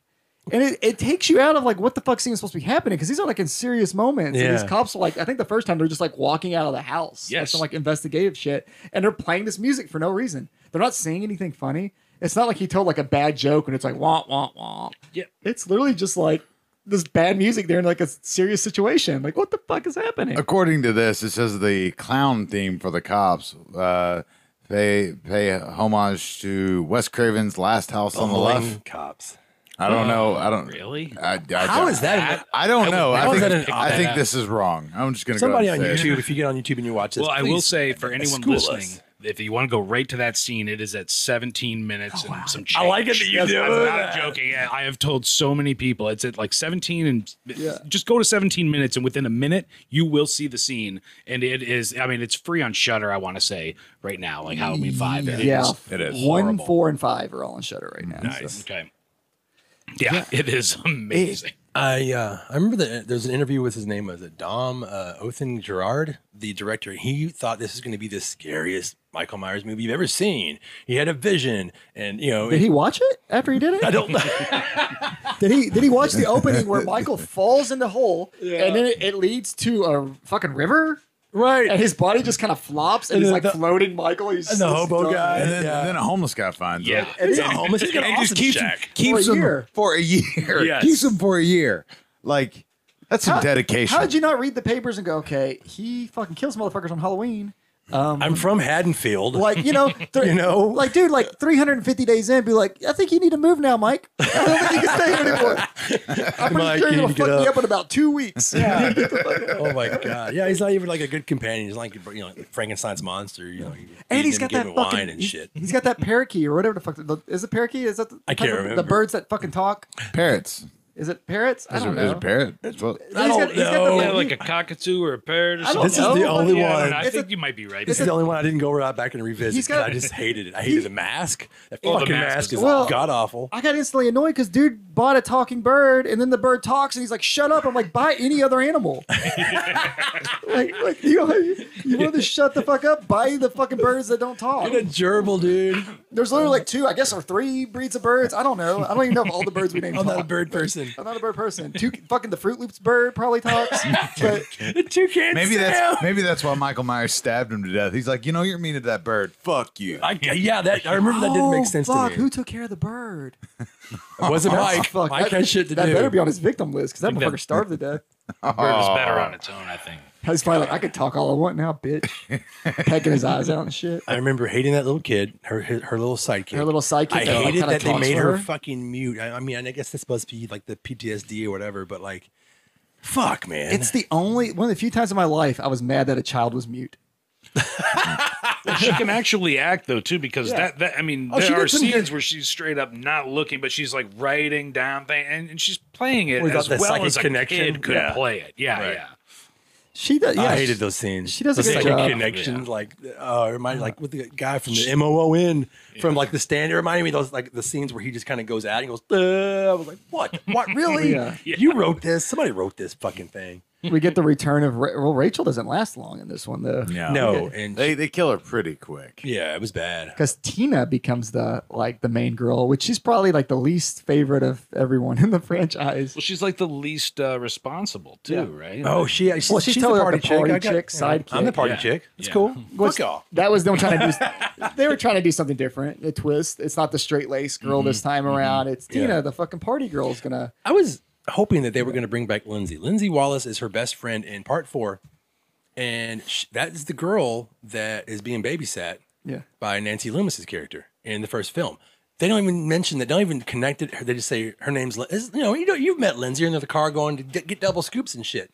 Speaker 3: And it, it takes you out of like what the fuck's even supposed to be happening because these are like in serious moments. And
Speaker 1: Yeah.
Speaker 3: these cops are like, I think the first time they're just like walking out of the house. like
Speaker 4: Yes.
Speaker 3: some like investigative shit. And they're playing this music for no reason. They're not saying anything funny. It's not like he told like a bad joke and it's like womp womp womp.
Speaker 4: Yeah.
Speaker 3: It's literally just like this bad music there in like a serious situation. Like, what the fuck is happening?
Speaker 2: According to this, it says the clown theme for the cops uh, pay pay homage to Wes Craven's Last House on the Left.
Speaker 1: cops.
Speaker 2: I don't know. I don't
Speaker 4: really.
Speaker 2: I, I,
Speaker 1: How is that?
Speaker 2: I don't know. I
Speaker 1: how is
Speaker 2: think,
Speaker 1: that an
Speaker 2: I
Speaker 1: op-ed
Speaker 2: think
Speaker 1: app?
Speaker 2: this is wrong. I'm just gonna
Speaker 1: Somebody
Speaker 2: go
Speaker 1: on
Speaker 2: ahead and say it.
Speaker 1: YouTube, if you get on YouTube and you watch this,
Speaker 4: Well, I
Speaker 1: please
Speaker 4: will say for anyone
Speaker 1: school
Speaker 4: listening,
Speaker 1: us.
Speaker 4: If you want to go right to that scene, it is at 17 minutes and some change.
Speaker 1: I like it that you do
Speaker 4: I'm not
Speaker 1: that.
Speaker 4: joking. I I have told so many people it's at like 17 and
Speaker 3: Yeah.
Speaker 4: just go to 17 minutes and within a minute you will see the scene and it is I mean it's free on Shutter I want to say right now like Halloween 5. It
Speaker 3: yeah,
Speaker 4: is-
Speaker 2: It is
Speaker 3: one,
Speaker 4: horrible.
Speaker 3: four, and five are all on Shutter right now. so.
Speaker 4: Okay. Yeah, it is amazing.
Speaker 1: I uh, I remember that there was an interview with his name was it Dom uh, Othan Gerard, the director. He thought this is going to be the scariest Michael Myers movie you've ever seen. He had a vision, and you know,
Speaker 3: Did he watch it after he did
Speaker 1: I
Speaker 3: it?
Speaker 1: don't know.
Speaker 3: Did he did he watch the opening where Michael falls in the hole and then it, it leads to a fucking river
Speaker 1: right.
Speaker 3: and his body just kind of flops and,
Speaker 1: And
Speaker 3: he's
Speaker 1: the-
Speaker 3: like
Speaker 1: the-
Speaker 3: floating Michael. He's
Speaker 1: and the
Speaker 3: just
Speaker 1: hobo
Speaker 3: done.
Speaker 1: guy.
Speaker 2: And then,
Speaker 1: Yeah.
Speaker 2: and then a homeless guy finds
Speaker 4: Yeah.
Speaker 2: it.
Speaker 1: He's not homeless. He's got an
Speaker 2: and just
Speaker 1: awesome
Speaker 2: keeps
Speaker 1: shack.
Speaker 2: keeps
Speaker 3: For a
Speaker 2: him
Speaker 3: year.
Speaker 2: for a year.
Speaker 4: Yes.
Speaker 2: Keeps him for a year. Like that's some
Speaker 3: How-
Speaker 2: dedication.
Speaker 3: How did you not read the papers and go, okay, he fucking kills motherfuckers on Halloween?
Speaker 1: I'm from Haddonfield.
Speaker 3: Like, you know, th-
Speaker 1: You know?
Speaker 3: like, dude, like 350 days in, be like, I think you need to move now, Mike. I don't think you can stay here anymore. I'm pretty
Speaker 1: Mike,
Speaker 3: sure
Speaker 1: you
Speaker 3: you're
Speaker 1: need
Speaker 3: gonna
Speaker 1: to get
Speaker 3: fuck me
Speaker 1: up.
Speaker 3: up in about two weeks. Yeah,
Speaker 1: oh my god. Yeah, he's not even like a good companion. He's like you know like Frankenstein's monster. You know, you
Speaker 3: and
Speaker 1: feed
Speaker 3: he's
Speaker 1: him,
Speaker 3: got
Speaker 1: give
Speaker 3: that
Speaker 1: him
Speaker 3: fucking
Speaker 1: wine and
Speaker 3: he's-
Speaker 1: shit.
Speaker 3: He's got that parakeet or whatever the fuck. The, is it parakeet? Is that the,
Speaker 1: I can't
Speaker 3: the-
Speaker 1: remember.
Speaker 3: the birds that fucking talk?
Speaker 2: parrots?
Speaker 3: Is it parrots? I
Speaker 2: There's a,
Speaker 3: don't
Speaker 2: there's a
Speaker 3: know.
Speaker 2: parrot. as well.
Speaker 1: I
Speaker 3: He's
Speaker 1: don't
Speaker 3: got- he's got the
Speaker 1: know.
Speaker 4: Yeah,
Speaker 3: little-
Speaker 4: like a cockatoo or a parrot or
Speaker 3: I
Speaker 4: something.
Speaker 3: don't
Speaker 1: This is
Speaker 3: know.
Speaker 1: the only
Speaker 4: Yeah, I,
Speaker 1: one.
Speaker 4: don't know. I
Speaker 3: It's
Speaker 4: think
Speaker 3: a-
Speaker 4: you might be right.
Speaker 1: This is the only one I didn't go right back and revisit
Speaker 3: He's
Speaker 1: because
Speaker 3: got-
Speaker 1: I just hated it. I hated the mask. That
Speaker 4: Well, the
Speaker 1: fucking
Speaker 4: mask
Speaker 1: mask
Speaker 4: is
Speaker 1: is
Speaker 3: awful.
Speaker 1: god awful.
Speaker 3: I got instantly annoyed because dude bought a talking bird, and then the bird talks, and he's like, "Shut up!" I'm like, "Buy any other animal." like, like you, know, you want to shut the fuck up? Buy the fucking birds that don't talk.
Speaker 1: What a gerbil, dude.
Speaker 3: There's literally like two, I guess, or three breeds of birds. I don't know. I don't even know if all the birds we named
Speaker 1: I'm
Speaker 3: talk.
Speaker 1: not a bird person.
Speaker 3: I'm not a bird person. Two fucking the Fruit Loops bird probably talks, but
Speaker 1: The two kids.
Speaker 2: Maybe that's maybe that's why Michael Myers stabbed him to death. He's like, you know, you're mean to that bird. Fuck you.
Speaker 1: I, yeah, that I remember that didn't
Speaker 3: Oh,
Speaker 1: make sense
Speaker 3: fuck,
Speaker 1: to me.
Speaker 3: Who took care of the bird?
Speaker 1: It wasn't Mike.
Speaker 3: Fuck,
Speaker 1: Mike
Speaker 3: that-
Speaker 1: had shit to
Speaker 3: that
Speaker 1: do.
Speaker 3: better be on his victim list because that
Speaker 4: Think that-
Speaker 3: motherfucker starved to death.
Speaker 4: Bird was better on its own, I think.
Speaker 3: He's probably like, I could talk all I want now, bitch. Pecking his eyes out and shit.
Speaker 1: I remember hating that little kid, her her, her little sidekick.
Speaker 3: Her little sidekick.
Speaker 1: I
Speaker 3: that, like,
Speaker 1: hated
Speaker 3: kinda
Speaker 1: that they
Speaker 3: talks
Speaker 1: made
Speaker 3: for
Speaker 1: her fucking mute. I, I mean, I guess this must be like the PTSD or whatever, but like, fuck, man.
Speaker 3: It's the only one of the few times in my life I was mad that a child was mute.
Speaker 4: she can actually act though too, because that, that I mean,
Speaker 1: Oh, she
Speaker 4: there
Speaker 1: did
Speaker 4: are
Speaker 1: some
Speaker 4: scenes
Speaker 1: good-
Speaker 4: where she's straight up not looking, but she's like writing down things, and, and she's playing it
Speaker 1: Without
Speaker 4: as
Speaker 1: the
Speaker 4: well
Speaker 1: psychic
Speaker 4: as a
Speaker 1: connection?
Speaker 4: kid could
Speaker 1: Yeah.
Speaker 4: play it. Yeah,
Speaker 1: Right.
Speaker 4: yeah.
Speaker 3: She does. Yeah,
Speaker 1: I hated those scenes.
Speaker 3: she does a
Speaker 1: the
Speaker 3: good
Speaker 1: second
Speaker 3: job.
Speaker 1: connection, like uh, remind like with the guy from the M O O N from like the stand. It reminded me of those like the scenes where he just kind of goes out and goes. "Uh," I was like, what? What really?
Speaker 3: Yeah.
Speaker 1: You wrote this? Somebody wrote this fucking thing?
Speaker 3: We get the return of Ra- well, Rachel doesn't last long in this one though.
Speaker 1: No, and
Speaker 2: They they kill her pretty quick.
Speaker 1: yeah, it was bad.
Speaker 3: Because Tina becomes the like the main girl, which she's probably like the least favorite of everyone in the franchise.
Speaker 4: Well, she's like the least uh, responsible too,
Speaker 3: Yeah.
Speaker 4: right?
Speaker 1: Oh, she, she's,
Speaker 3: Well, she's
Speaker 1: she's the
Speaker 3: totally
Speaker 1: party
Speaker 3: like the
Speaker 1: chick.
Speaker 3: party
Speaker 1: I got-
Speaker 3: chick, sidekick.
Speaker 1: I'm the party
Speaker 4: Yeah.
Speaker 1: chick. It's
Speaker 4: Yeah.
Speaker 1: cool.
Speaker 3: What's-
Speaker 1: Fuck y'all.
Speaker 3: That was them trying to do. they were trying to do something different, a twist. It's not the straight lace girl this time around. It's
Speaker 1: Mm-hmm. Yeah.
Speaker 3: Tina, the fucking party girl, is gonna.
Speaker 1: I was hoping that they were going to bring back Lindsay. Lindsay Wallace is her best friend in part four, and sh that is the girl that is being babysat
Speaker 3: Yeah.
Speaker 1: by Nancy Loomis's character in the first film. They don't even mention that. Don't even connect it. They just say her name's. Lin- Is, you know, you know, you've met Lindsay. You're in the car going to d- get double scoops and shit.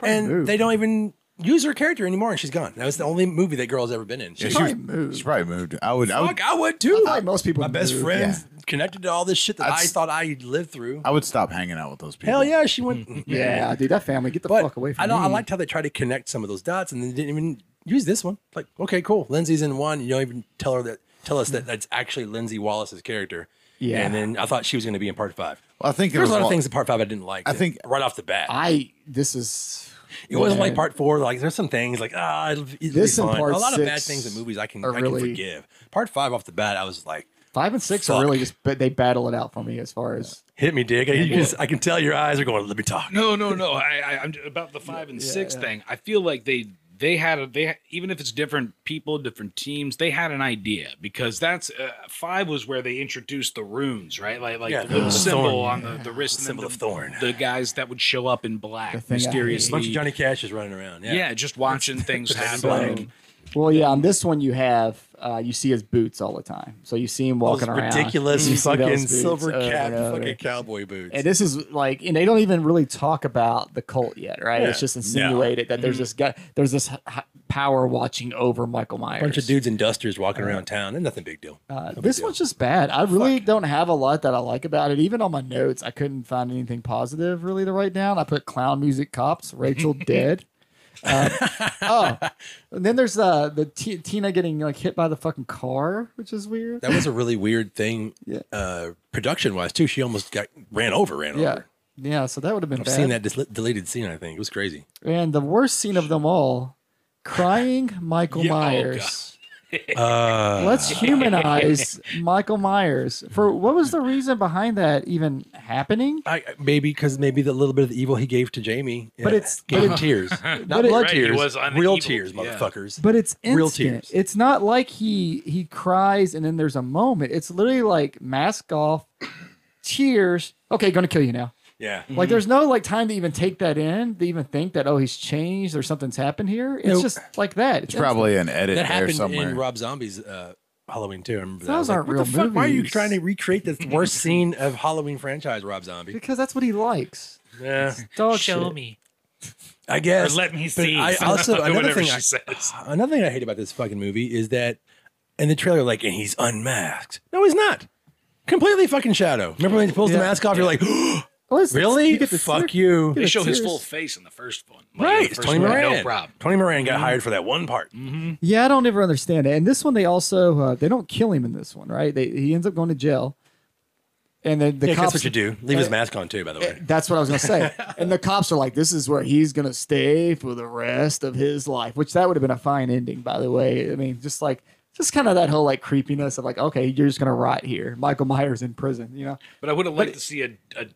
Speaker 1: And
Speaker 3: moved.
Speaker 1: they don't even use her character anymore, and she's gone. That was the only movie that girl's ever been in.
Speaker 2: Yeah,
Speaker 1: She's
Speaker 3: probably
Speaker 2: she was-
Speaker 3: moved.
Speaker 2: She probably moved. I would. I would.
Speaker 1: Fuck, I would too.
Speaker 3: I feel like most people
Speaker 1: my best
Speaker 3: move,
Speaker 1: friends connected to all this shit that
Speaker 2: That's-
Speaker 1: I thought I lived through.
Speaker 2: I would stop hanging out with those people.
Speaker 1: Hell yeah, she went.
Speaker 3: Yeah, dude, that family, get the
Speaker 1: But
Speaker 3: fuck away from
Speaker 1: I know I
Speaker 3: me.
Speaker 1: liked how they tried to connect some of those dots, and they didn't even use this one. Like, okay, cool. Lindsay's in one. You don't even tell her that. Tell us that that's actually Lindsay Wallace's character.
Speaker 3: Yeah.
Speaker 1: And then I thought she was going to be in part five.
Speaker 2: Well, I think there
Speaker 1: There's
Speaker 2: was
Speaker 1: a lot of
Speaker 2: one-
Speaker 1: things in part five I didn't like.
Speaker 2: I think-
Speaker 1: right off the bat,
Speaker 3: I this is
Speaker 1: it wasn't
Speaker 3: Yeah.
Speaker 1: like part four. Like there's some things like ah, it'll, it'll
Speaker 3: This
Speaker 1: be
Speaker 3: and
Speaker 1: fine.
Speaker 3: part
Speaker 1: a lot of bad
Speaker 3: six
Speaker 1: things in movies I can
Speaker 3: are
Speaker 1: I can
Speaker 3: really-
Speaker 1: forgive. Part five off the bat, I was like,
Speaker 3: five and six are
Speaker 1: Fuck.
Speaker 3: really just but they battle it out for me as far as
Speaker 1: hit me, Dick. You can, I can tell your eyes are going. Let me talk.
Speaker 4: No, no, no. I, I, I'm about the five and six
Speaker 3: yeah.
Speaker 4: thing. I feel like they they had a they even if it's different people, different teams, they had an idea because that's uh, five was where they introduced the runes, right? Like like
Speaker 1: Yeah,
Speaker 4: the little
Speaker 1: the
Speaker 4: symbol
Speaker 1: thorn.
Speaker 4: on the, the wrist, and then
Speaker 1: Symbol
Speaker 4: the,
Speaker 1: of thorn.
Speaker 4: The guys that would show up in
Speaker 3: The
Speaker 4: black
Speaker 3: thing I hate.
Speaker 1: A bunch of
Speaker 4: mysteriously.
Speaker 1: Johnny Cash is running around. Yeah.
Speaker 4: yeah. just watching things happen.
Speaker 1: Like-
Speaker 3: Well, yeah, on this one you have uh, you see his boots all the time. So you see him walking
Speaker 1: Those
Speaker 3: around.
Speaker 1: ridiculous
Speaker 3: You see those
Speaker 1: fucking
Speaker 3: boots Oh,
Speaker 1: silver
Speaker 3: over
Speaker 1: cap,
Speaker 3: and over.
Speaker 1: fucking cowboy boots.
Speaker 3: And this is like, and they don't even really talk about the cult yet, right? It's
Speaker 1: Yeah. Mm-hmm.
Speaker 3: just insinuated that there's this guy, there's this h- h- power watching over Michael Myers.
Speaker 1: a bunch of dudes in dusters walking around town, and nothing big deal.
Speaker 3: Uh,
Speaker 1: No big
Speaker 3: this
Speaker 1: deal.
Speaker 3: one's just bad. I really don't have a lot that I like about it. Even on my notes, I couldn't find anything positive really to write down. I put clown music cops, Rachel dead. Um, oh, and then there's uh, the T- Tina getting like hit by the fucking car, which is weird.
Speaker 1: that was a really weird thing,
Speaker 3: Yeah.
Speaker 1: uh, production wise too. She almost got ran over, ran
Speaker 3: yeah,
Speaker 1: over.
Speaker 3: yeah. So that would have been
Speaker 1: I've
Speaker 3: bad.
Speaker 1: seen that dis- deleted scene. I think it was crazy.
Speaker 3: And the worst scene of them all, crying Michael
Speaker 4: Yeah, oh,
Speaker 3: Myers.
Speaker 1: Uh,
Speaker 3: Let's humanize Michael Myers. For what was the reason behind that even happening?
Speaker 1: I, maybe because maybe the little bit of the evil he gave to Jamie,
Speaker 3: But
Speaker 1: yeah,
Speaker 3: it's-
Speaker 1: gave
Speaker 3: but
Speaker 1: him tears, not
Speaker 3: but it-
Speaker 1: blood
Speaker 4: Right, he
Speaker 1: tears,
Speaker 4: was on the
Speaker 1: real
Speaker 4: evil-
Speaker 1: tears,
Speaker 4: yeah.
Speaker 1: motherfuckers.
Speaker 3: But it's instant.
Speaker 1: Real tears.
Speaker 3: It's not like he he cries and then there's a moment. It's literally like mask off, tears. Okay, gonna kill you now.
Speaker 1: yeah,
Speaker 3: Like there's no like time to even take that in, to even think that oh he's changed or something's happened here. It's
Speaker 1: Nope.
Speaker 3: just like that.
Speaker 2: It's probably an edit
Speaker 1: that
Speaker 2: there
Speaker 1: happened
Speaker 2: somewhere.
Speaker 1: in Rob Zombie's uh, Halloween too. I remember that.
Speaker 3: Those
Speaker 1: I was like,
Speaker 3: aren't
Speaker 1: what
Speaker 3: real
Speaker 1: the fuck? Why are you
Speaker 3: movies.
Speaker 1: trying to recreate the worst scene of Halloween franchise, Rob Zombie?
Speaker 3: because that's what he likes.
Speaker 1: Yeah,
Speaker 3: Dog
Speaker 5: Oh, Show
Speaker 3: shit.
Speaker 5: me.
Speaker 1: I
Speaker 5: Or
Speaker 1: guess.
Speaker 5: let me
Speaker 1: But
Speaker 5: see.
Speaker 1: I also another
Speaker 5: Whatever
Speaker 1: thing
Speaker 5: she
Speaker 1: I,
Speaker 5: says.
Speaker 1: another thing I hate about this fucking movie is that in the trailer, like, and he's unmasked. No, he's not. Completely fucking shadow. Remember when he pulls
Speaker 3: Yeah.
Speaker 1: the mask off? You're like,
Speaker 3: Well, it's-
Speaker 1: really?
Speaker 3: You get to
Speaker 1: Fuck
Speaker 3: see-
Speaker 1: you.
Speaker 4: They show his
Speaker 3: tears.
Speaker 4: full face in the first one. Like, in the
Speaker 1: Right, it's
Speaker 4: first
Speaker 1: Tony
Speaker 4: one,
Speaker 1: Moran.
Speaker 4: No problem.
Speaker 1: Tony Moran got hired for that one part.
Speaker 3: Yeah, I don't ever understand it. And this one, they also uh, they don't kill him in this one, right? They, he ends up going to jail, and then the
Speaker 1: Yeah, 'cause
Speaker 3: cops
Speaker 1: that's what you do. Leave his mask on too, by the way.
Speaker 3: That's what I was gonna say. and the cops are like, "This is where he's gonna stay for the rest of his life," which that would have been a fine ending, by the way. I mean, just like, just kind of that whole like creepiness of like, okay, you're just gonna rot here. Michael Myers in prison, you know?
Speaker 4: But I would have liked to see a, a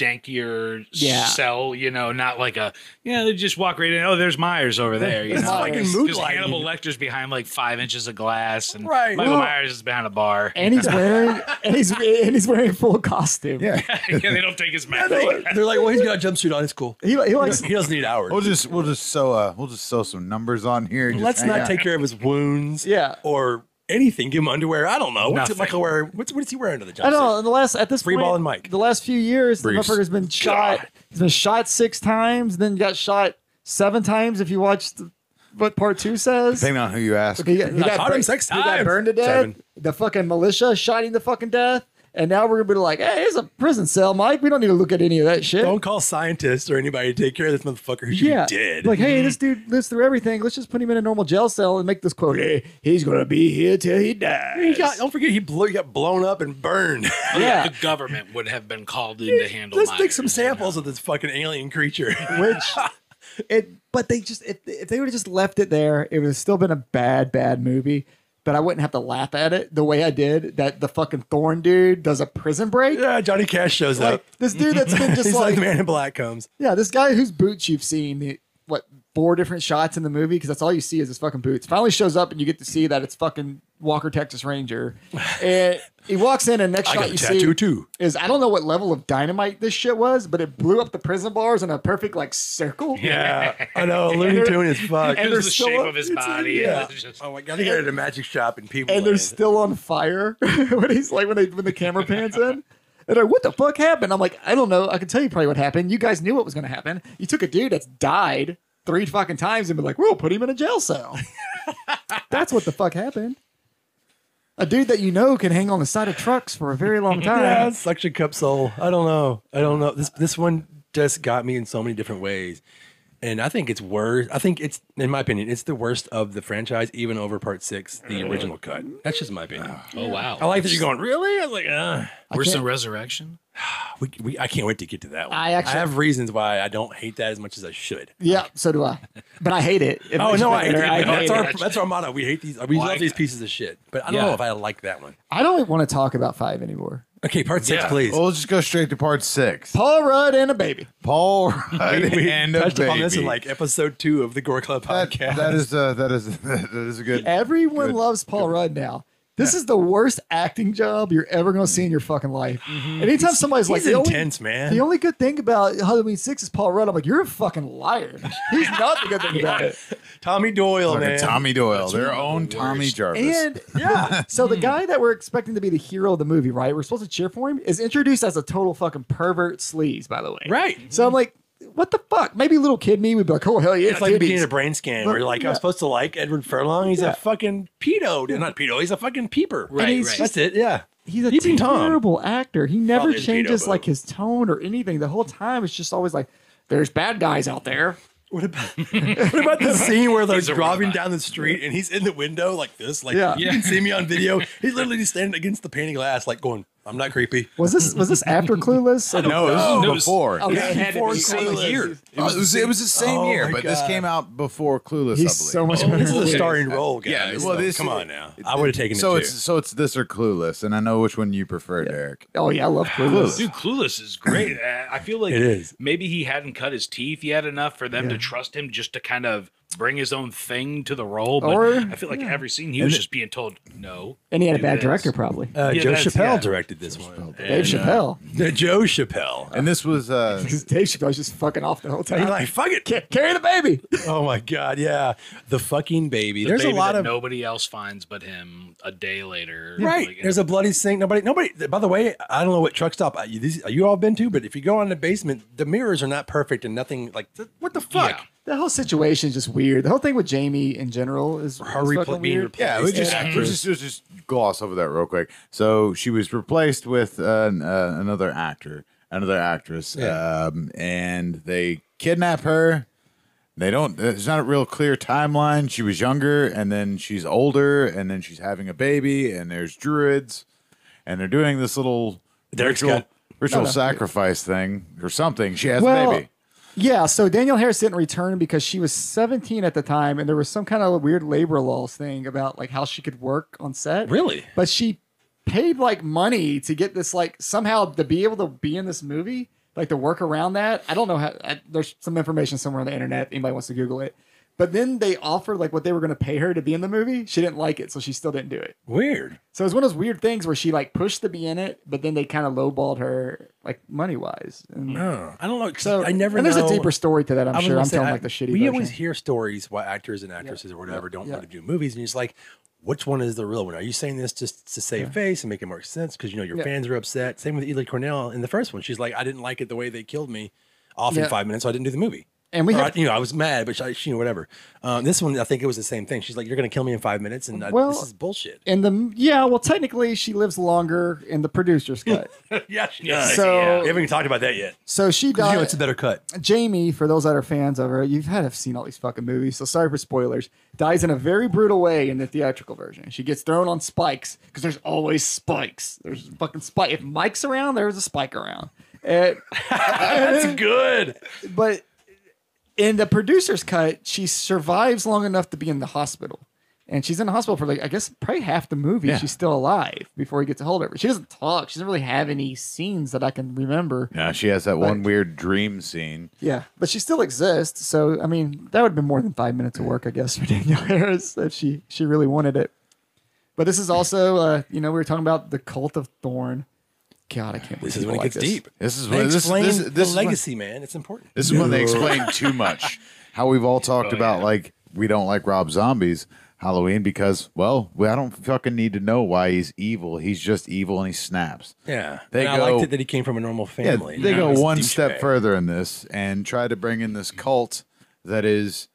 Speaker 4: dankier
Speaker 3: Yeah.
Speaker 4: cell, you know, not like a yeah. They just walk right in. Oh, there's Myers over there. You
Speaker 1: It's
Speaker 4: know, like
Speaker 3: fucking
Speaker 1: mood
Speaker 4: because
Speaker 1: lighting.
Speaker 4: Hannibal Lecter's behind like five inches of glass, and
Speaker 1: Right.
Speaker 4: Michael
Speaker 1: Well-
Speaker 4: Myers is behind a bar.
Speaker 3: And he's wearing, and he's and he's wearing full costume.
Speaker 2: Yeah.
Speaker 4: yeah, they don't take his mask.
Speaker 1: They're like- they're like, well, he's got a jumpsuit on. It's cool.
Speaker 3: He, he likes
Speaker 1: He doesn't need ours.
Speaker 2: We'll just we'll just sew uh we'll just sew some numbers on here. and just
Speaker 1: Let's
Speaker 2: hang
Speaker 1: not
Speaker 2: out.
Speaker 1: take care of his wounds.
Speaker 3: Yeah.
Speaker 1: Or anything. Give him underwear. I don't know. What's
Speaker 4: Nothing.
Speaker 1: Michael wearing? What's, what's he wearing under the jumpsuit?
Speaker 3: I don't know. In the last at this
Speaker 1: Free
Speaker 3: point,
Speaker 1: ball and Mike.
Speaker 3: The last few years,
Speaker 2: Briefs.
Speaker 3: the motherfucker's been shot. He's been shot six times, then got shot seven times. If you watch the, what part two says,
Speaker 2: Depending on who you ask.
Speaker 3: he, got- he
Speaker 1: I
Speaker 3: got
Speaker 1: caught him
Speaker 3: bur-
Speaker 1: six
Speaker 3: He got
Speaker 1: times.
Speaker 3: burned to death.
Speaker 1: Seven.
Speaker 3: The fucking militia shot him to fucking death. And now we're gonna be like, hey, it's a prison cell, Mike. We don't need to look at any of that shit.
Speaker 1: Don't call scientists or anybody to take care of this motherfucker who should
Speaker 3: yeah,
Speaker 1: be dead.
Speaker 3: like, hey, this dude lives through everything. Let's just put him in a normal jail cell and make this quote: "Hey, he's gonna be here till he dies."
Speaker 1: he got, don't forget, he, blew, he got blown up and burned.
Speaker 3: yeah,
Speaker 4: The government would have been called in to handle.
Speaker 1: Let's take some
Speaker 4: Myers.
Speaker 1: samples of this fucking alien creature.
Speaker 3: which it but they just if, if they would have just left it there it would have still been a bad bad movie but i wouldn't have to laugh at it the way i did that the fucking thorn dude does a prison break
Speaker 1: yeah, Johnny Cash shows
Speaker 3: like
Speaker 1: up.
Speaker 3: this dude that's been just
Speaker 1: He's like,
Speaker 3: like,
Speaker 1: the man in black comes.
Speaker 3: yeah this guy whose boots you've seen he- what four different shots in the movie because that's all you see is his fucking boots finally shows up and you get to see that it's fucking walker texas ranger and he walks in and next
Speaker 1: I
Speaker 3: shot
Speaker 1: got a
Speaker 3: you
Speaker 1: tattoo
Speaker 3: see
Speaker 1: too.
Speaker 3: is I don't know what level of dynamite this shit was, but it blew up the prison bars in a perfect like circle.
Speaker 1: Yeah, I know. Looney Tune is fuck.
Speaker 4: Because
Speaker 3: they're
Speaker 4: of the
Speaker 3: still
Speaker 4: shape
Speaker 3: up-
Speaker 4: of his
Speaker 3: it's in-
Speaker 4: body.
Speaker 1: yeah.
Speaker 4: and it's just-
Speaker 1: Oh, I gotta get at a magic shop and people.
Speaker 3: and they're still on fire when he's like when they when the camera pans in. And like, what the fuck happened? I'm like, I don't know. I can tell you probably what happened. You guys knew what was going to happen. You took a dude that's died three fucking times and be like, we'll put him in a jail cell. that's what the fuck happened. A dude that you know can hang on the side of trucks for a very long time.
Speaker 1: yeah, suction cup soul. I don't know. I don't know. This this one just got me in so many different ways, and I think it's worse. I think it's, in my opinion, it's the worst of the franchise, even over Part Six, the original cut. That's just my opinion.
Speaker 4: Oh wow!
Speaker 1: Mm. Ah. I like that you're going. Really? I was like, uh,
Speaker 4: Worse than
Speaker 3: can't-
Speaker 4: Resurrection.
Speaker 1: we, we, I can't wait to get to that one.
Speaker 3: I actually-
Speaker 1: have reasons why I don't hate that as much as I should.
Speaker 3: Yeah, so do I. But I hate it. It
Speaker 1: Oh
Speaker 3: makes
Speaker 1: no,
Speaker 3: me
Speaker 1: I,
Speaker 3: bitter.
Speaker 4: I
Speaker 1: that's
Speaker 4: hate
Speaker 1: our
Speaker 4: that.
Speaker 1: that's our motto. We hate these. We
Speaker 4: Well, I-
Speaker 1: love these pieces of shit. But I don't
Speaker 4: Yeah.
Speaker 1: know if I like that one.
Speaker 3: I don't want to talk about five anymore.
Speaker 1: Okay, part six,
Speaker 4: Yeah.
Speaker 1: please.
Speaker 2: Well, let's just go straight to part six.
Speaker 3: Paul Rudd and a baby.
Speaker 2: Paul Rudd
Speaker 1: we
Speaker 2: and a
Speaker 1: touched upon this in
Speaker 2: baby.
Speaker 1: like episode two of the Gore Club
Speaker 2: that,
Speaker 1: podcast.
Speaker 2: that is uh, that is that is a good.
Speaker 3: Everyone
Speaker 2: Good.
Speaker 3: loves Paul Rudd now. This is the worst acting job you're ever going to see in your fucking life. Anytime somebody's like,
Speaker 1: Mm-hmm. He's
Speaker 3: the only-
Speaker 1: intense, man.
Speaker 3: the only good thing about Halloween Six is Paul Rudd. I'm like, you're a fucking liar. He's not the good thing about it.
Speaker 1: Tommy Doyle,
Speaker 2: Fucking
Speaker 1: man.
Speaker 2: Tommy Doyle, their
Speaker 4: one of
Speaker 2: own
Speaker 4: the
Speaker 2: Tommy
Speaker 4: worst.
Speaker 2: Jarvis.
Speaker 3: And yeah, so
Speaker 1: Hmm.
Speaker 3: the guy that we're expecting to be the hero of the movie, right? We're supposed to cheer for him, is introduced as a total fucking pervert sleaze, by the way.
Speaker 1: Right.
Speaker 3: So I'm like, what the fuck? Maybe little kid me would be like, oh hell yeah,
Speaker 1: It's like
Speaker 3: titties.
Speaker 1: being a brain scan where you're like,
Speaker 3: Yeah.
Speaker 1: I'm supposed to like Edward Furlong. He's
Speaker 3: Yeah.
Speaker 1: a fucking pedo. Not pedo. He's a fucking peeper.
Speaker 4: Right,
Speaker 1: And he's-
Speaker 4: right.
Speaker 1: That's it. Yeah.
Speaker 3: He's a
Speaker 1: Peeping Tom.
Speaker 3: terrible actor. He never
Speaker 1: Probably a pedo
Speaker 3: changes
Speaker 1: bug.
Speaker 3: like his tone or anything. The whole time it's just always like, there's bad guys out there.
Speaker 1: What about, what about the scene where they're
Speaker 4: He's a
Speaker 1: driving
Speaker 4: robot.
Speaker 1: down the street and he's in the window like this? Like,
Speaker 3: Yeah.
Speaker 1: you can see me on video. He's literally just standing against the pane of glass, like going, I'm not creepy.
Speaker 3: Was this was this after Clueless? I don't
Speaker 2: no, this
Speaker 1: No,
Speaker 2: is
Speaker 4: it was-
Speaker 2: before.
Speaker 3: Okay.
Speaker 1: It's
Speaker 4: had to
Speaker 1: before
Speaker 4: be same
Speaker 1: Clueless.
Speaker 4: year.
Speaker 2: It was, it was, the same
Speaker 1: Oh
Speaker 2: year,
Speaker 1: my
Speaker 2: but this
Speaker 1: God.
Speaker 2: came out before Clueless.
Speaker 3: He's
Speaker 2: I believe.
Speaker 3: so much
Speaker 1: Oh, this
Speaker 3: better.
Speaker 1: is a
Speaker 4: Okay.
Speaker 1: starring role, guys.
Speaker 2: Yeah, well, this-
Speaker 1: come on now. I would have taken
Speaker 2: so
Speaker 1: it
Speaker 2: it's so it's this or Clueless, and I know which one you prefer, Derek.
Speaker 3: Oh yeah, I love Clueless.
Speaker 4: Dude, Clueless is great. Uh, I feel like
Speaker 1: It is.
Speaker 4: Maybe he hadn't cut his teeth yet enough for them to trust him just to kind of bring his own thing to the role. But
Speaker 3: Or-
Speaker 4: I feel like every scene he was just being told no.
Speaker 3: And he had a
Speaker 4: do
Speaker 3: bad
Speaker 4: this.
Speaker 3: director, probably.
Speaker 1: too. Uh,
Speaker 4: yeah,
Speaker 1: Joe
Speaker 4: that's-
Speaker 1: Chappelle
Speaker 4: yeah.
Speaker 1: directed this one.
Speaker 3: Dave Chappelle.
Speaker 1: Uh, Joe Chappelle.
Speaker 2: And this was uh,
Speaker 3: Because Dave Chappelle's just fucking off the whole
Speaker 1: I'm
Speaker 3: time.
Speaker 1: like, fuck it.
Speaker 3: Ca- carry the baby.
Speaker 1: Oh my God. Yeah. The fucking baby.
Speaker 4: The
Speaker 1: There's
Speaker 4: baby
Speaker 1: a lot
Speaker 4: that
Speaker 1: of.
Speaker 4: nobody else finds but him a day later.
Speaker 1: Right.
Speaker 4: like, in
Speaker 1: There's a bloody sink. Nobody, nobody, by the way, I don't know what truck stop you, these, you all been to, but if you go on the basement, the mirrors are not perfect and nothing like, th- what the fuck?
Speaker 4: Yeah.
Speaker 3: The whole situation is just weird. The whole thing with Jamie in general is
Speaker 1: Her
Speaker 3: is
Speaker 1: repl-
Speaker 3: fucking
Speaker 1: being
Speaker 3: weird.
Speaker 1: replaced.
Speaker 2: yeah, we just, we
Speaker 1: actress.
Speaker 2: just we'll just gloss over that real quick. So she was replaced with an, uh, another actor, another actress,
Speaker 1: Yeah.
Speaker 2: um, and they kidnap her. They don't. There's not a real clear timeline. She was younger, and then she's older, and then she's having a baby, and there's druids, and they're doing this little
Speaker 1: Derek's
Speaker 2: ritual
Speaker 1: got-
Speaker 2: ritual sacrifice thing or something. She has a
Speaker 3: Well,
Speaker 2: baby.
Speaker 3: Yeah, so Daniel Harris didn't return because she was 17 at the time, and there was some kind of weird labor laws thing about like how she could work on set.
Speaker 1: Really?
Speaker 3: But she paid like money to get this like somehow to be able to be in this movie, like to work around that. I don't know how. I, there's some information somewhere on the internet. If anybody wants to Google it. But then they offered like what they were going to pay her to be in the movie. She didn't like it, so she still didn't do it.
Speaker 1: Weird.
Speaker 3: So it's one of those weird things where she like pushed to be in it, but then they kind of lowballed her like money wise.
Speaker 1: Oh, I don't know. 'cause
Speaker 3: So
Speaker 1: I never.
Speaker 3: And there's
Speaker 1: know-
Speaker 3: a deeper story to that. I'm
Speaker 1: I was
Speaker 3: sure.
Speaker 1: gonna
Speaker 3: I'm
Speaker 1: say,
Speaker 3: telling
Speaker 1: I-
Speaker 3: like the shitty.
Speaker 1: We
Speaker 3: version.
Speaker 1: always hear stories why actors and actresses or whatever don't
Speaker 3: yeah.
Speaker 1: want to do movies, and it's like, which one is the real one? Are you saying this just to save face and make it more sense because you know your
Speaker 3: Yeah.
Speaker 1: fans are upset? Same with Ely Cornell in the first one. She's like, I didn't like it the way they killed me off
Speaker 3: Yeah.
Speaker 1: in five minutes, so I didn't do the movie.
Speaker 3: And we
Speaker 1: Or,
Speaker 3: have-
Speaker 1: I- you know, I was mad, but I, you know, whatever. Um, this one, I think it was the same thing. She's like, "You're going to kill me in five minutes," and I,
Speaker 3: Well-
Speaker 1: this is bullshit.
Speaker 3: And the yeah, well, technically she lives longer in the producer's cut.
Speaker 1: yeah, she
Speaker 4: does.
Speaker 3: So-
Speaker 1: yeah. we haven't even talked about that yet.
Speaker 3: so she
Speaker 1: 'Cause,
Speaker 3: died.
Speaker 1: you know, it's a better cut.
Speaker 3: Jamie, for those that are fans of her, you've had to have seen all these fucking movies, so sorry for spoilers. Dies in a very brutal way in the theatrical version. She gets thrown on spikes because there's always spikes. There's fucking spike. If Mike's around, there's a spike around. And-
Speaker 1: That's good.
Speaker 3: but in the producer's cut, she survives long enough to be in the hospital. And she's in the hospital for like, I guess, probably half the movie. She's still alive before he gets a hold of her. She doesn't talk. She doesn't really have any scenes that I can remember.
Speaker 2: Yeah, she has that one weird dream scene.
Speaker 3: Yeah. But she still exists. So, I mean, that would have been more than five minutes of work, I guess, for Danielle Harris if she, she really wanted it. But this is also, uh, you know, we were talking about the cult of Thorn. God, I can't believe
Speaker 1: This is
Speaker 3: people
Speaker 1: when it
Speaker 3: like
Speaker 1: gets deep.
Speaker 2: This is
Speaker 1: They
Speaker 2: what this,
Speaker 1: explain
Speaker 2: this,
Speaker 1: the
Speaker 2: this is when-
Speaker 1: legacy, man. It's important.
Speaker 2: This is when they explain too much. How we've all talked about like we don't like Rob Zombie's Halloween because well, we- I don't fucking need to know why he's evil. He's just evil and he snaps.
Speaker 1: Yeah,
Speaker 2: They
Speaker 1: and I
Speaker 2: go-
Speaker 1: liked it that he came from a normal
Speaker 2: Yeah,
Speaker 1: family.
Speaker 2: they
Speaker 1: not
Speaker 2: go
Speaker 1: this
Speaker 2: one
Speaker 1: douchebag.
Speaker 2: step further in this and try to bring in this cult that is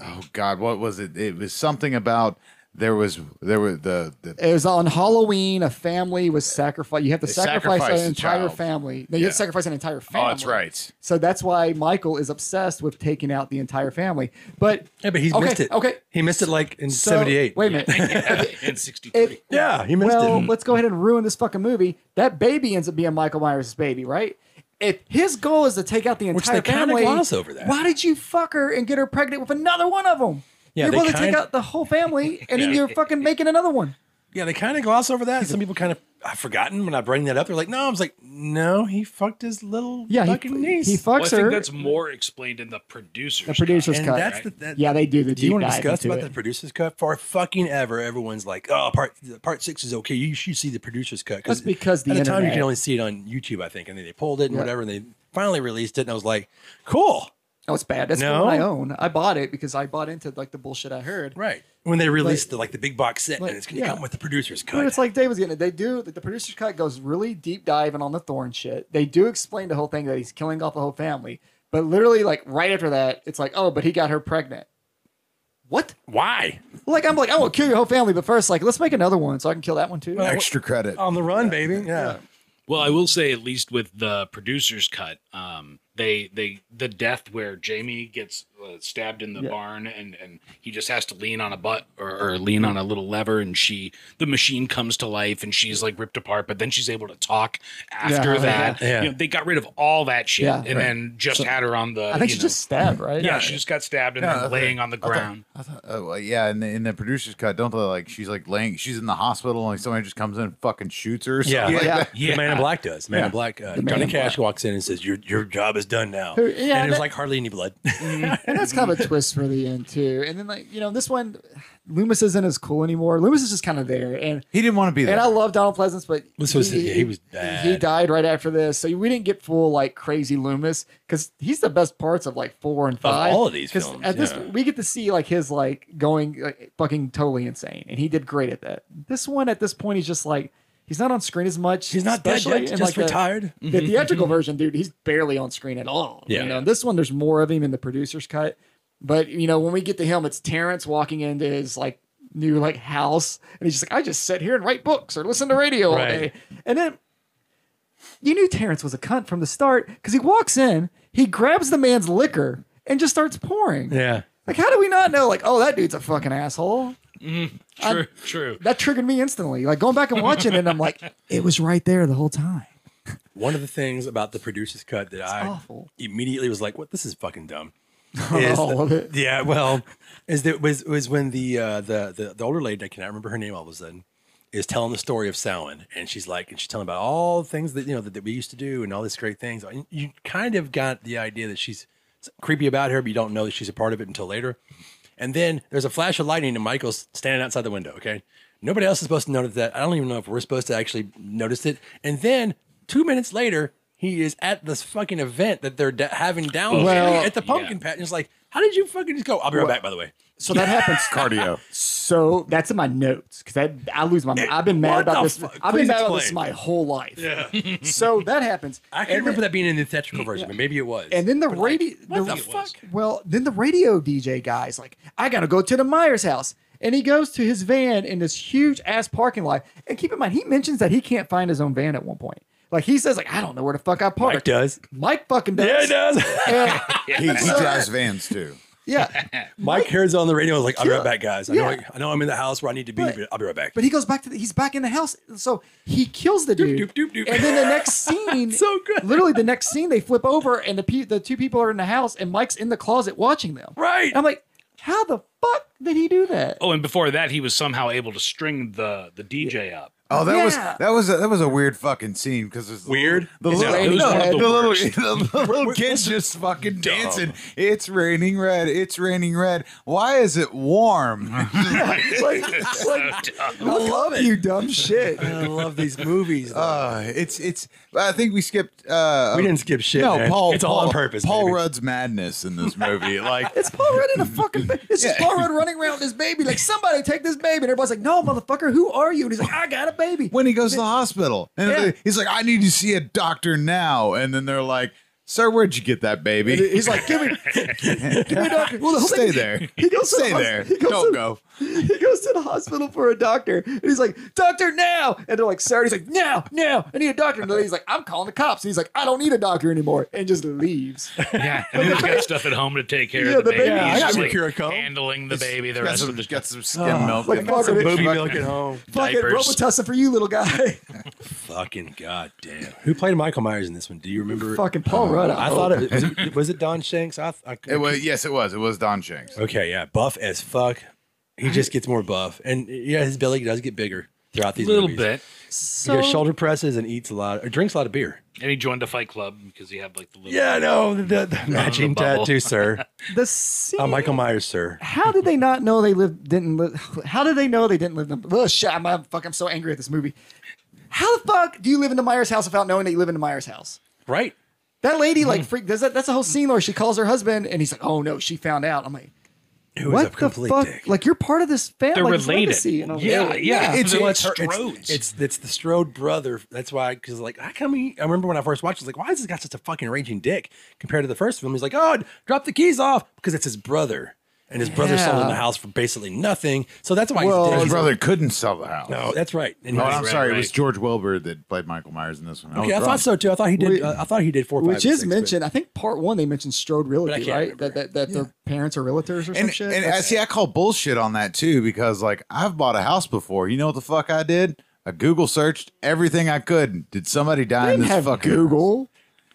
Speaker 2: oh god, what was it? It was something about there was there were the, the
Speaker 3: It was on Halloween. A family was sacrificed. You have to sacrifice
Speaker 2: sacrificed
Speaker 3: an
Speaker 2: a
Speaker 3: entire
Speaker 2: child.
Speaker 3: family. No, you have to sacrifice an entire family.
Speaker 2: Oh, that's right.
Speaker 3: So that's why Michael is obsessed with taking out the entire family. But
Speaker 1: Yeah, but he's
Speaker 3: okay,
Speaker 1: missed it.
Speaker 3: Okay,
Speaker 1: he missed it like in
Speaker 3: so-
Speaker 1: '78.
Speaker 3: Wait a minute.
Speaker 4: in 63.
Speaker 3: It-
Speaker 1: yeah, he missed
Speaker 3: well,
Speaker 1: it. Hmm.
Speaker 3: let's go ahead and ruin this fucking movie. That baby ends up being Michael Myers' baby, right? If his goal is to take out the
Speaker 1: Which
Speaker 3: entire
Speaker 1: they kinda
Speaker 3: family,
Speaker 1: gloss over that.
Speaker 3: why did you fuck her and get her pregnant with another one of them?
Speaker 1: Yeah,
Speaker 3: you're
Speaker 1: they
Speaker 3: going to take
Speaker 1: kinda-
Speaker 3: out the whole family, and then
Speaker 4: Yeah.
Speaker 3: you're fucking making another one.
Speaker 1: Yeah, they kind of gloss over that. Some people kind of I've forgotten when I bring that up. They're like, no, I was like, no, he fucked his little
Speaker 3: Yeah, he,
Speaker 1: fucking niece.
Speaker 3: he
Speaker 4: Well, I
Speaker 3: fucks
Speaker 4: think
Speaker 3: her.
Speaker 4: that's more explained in the producer's.
Speaker 3: the producer's
Speaker 1: and
Speaker 3: cut.
Speaker 1: that's the that,
Speaker 3: yeah, they do the.
Speaker 1: Do you
Speaker 3: deep
Speaker 1: want to
Speaker 3: dive
Speaker 1: discuss
Speaker 3: into
Speaker 1: about
Speaker 3: it.
Speaker 1: the producer's cut? For fucking ever, everyone's like, "Oh, part part six is okay. You should see the producer's cut."
Speaker 3: That's because the
Speaker 1: at the time you
Speaker 3: internet-
Speaker 1: can only see it on YouTube, I think, and then they pulled it and
Speaker 3: Yeah.
Speaker 1: whatever, and they finally released it, and I was like, "Cool,
Speaker 3: No, it's bad. That's
Speaker 1: No?
Speaker 3: what I own. I bought it because I bought into like the bullshit I heard.
Speaker 1: right." When they released the like the big box set,
Speaker 3: like,
Speaker 1: and it's gonna
Speaker 3: yeah.
Speaker 1: come with the producer's cut.
Speaker 3: But it's like Dave was getting it. They do the producer's cut goes really deep diving on the Thorn shit. They do explain the whole thing that he's killing off the whole family. But literally, like right after that, it's like, oh, but he got her pregnant. What?
Speaker 1: why
Speaker 3: Like I'm like, I will kill your whole family, but first, like, let's make another one so I can kill that one too.
Speaker 1: Well,
Speaker 2: Extra credit.
Speaker 1: on the run, baby? Yeah.
Speaker 4: Well, I will say, at least with the producer's cut, um, they they the death where Jamie gets uh, stabbed in the
Speaker 3: Yeah.
Speaker 4: barn and and he just has to lean on a butt or, or lean on a little lever, and she the machine comes to life and she's like ripped apart, but then she's able to talk after
Speaker 3: Yeah.
Speaker 4: that.
Speaker 1: Yeah.
Speaker 4: You know, they got rid of all that shit
Speaker 3: Yeah.
Speaker 4: and then just had her on the.
Speaker 3: I think
Speaker 4: you
Speaker 3: she's
Speaker 4: know-
Speaker 3: just stabbed, right?
Speaker 4: yeah, she just got stabbed and
Speaker 2: Yeah,
Speaker 4: then
Speaker 2: that's
Speaker 4: laying on the
Speaker 2: I thought-
Speaker 4: ground.
Speaker 3: Uh,
Speaker 2: I thought, oh, well, yeah, and in the producer's cut, don't they like she's like laying, she's in the hospital, and like somebody just comes in and fucking shoots her. Or
Speaker 1: Yeah,
Speaker 2: something
Speaker 1: like
Speaker 3: Yeah.
Speaker 1: that. The Man in Black does. Man
Speaker 2: Yeah.
Speaker 1: in Black. Uh,
Speaker 3: Man
Speaker 1: Johnny
Speaker 3: in
Speaker 1: Cash walks in and says, "Your your job is done now."
Speaker 3: Who- yeah,
Speaker 1: and there's
Speaker 3: that-
Speaker 1: like hardly any blood.
Speaker 3: and that's kind of a twist for the end too. And then like you know, this one, Loomis isn't as cool anymore. Loomis is just kind of there, and
Speaker 2: He didn't want to be there.
Speaker 3: and I love Donald Pleasance, but
Speaker 1: This was- yeah, he was bad.
Speaker 3: He died right after this, so we didn't get full like crazy Loomis because he's the best parts of like four and five.
Speaker 1: all of these
Speaker 3: 'Cause
Speaker 1: films,
Speaker 3: at this
Speaker 1: yeah.
Speaker 3: we get to see like his like going like, fucking totally insane, and he did great at that. This one at this point, he's just like he's not on screen as much.
Speaker 1: He's not dead
Speaker 3: especially
Speaker 1: yet.
Speaker 3: in,
Speaker 1: Just
Speaker 3: like, the-
Speaker 1: retired.
Speaker 3: the theatrical version, dude, he's barely on screen at all.
Speaker 1: Mm-hmm, Yeah.
Speaker 3: You know, this one, there's more of him in the producer's cut. But, you know, when we get to him, it's Terrence walking into his like new like house. And he's just like, I just sit here and write books or listen to radio all
Speaker 1: Right.
Speaker 3: day. And then you knew Terrence was a cunt from the start because he walks in, he grabs the man's liquor and just starts pouring.
Speaker 1: Yeah.
Speaker 3: Like, how do we not know? Like, oh, that dude's a fucking asshole.
Speaker 4: True, true.
Speaker 3: That triggered me instantly. Like going back and watching it, I'm like, it was right there the whole time.
Speaker 1: One of the things about the producer's cut that I
Speaker 3: awful.
Speaker 1: immediately was like, "What? This is fucking dumb."
Speaker 3: I
Speaker 1: Is
Speaker 3: love
Speaker 1: the-
Speaker 3: it.
Speaker 1: Yeah, well, is that was was when the uh, the the the older lady I cannot remember her name all of a sudden is telling the story of Samhain, and she's like, and she's telling about all the things that you know that, that we used to do and all these great things. And you kind of got the idea that she's creepy about her, but you don't know that she's a part of it until later. And then there's a flash of lightning, and Michael's standing outside the window. Okay, nobody else is supposed to notice that. I don't even know if we're supposed to actually notice it. And then two minutes later. He is at this fucking event that they're da- having down
Speaker 3: Well-
Speaker 1: at the pumpkin patch. And it's like, how did you fucking just go? I'll be right back. By the way,
Speaker 3: So that happens
Speaker 2: Cardio.
Speaker 3: So that's in my notes because I, I lose my mind. I've been
Speaker 1: what
Speaker 3: mad
Speaker 1: the
Speaker 3: about this.
Speaker 1: fuck?
Speaker 3: I've been
Speaker 1: Please
Speaker 3: mad about this
Speaker 1: explain.
Speaker 3: my whole life. Yeah. so that happens.
Speaker 1: I can
Speaker 3: and
Speaker 1: remember
Speaker 3: then,
Speaker 1: that being in the theatrical version, but maybe it was.
Speaker 3: And then the
Speaker 1: But, like,
Speaker 3: radio.
Speaker 1: what the
Speaker 3: the-
Speaker 1: fuck?
Speaker 3: Well, then the radio DJ guy's like, I gotta go to the Myers house, and he goes to his van in this huge ass parking lot. And keep in mind, he mentions that he can't find his own van at one point. Like he says, like I don't know where the fuck I parked.
Speaker 1: Mike does.
Speaker 3: Mike fucking does.
Speaker 1: Yeah, it does.
Speaker 3: And-
Speaker 2: he, he drives vans too.
Speaker 3: yeah.
Speaker 1: Mike hears on the radio. I was like, "I'll be
Speaker 3: Yeah.
Speaker 1: right back, guys. I know,
Speaker 3: Yeah.
Speaker 1: I know, I'm in the house where I need to be,
Speaker 3: But-
Speaker 1: but I'll be right back."
Speaker 3: But he goes back to the, he's back in the house, so he kills the dude.
Speaker 1: doop, doop, doop.
Speaker 3: And then the next scene,
Speaker 1: So good.
Speaker 3: Literally, the next scene, they flip over, and the pe- the two people are in the house, and Mike's in the closet watching them.
Speaker 1: Right.
Speaker 3: I'm like, how the fuck did he do that?
Speaker 4: Oh, and before that, he was somehow able to string the the DJ up.
Speaker 2: Oh, that was
Speaker 3: Yeah.
Speaker 2: that was a, that was a weird fucking scene because it's
Speaker 1: Weird?
Speaker 2: The
Speaker 1: It's
Speaker 2: little,
Speaker 1: not-
Speaker 4: it was one of the
Speaker 2: the little,
Speaker 4: worst.
Speaker 2: the little kids just fucking dancing. It's raining red. It's raining red. Why is it warm?
Speaker 1: Uh,
Speaker 3: Like, like I love you, dumb shit.
Speaker 1: I love these movies. though.
Speaker 2: uh, it's it's. I think we skipped. Uh,
Speaker 1: we didn't skip shit.
Speaker 2: No,
Speaker 1: man.
Speaker 2: Paul.
Speaker 1: It's all on
Speaker 2: Paul-
Speaker 1: purpose.
Speaker 2: Paul
Speaker 1: baby.
Speaker 2: Rudd's madness in this movie, like
Speaker 3: It's Paul Rudd in a fucking. Ba- it's just Paul Rudd running around with his baby. Like somebody take this baby, and everybody's like, "No, motherfucker, who are you?" And he's like, "I got a baby."
Speaker 2: when he goes to the hospital, and
Speaker 3: Yeah.
Speaker 2: he's like, "I need to see a doctor now," and then they're like, "Sir, where'd you get that baby?"
Speaker 3: He's like, "Give me, give me a doctor." Well, the whole
Speaker 2: Stay
Speaker 3: thing-
Speaker 2: there.
Speaker 3: He goes to
Speaker 2: Stay
Speaker 3: the hos-
Speaker 2: there.
Speaker 3: he goes
Speaker 2: Don't
Speaker 3: to-
Speaker 2: go.
Speaker 3: he goes to the hospital for a doctor and he's like, Doctor, now. And they're like, Sir, he's like, Now, now, I need a doctor. And the lady's like, I'm calling the cops. And he's like, I don't need a doctor anymore. And just leaves.
Speaker 4: Yeah, and he's got stuff at home to take care
Speaker 3: Yeah,
Speaker 4: of the,
Speaker 3: the
Speaker 4: baby.
Speaker 3: baby-
Speaker 4: He's
Speaker 3: I
Speaker 4: just
Speaker 1: got
Speaker 4: like
Speaker 1: Curacao.
Speaker 4: handling the baby the
Speaker 2: got
Speaker 4: rest
Speaker 2: some,
Speaker 4: of the
Speaker 2: got some skim milk.
Speaker 3: Oh, like
Speaker 2: in
Speaker 3: fuck
Speaker 2: there.
Speaker 3: it.
Speaker 1: Booby milk at home.
Speaker 3: Fucking
Speaker 4: Diapers.
Speaker 3: Robitussin for you, little guy.
Speaker 1: Fucking goddamn. Who played Michael Myers in this one? Do you remember?
Speaker 3: Fucking Paul Rudd.
Speaker 1: Oh, I thought it was, it was it Don Shanks. I, I,
Speaker 2: It was yes, it was. It was Don Shanks.
Speaker 1: Okay, yeah, buff as fuck. He just gets more buff, and yeah, his belly does get bigger. throughout
Speaker 4: A
Speaker 1: these
Speaker 4: little
Speaker 1: movies.
Speaker 4: bit.
Speaker 1: He
Speaker 5: So
Speaker 1: does shoulder presses and eats a lot, or drinks a lot of beer.
Speaker 4: And he joined a fight club because he had like the little.
Speaker 1: Yeah, no, the, the matching
Speaker 4: bubble.
Speaker 1: tattoo, sir.
Speaker 3: The scene.
Speaker 1: Uh, Michael Myers, sir.
Speaker 3: How did they not know they lived didn't live? How did they know they didn't live in the? Ugh, shit, I'm, I'm fuck. I'm so angry at this movie. How the fuck do you live in the Myers house without knowing that you live in the Myers house?
Speaker 1: Right.
Speaker 3: That lady
Speaker 1: Mm-hmm.
Speaker 3: like freak. Does that? That's a whole scene where she calls her husband and he's like, "Oh no, she found out." I'm like,
Speaker 1: Who is a
Speaker 3: "What the
Speaker 1: complete
Speaker 3: fuck?
Speaker 1: dick.
Speaker 3: Like you're part of this family.
Speaker 4: They're
Speaker 3: like, this
Speaker 4: related.
Speaker 3: legacy." And I was like,
Speaker 4: Yeah, yeah.
Speaker 1: it's,
Speaker 4: They're like
Speaker 1: it's, it's,
Speaker 4: Strodes.
Speaker 1: it's it's the Strode brother. That's why, because like, how come he? I remember when I first watched, it, I was like, why is this guy such a fucking raging dick compared to the first film? He's like, oh, drop the keys off because it's his brother, and his brother sold him the
Speaker 3: Yeah.
Speaker 1: house for basically nothing. So that's why he's
Speaker 3: Well,
Speaker 1: a dick.
Speaker 2: His
Speaker 1: He's-
Speaker 2: brother couldn't sell the house.
Speaker 1: No, that's right. And
Speaker 2: Oh,
Speaker 1: he's-
Speaker 2: I'm
Speaker 4: Right,
Speaker 2: sorry.
Speaker 4: right.
Speaker 2: It was George Wilbur that played Michael Myers in this one. Oh,
Speaker 1: okay, I thought so too. I thought he did.
Speaker 3: Wait.
Speaker 1: uh, I thought he did four, five,
Speaker 3: Which
Speaker 1: and
Speaker 3: is
Speaker 1: six, but-
Speaker 3: mentioned, I think part one they mentioned Strode
Speaker 1: I
Speaker 3: Realty,
Speaker 1: can't
Speaker 3: right?
Speaker 1: remember.
Speaker 3: That that, that their parents are realtors or some
Speaker 2: And,
Speaker 3: shit.
Speaker 2: and I
Speaker 3: That's-
Speaker 2: see, I call bullshit on that too because, like, I've bought a house before. You know what the fuck I did? I Google searched everything I could. Did somebody die
Speaker 3: they
Speaker 2: in
Speaker 3: didn't
Speaker 2: this
Speaker 3: have
Speaker 2: fucking
Speaker 3: Google.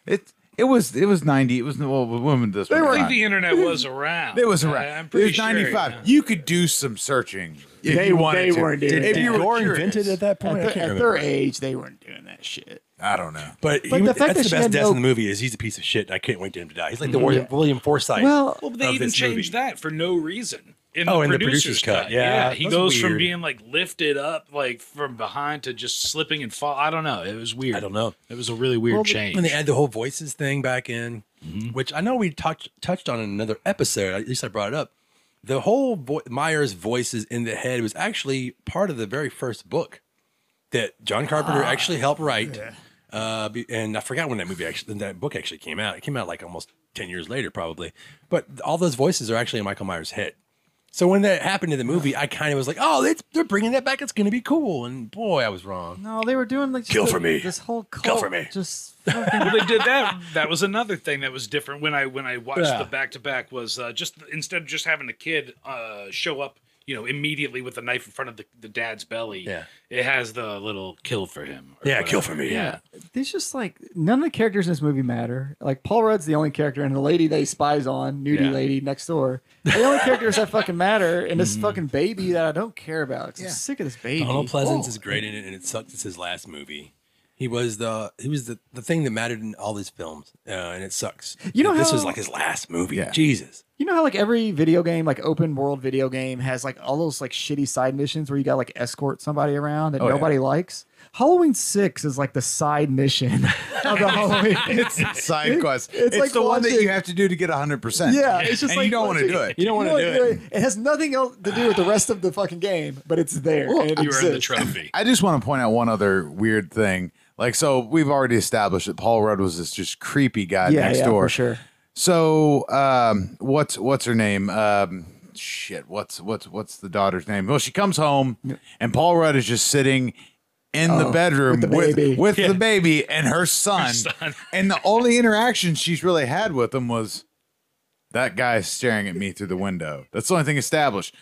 Speaker 2: It it was it was ninety. It was well, women this
Speaker 4: I
Speaker 2: one.
Speaker 4: think the internet was around.
Speaker 2: It
Speaker 3: Uh,
Speaker 2: was
Speaker 4: I,
Speaker 2: around.
Speaker 4: am pretty
Speaker 2: it was
Speaker 4: sure.
Speaker 2: ninety five. You could do some searching. If you wanted
Speaker 3: they
Speaker 2: to.
Speaker 3: weren't doing
Speaker 2: If
Speaker 3: that.
Speaker 2: you were
Speaker 1: Gore
Speaker 2: curious.
Speaker 1: invented at that point.
Speaker 3: At,
Speaker 1: I
Speaker 3: the-
Speaker 1: can't
Speaker 3: at
Speaker 1: remember.
Speaker 3: their age, they weren't doing that shit.
Speaker 2: I don't know.
Speaker 1: But, he
Speaker 3: But the
Speaker 1: would-
Speaker 3: fact that
Speaker 1: that's the
Speaker 3: she
Speaker 1: best
Speaker 3: had
Speaker 1: death
Speaker 3: no-
Speaker 1: in the movie is he's a piece of shit. and I can't wait to him to die. He's like the William, William Forsythe.
Speaker 3: Well,
Speaker 4: Well, but they
Speaker 1: of
Speaker 4: even
Speaker 1: this
Speaker 4: changed
Speaker 1: movie.
Speaker 4: that for no reason. In
Speaker 1: Oh,
Speaker 4: the
Speaker 1: in the
Speaker 4: producer's,
Speaker 1: producer's
Speaker 4: cut.
Speaker 1: cut. Yeah,
Speaker 4: he
Speaker 1: that's
Speaker 4: goes from
Speaker 1: weird.
Speaker 4: being like lifted up, like from behind, to just slipping and fall. I don't know. It was weird.
Speaker 1: I don't know.
Speaker 4: It was a really weird
Speaker 3: Well, the-
Speaker 4: change.
Speaker 1: And they add the whole voices thing back in, which I know we touched touched on in another episode. At least I brought it up. The whole vo- Myers voices in the head was actually part of the very first book that John Carpenter actually helped write. Uh, be- and I forgot when that movie actually, that book actually came out. It came out like almost ten years later, probably. But all those voices are actually in Michael Myers' head. So when that happened in the movie, I kind of was like, "Oh, it's, they're bringing that back. It's going to be cool." And boy, I was wrong.
Speaker 3: No, they were doing like
Speaker 1: Kill the- for me. this
Speaker 3: whole cult,
Speaker 1: Kill for me.
Speaker 3: Just
Speaker 4: well, they did that. That was another thing that was different when I when I watched
Speaker 1: Yeah.
Speaker 4: the back to back was uh, just instead of just having a kid uh, show up, you know, immediately with a knife in front of the, the dad's belly.
Speaker 1: Yeah.
Speaker 4: it has the little kill for him. or
Speaker 1: Yeah, kill
Speaker 4: whatever.
Speaker 1: for me.
Speaker 4: Yeah,
Speaker 3: There's just like none of the characters in this movie matter. Like Paul Rudd's the only character, and the lady they spies on, nudie
Speaker 4: Yeah.
Speaker 3: lady next door. They're The only characters that fucking matter, and this fucking baby that I don't care about. 'cause I'm sick of this baby.
Speaker 1: Mm-hmm. Donald Pleasance
Speaker 3: Oh.
Speaker 1: is great in it, and it sucked. It's his last movie. He was the he was the, the thing that mattered in all these films, uh, and it sucks.
Speaker 3: You know
Speaker 1: That this
Speaker 3: how-
Speaker 1: was like his last movie.
Speaker 2: Yeah.
Speaker 1: Jesus,
Speaker 3: You know how like every video game, like open world video game, has like all those like shitty side missions where you got like escort somebody around that
Speaker 2: Oh, yeah.
Speaker 3: nobody likes. Halloween Six is like the side mission of the Halloween.
Speaker 2: It's a side quest. It's,
Speaker 3: it's like
Speaker 2: the one that
Speaker 3: watching-
Speaker 2: you have to do to get hundred percent.
Speaker 3: Yeah, it's just
Speaker 2: and
Speaker 3: like
Speaker 2: you don't want to
Speaker 3: watching-
Speaker 2: do it.
Speaker 1: you don't want to
Speaker 3: You
Speaker 1: do
Speaker 3: know
Speaker 1: it.
Speaker 3: what? It has nothing else to do with the rest of the fucking game, but it's there. and it
Speaker 4: you earned the
Speaker 3: exists.
Speaker 4: trophy.
Speaker 2: I just want to point out one other weird thing. Like, so we've already established that Paul Rudd was this just creepy guy
Speaker 3: Yeah,
Speaker 2: next
Speaker 3: yeah,
Speaker 2: door.
Speaker 3: for sure.
Speaker 2: So, um, what's what's her name? Um, shit, what's what's what's the daughter's name? Well, she comes home, and Paul Rudd is just sitting in the bedroom
Speaker 3: Oh, with the
Speaker 2: with
Speaker 3: baby.
Speaker 2: with the baby and her son,
Speaker 4: son.
Speaker 2: and the only interaction she's really had with him was that guy staring at me through the window. That's the only thing established,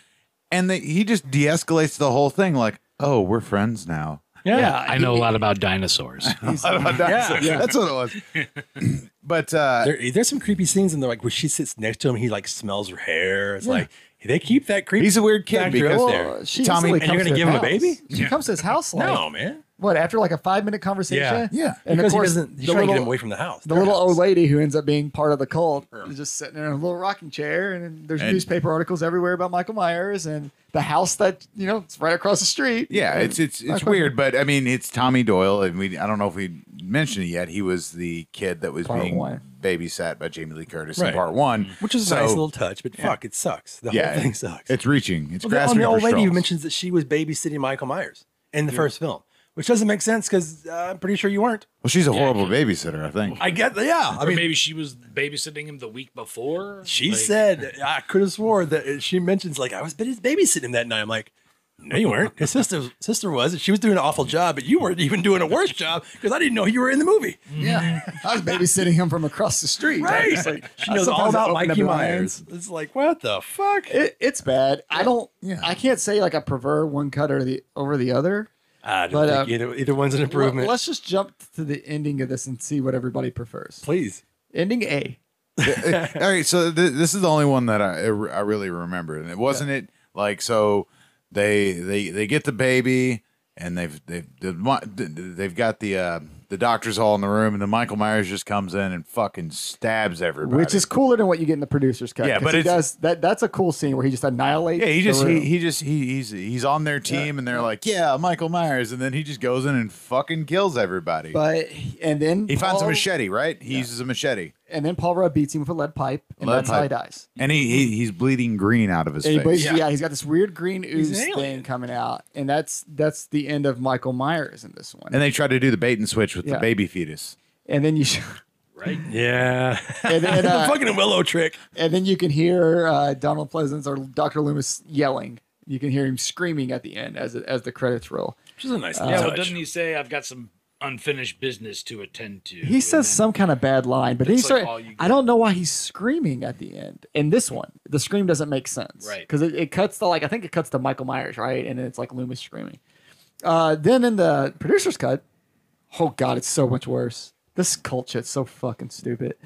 Speaker 2: and they, he just de-escalates the whole thing. Like, oh, we're friends now.
Speaker 3: Yeah,
Speaker 4: I know a lot about dinosaurs.
Speaker 2: That's- that's what it was. but uh,
Speaker 1: There, there's some creepy scenes in there, like where she sits next to him, he like smells her hair. It's like they keep that creepy.
Speaker 2: He's a weird kid
Speaker 1: factor
Speaker 2: because-
Speaker 1: up
Speaker 2: Well,
Speaker 1: there.
Speaker 3: she
Speaker 2: Tommy,
Speaker 3: instantly
Speaker 2: and
Speaker 1: you're
Speaker 3: comes
Speaker 1: gonna
Speaker 3: to
Speaker 1: give him a
Speaker 3: house.
Speaker 1: baby?
Speaker 3: She comes to his house like
Speaker 1: No man,
Speaker 3: what after like a five minute conversation.
Speaker 1: Yeah.
Speaker 2: Yeah.
Speaker 3: and of
Speaker 1: because he
Speaker 3: course
Speaker 1: doesn't. He's
Speaker 3: the
Speaker 1: trying to get him
Speaker 3: little,
Speaker 1: away from the house.
Speaker 3: the little old lady who ends up being part of the cult is just sitting there in a little rocking chair, and, then there's
Speaker 2: And-
Speaker 3: newspaper articles everywhere about Michael Myers and the house that you know it's right across the street.
Speaker 2: Yeah,
Speaker 3: And
Speaker 2: it's it's it's
Speaker 3: Michael-
Speaker 2: weird, but I mean, it's Tommy Doyle, and we I don't know if we mentioned it yet. He was the kid that was
Speaker 3: Part
Speaker 2: being
Speaker 3: one.
Speaker 2: babysat by Jamie Lee Curtis
Speaker 1: Right. Mm-hmm.
Speaker 2: in part one,
Speaker 1: which is
Speaker 2: so-
Speaker 1: a nice little touch, but fuck, it sucks. The
Speaker 2: yeah,
Speaker 1: whole thing sucks.
Speaker 2: It's reaching. It's
Speaker 1: Well, the,
Speaker 2: grasping
Speaker 1: the old
Speaker 2: for
Speaker 1: lady who
Speaker 2: straws.
Speaker 1: mentions that she was babysitting Michael Myers in the first film, which doesn't make sense because uh, I'm pretty sure you weren't.
Speaker 2: Well, she's a horrible babysitter, I think.
Speaker 1: I get that. Yeah. I
Speaker 4: or
Speaker 1: mean,
Speaker 4: maybe she was babysitting him the week before.
Speaker 1: she
Speaker 4: Like,
Speaker 1: said, I could have swore that uh, she mentions, like, I was bit- babysitting him that night. I'm like, no, you weren't. His sister, sister was, and she was doing an awful job, but you weren't even doing a worse job because I didn't know you were in the movie.
Speaker 3: Yeah, I was babysitting him from across the street. I was like-
Speaker 1: she
Speaker 3: I
Speaker 1: knows all
Speaker 3: sometimes
Speaker 1: about
Speaker 3: open up
Speaker 1: Mikey
Speaker 3: the
Speaker 1: Myers. It's like, what the fuck?
Speaker 3: It, it's bad. I don't.
Speaker 2: Yeah.
Speaker 3: I can't say like I prefer one cut or the over the other.
Speaker 1: I don't
Speaker 3: But,
Speaker 1: think
Speaker 3: uh,
Speaker 1: either, either one's an improvement.
Speaker 3: Let's just jump to the ending of this and see what everybody prefers.
Speaker 1: Please.
Speaker 3: Ending A.
Speaker 2: All right, so th- this is the only one that I I really remember, and it wasn't it like so they they they get the baby and they've they've the mo- they've got the uh, the doctors all in the room, and then Michael Myers just comes in and fucking stabs everybody.
Speaker 3: Which is cooler than what you get in the producer's cut.
Speaker 2: Yeah,
Speaker 3: 'cause
Speaker 2: but
Speaker 3: he
Speaker 2: it's-
Speaker 3: does that. That's a cool scene where he just annihilates.
Speaker 2: yeah, he just
Speaker 3: the
Speaker 2: he,
Speaker 3: room.
Speaker 2: he just he, he's he's on their team, and they're like, yeah, Michael Myers, and then he just goes in and fucking kills everybody.
Speaker 3: but and then
Speaker 2: he finds a
Speaker 3: Paul-
Speaker 2: machete, right? He uses a machete,
Speaker 3: and then Paul Rudd beats him with a lead pipe, and
Speaker 2: Lead
Speaker 3: that's how he
Speaker 2: pipe.
Speaker 3: dies.
Speaker 2: and he, he he's bleeding green out of his
Speaker 3: And he
Speaker 2: face.
Speaker 3: bleeds-
Speaker 1: Yeah.
Speaker 3: yeah. he's got this weird green
Speaker 1: an
Speaker 3: ooze
Speaker 1: alien.
Speaker 3: thing coming out, and that's that's the end of Michael Myers in this one.
Speaker 2: And they try to do the bait and switch with
Speaker 3: Yeah.
Speaker 2: the baby fetus.
Speaker 3: And then you sh-
Speaker 4: right?
Speaker 1: Yeah.
Speaker 3: and then, uh,
Speaker 1: the fucking Willow trick.
Speaker 3: and then you can hear uh, Donald Pleasance or Dr. Loomis yelling. You can hear him screaming at the end as it, as the credits roll.
Speaker 1: Which is a nice
Speaker 4: Yeah,
Speaker 1: little
Speaker 4: well,
Speaker 1: touch.
Speaker 4: doesn't he say I've got some unfinished business to attend to?
Speaker 3: He says
Speaker 4: something.
Speaker 3: some kind of bad line, but then he
Speaker 4: That's, like,
Speaker 3: started,
Speaker 4: all you
Speaker 3: I don't know why he's screaming at the end. In this one, the scream doesn't make sense,
Speaker 4: Right.
Speaker 3: Because it, it cuts to like I think it cuts to Michael Myers, right? And it's like Loomis screaming. Uh, then in the producer's cut, oh god, it's so much worse. This cult shit's so fucking stupid.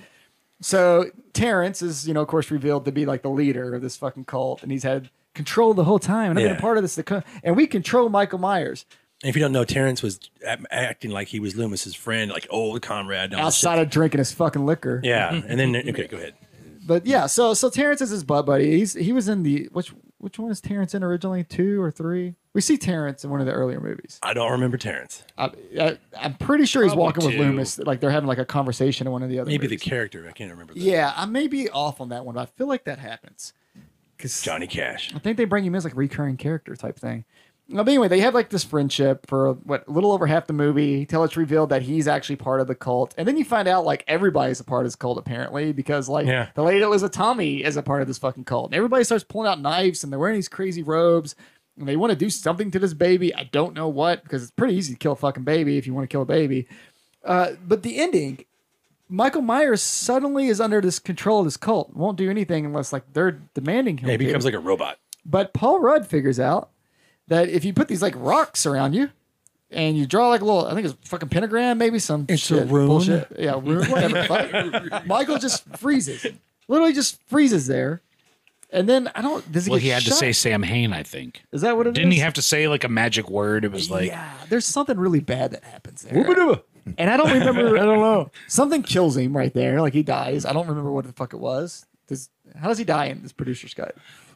Speaker 3: So Terrence is, you know, of course, revealed to be like the leader of this fucking cult, and he's had control the whole time, and I've been
Speaker 1: Yeah.
Speaker 3: a part of this. The co- and we control Michael Myers
Speaker 1: And if you don't know, Terrence was a- acting like he was Loomis's friend, like old comrade. And all this Oh, shit.
Speaker 3: outside Mm-hmm. of drinking his fucking liquor.
Speaker 1: Yeah. And then, okay, go ahead.
Speaker 3: but yeah, so so Terrence is his butt buddy. He's he was in the which which one is Terrence in originally? Two or three? We see Terrence in one of the earlier movies.
Speaker 1: I don't remember Terrence.
Speaker 3: I, I, I'm pretty sure he's
Speaker 4: Probably
Speaker 3: walking with
Speaker 4: two.
Speaker 3: Loomis, like they're having like a conversation in one of the other.
Speaker 1: Maybe the
Speaker 3: movies.
Speaker 1: character. I can't remember. The,
Speaker 3: yeah, I may be off on that one, but I feel like that happens because
Speaker 1: Johnny Cash.
Speaker 3: I think they bring him in as like a recurring character type thing. Now, but anyway, they have like this friendship for what a little over half the movie till it's revealed that he's actually part of the cult, and then you find out like everybody's a part of this cult apparently because like
Speaker 1: Yeah.
Speaker 3: the lady that lives with Tommy is a part of this fucking cult, and everybody starts pulling out knives and they're wearing these crazy robes and they want to do something to this baby. I don't know what because it's pretty easy to kill a fucking baby if you want to kill a baby. Uh, but the ending, Michael Myers suddenly is under this control of this cult, won't do anything unless like they're demanding him.
Speaker 1: Yeah, he
Speaker 3: to.
Speaker 1: becomes like a robot.
Speaker 3: But Paul Rudd figures out that if you put these like rocks around you and you draw like a little, I think it's a fucking pentagram, maybe some
Speaker 1: It's a
Speaker 3: shit,
Speaker 1: rune.
Speaker 3: bullshit. Yeah, rune, whatever. the fuck. Michael just freezes, literally just freezes there. And then I don't. Does he
Speaker 4: Well,
Speaker 3: get
Speaker 4: he had to
Speaker 3: shot?
Speaker 4: say Sam Hain, I think.
Speaker 3: Is that what it
Speaker 4: Didn't he
Speaker 3: is?
Speaker 4: have to say like a magic word? It was like
Speaker 3: yeah, there's something really bad that happens there. And I don't remember. I don't know. Something kills him right there. Like he dies. I don't remember what the fuck it was. Does, how does he die in this producer's cut?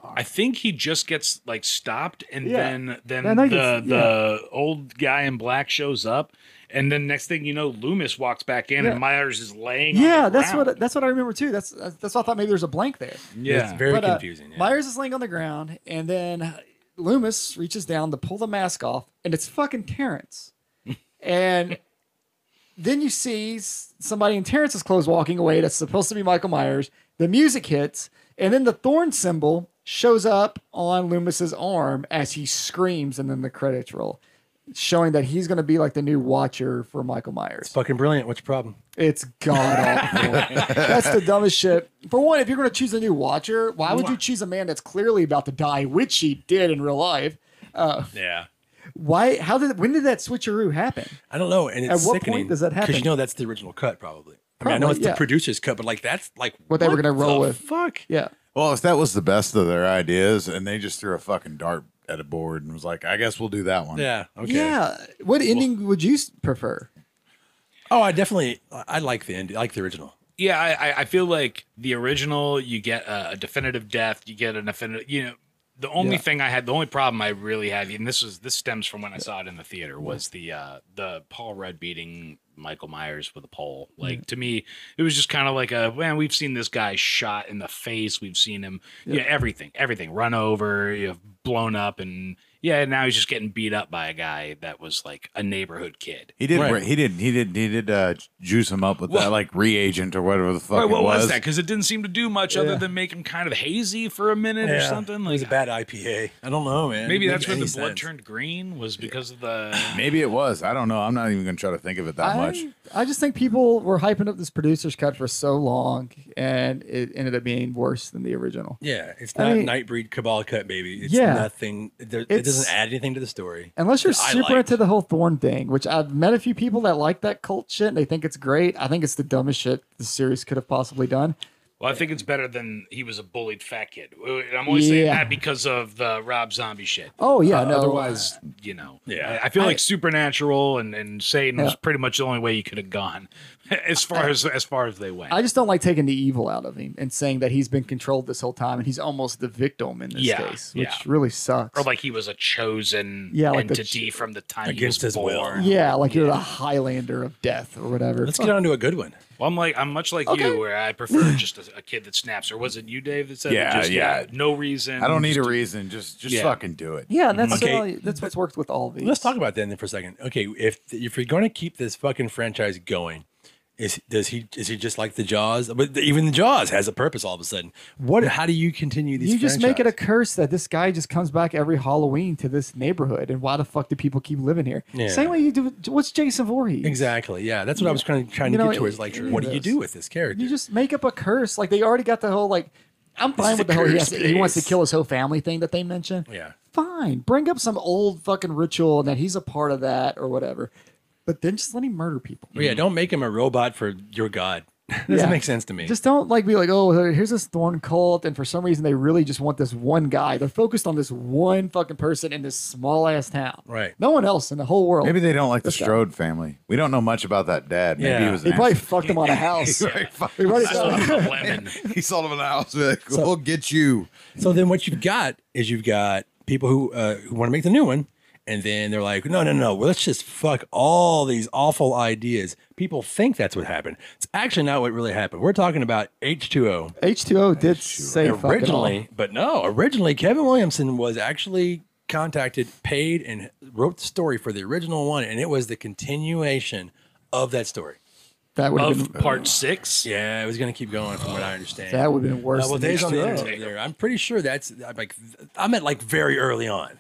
Speaker 4: I think he just gets like stopped, and
Speaker 3: Yeah.
Speaker 4: then then
Speaker 3: Then I
Speaker 4: the
Speaker 3: guess-
Speaker 4: the old guy in black shows up, and then next thing you know, Loomis walks back in,
Speaker 3: Yeah.
Speaker 4: and Myers is laying.
Speaker 3: Yeah,
Speaker 4: on the
Speaker 3: that's
Speaker 4: ground.
Speaker 3: what that's what I remember too. That's that's why I thought maybe there's a blank there.
Speaker 4: Yeah,
Speaker 1: It's very
Speaker 3: But, uh,
Speaker 1: confusing. yeah.
Speaker 3: Myers is laying on the ground, and then Loomis reaches down to pull the mask off, and it's fucking Terrence. and then you see s- somebody in Terrence's clothes walking away. That's supposed to be Michael Myers. The music hits, and then the thorn symbol shows up on Loomis's arm as he screams, and then the credits roll, showing that he's going to be like the new Watcher for Michael Myers.
Speaker 1: fucking brilliant. What's your problem?
Speaker 3: It's god awful. that's the dumbest shit. For one, if you're going to choose a new watcher, why would you choose a man that's clearly about to die, which he did in real life?
Speaker 1: Yeah.
Speaker 3: Why? How did? When did that switcheroo happen?
Speaker 1: I don't know. And it's
Speaker 3: At what point
Speaker 1: sickening
Speaker 3: does that
Speaker 1: Because
Speaker 3: happen?
Speaker 1: you know that's the original cut, probably. I mean, I know
Speaker 3: Probably,
Speaker 1: it's
Speaker 3: yeah.
Speaker 1: the producer's cut, but like that's like
Speaker 3: What they were gonna roll
Speaker 1: the
Speaker 3: with.
Speaker 1: Fuck.
Speaker 3: Yeah,
Speaker 2: Well, if that was the best of their ideas, and they just threw a fucking dart at a board and was like, "I guess we'll do that one."
Speaker 1: Yeah. Okay.
Speaker 3: yeah. What ending would you s- prefer?
Speaker 1: Oh, I definitely I I like the end. I like the original.
Speaker 4: yeah, I, I- I feel like the original, you get a, a definitive death, you get an definitive, you know. The only
Speaker 3: Yeah.
Speaker 4: thing I had, the only problem I really had, and this was this stems from when I saw it in the theater, was the uh, the Paul Rudd beating Michael Myers with a pole. Like to me, it was just kind of like a man. We've seen this guy shot in the face. We've seen him, yeah, everything, everything, run over, you know, blown up, and yeah, now he's just getting beat up by a guy that was like a neighborhood kid.
Speaker 2: He did.
Speaker 1: Right.
Speaker 2: He did. He did. He did uh, juice him up with that
Speaker 4: Well-
Speaker 2: like reagent or whatever the fuck
Speaker 4: Right,
Speaker 2: it
Speaker 4: what was,
Speaker 2: was.
Speaker 4: that? Because it didn't seem to do much other
Speaker 3: Yeah.
Speaker 4: than make him kind of hazy for a minute or something.
Speaker 1: it was a
Speaker 4: Like
Speaker 1: bad IPA. I don't know, man.
Speaker 4: maybe
Speaker 1: It
Speaker 4: that's
Speaker 1: didn't
Speaker 4: where the
Speaker 1: make any
Speaker 4: blood
Speaker 1: sense.
Speaker 4: turned green was because of the.
Speaker 2: Maybe it was. I don't know. I'm not even going to try to think of it that much.
Speaker 3: I, I just think people were hyping up this producer's cut for so long, and it ended up being worse than the original.
Speaker 1: Yeah, it's
Speaker 3: I
Speaker 1: not
Speaker 3: mean-
Speaker 1: Nightbreed Cabal cut, baby. It's
Speaker 3: Yeah.
Speaker 1: nothing. There, it
Speaker 3: It's-
Speaker 1: doesn't add anything to the story.
Speaker 3: Unless you're
Speaker 1: that I
Speaker 3: super
Speaker 1: liked.
Speaker 3: into the whole Thorn thing, which I've met a few people that like that cult shit and they think it's great. I think it's the dumbest shit the series could have possibly done.
Speaker 4: Well, I think it's better than he was a bullied fat kid. And I'm only saying
Speaker 3: Yeah.
Speaker 4: that because of the Rob Zombie shit.
Speaker 3: Oh yeah,
Speaker 4: Uh,
Speaker 3: no.
Speaker 4: Otherwise, you know,
Speaker 1: Yeah.
Speaker 4: I, I feel
Speaker 3: I-
Speaker 4: like Supernatural and, and Satan was
Speaker 3: Yeah.
Speaker 4: pretty much the only way you could have gone, as far as as far as they went.
Speaker 3: I just don't like taking the evil out of him and saying that he's been controlled this whole time and he's almost the victim in this
Speaker 4: Yeah,
Speaker 3: case, which
Speaker 4: yeah.
Speaker 3: really sucks.
Speaker 4: or like he was a chosen
Speaker 3: Yeah, like the ch-
Speaker 4: entity from the time
Speaker 1: Against
Speaker 4: he was
Speaker 1: his will.
Speaker 4: born.
Speaker 3: yeah, like you're the Highlander of death or whatever.
Speaker 1: Let's get on to a good one.
Speaker 4: Well, I'm like I'm much like
Speaker 3: Okay.
Speaker 4: you, where I prefer just a, a kid that snaps. Or was it you, Dave, that said
Speaker 2: Yeah,
Speaker 4: just,
Speaker 2: yeah.
Speaker 4: no reason?
Speaker 2: I don't need
Speaker 4: just
Speaker 2: a
Speaker 4: do-
Speaker 2: reason. Just just
Speaker 4: Yeah.
Speaker 2: fucking do it.
Speaker 3: yeah, and that's
Speaker 1: Okay.
Speaker 3: all- that's what's worked with all these.
Speaker 1: Let's talk about that then for a second. Okay, if if you're going to keep this fucking franchise going, is does he is he just like the Jaws? But even the Jaws has a purpose all of a sudden. What? How do you continue these?
Speaker 3: You just make it a
Speaker 1: franchise?
Speaker 3: curse that this guy just comes back every Halloween to this neighborhood, and why the fuck do people keep living here?
Speaker 1: Yeah.
Speaker 3: Same way you do. with- What's Jason Voorhees?
Speaker 1: exactly. Yeah, that's what I was trying trying
Speaker 3: You
Speaker 1: to
Speaker 3: know,
Speaker 1: get towards. Like,
Speaker 3: it-
Speaker 1: what do you
Speaker 3: this.
Speaker 1: do with this character?
Speaker 3: You just make up a curse. Like they already got the whole like. I'm fine
Speaker 1: is
Speaker 3: with
Speaker 1: the
Speaker 3: the whole he,
Speaker 1: curse
Speaker 3: has- he wants to
Speaker 1: days.
Speaker 3: kill his whole family thing that they mentioned.
Speaker 1: yeah.
Speaker 3: Fine, bring up some old fucking ritual and that he's a part of that or whatever. But then just let him murder people.
Speaker 1: Well, yeah, don't make him a robot for your god. Doesn't
Speaker 3: Yeah.
Speaker 1: make sense to me.
Speaker 3: Just don't like be like, oh, here's this Thorn cult, and for some reason they really just want this one guy. They're focused on this one fucking person in this small ass town.
Speaker 1: Right.
Speaker 3: No one else in the whole world.
Speaker 2: Maybe they don't like the
Speaker 3: This guy.
Speaker 2: Strode family. We don't know much about that dad. Maybe
Speaker 1: Yeah.
Speaker 2: he was. An
Speaker 3: They probably
Speaker 2: ass-
Speaker 3: fucked him on a house.
Speaker 2: He probably fucked-
Speaker 3: They probably
Speaker 4: Son of
Speaker 3: got-
Speaker 4: a lemon.
Speaker 2: he sold him an house. Be Like, we'll get you.
Speaker 1: so then what you've got is you've got people who uh, who want to make the new one, and then they're like, no, no, no, well, let's just fuck all these awful ideas. People think that's what happened. It's actually not what really happened. We're talking about H two O
Speaker 3: H2O did say fuck it all.
Speaker 1: originally, but no, originally Kevin Williamson was actually contacted, paid, and wrote the story for the original one, and it was the continuation of that story.
Speaker 3: That would have
Speaker 4: of
Speaker 3: been
Speaker 4: part six.
Speaker 1: uh, Yeah, it was going to keep going from what I understand.
Speaker 3: that would have been worse.
Speaker 1: Double
Speaker 3: than
Speaker 1: days on the
Speaker 3: H2O.
Speaker 1: internet. There. I'm pretty sure that's I'm like I'm at like very early on.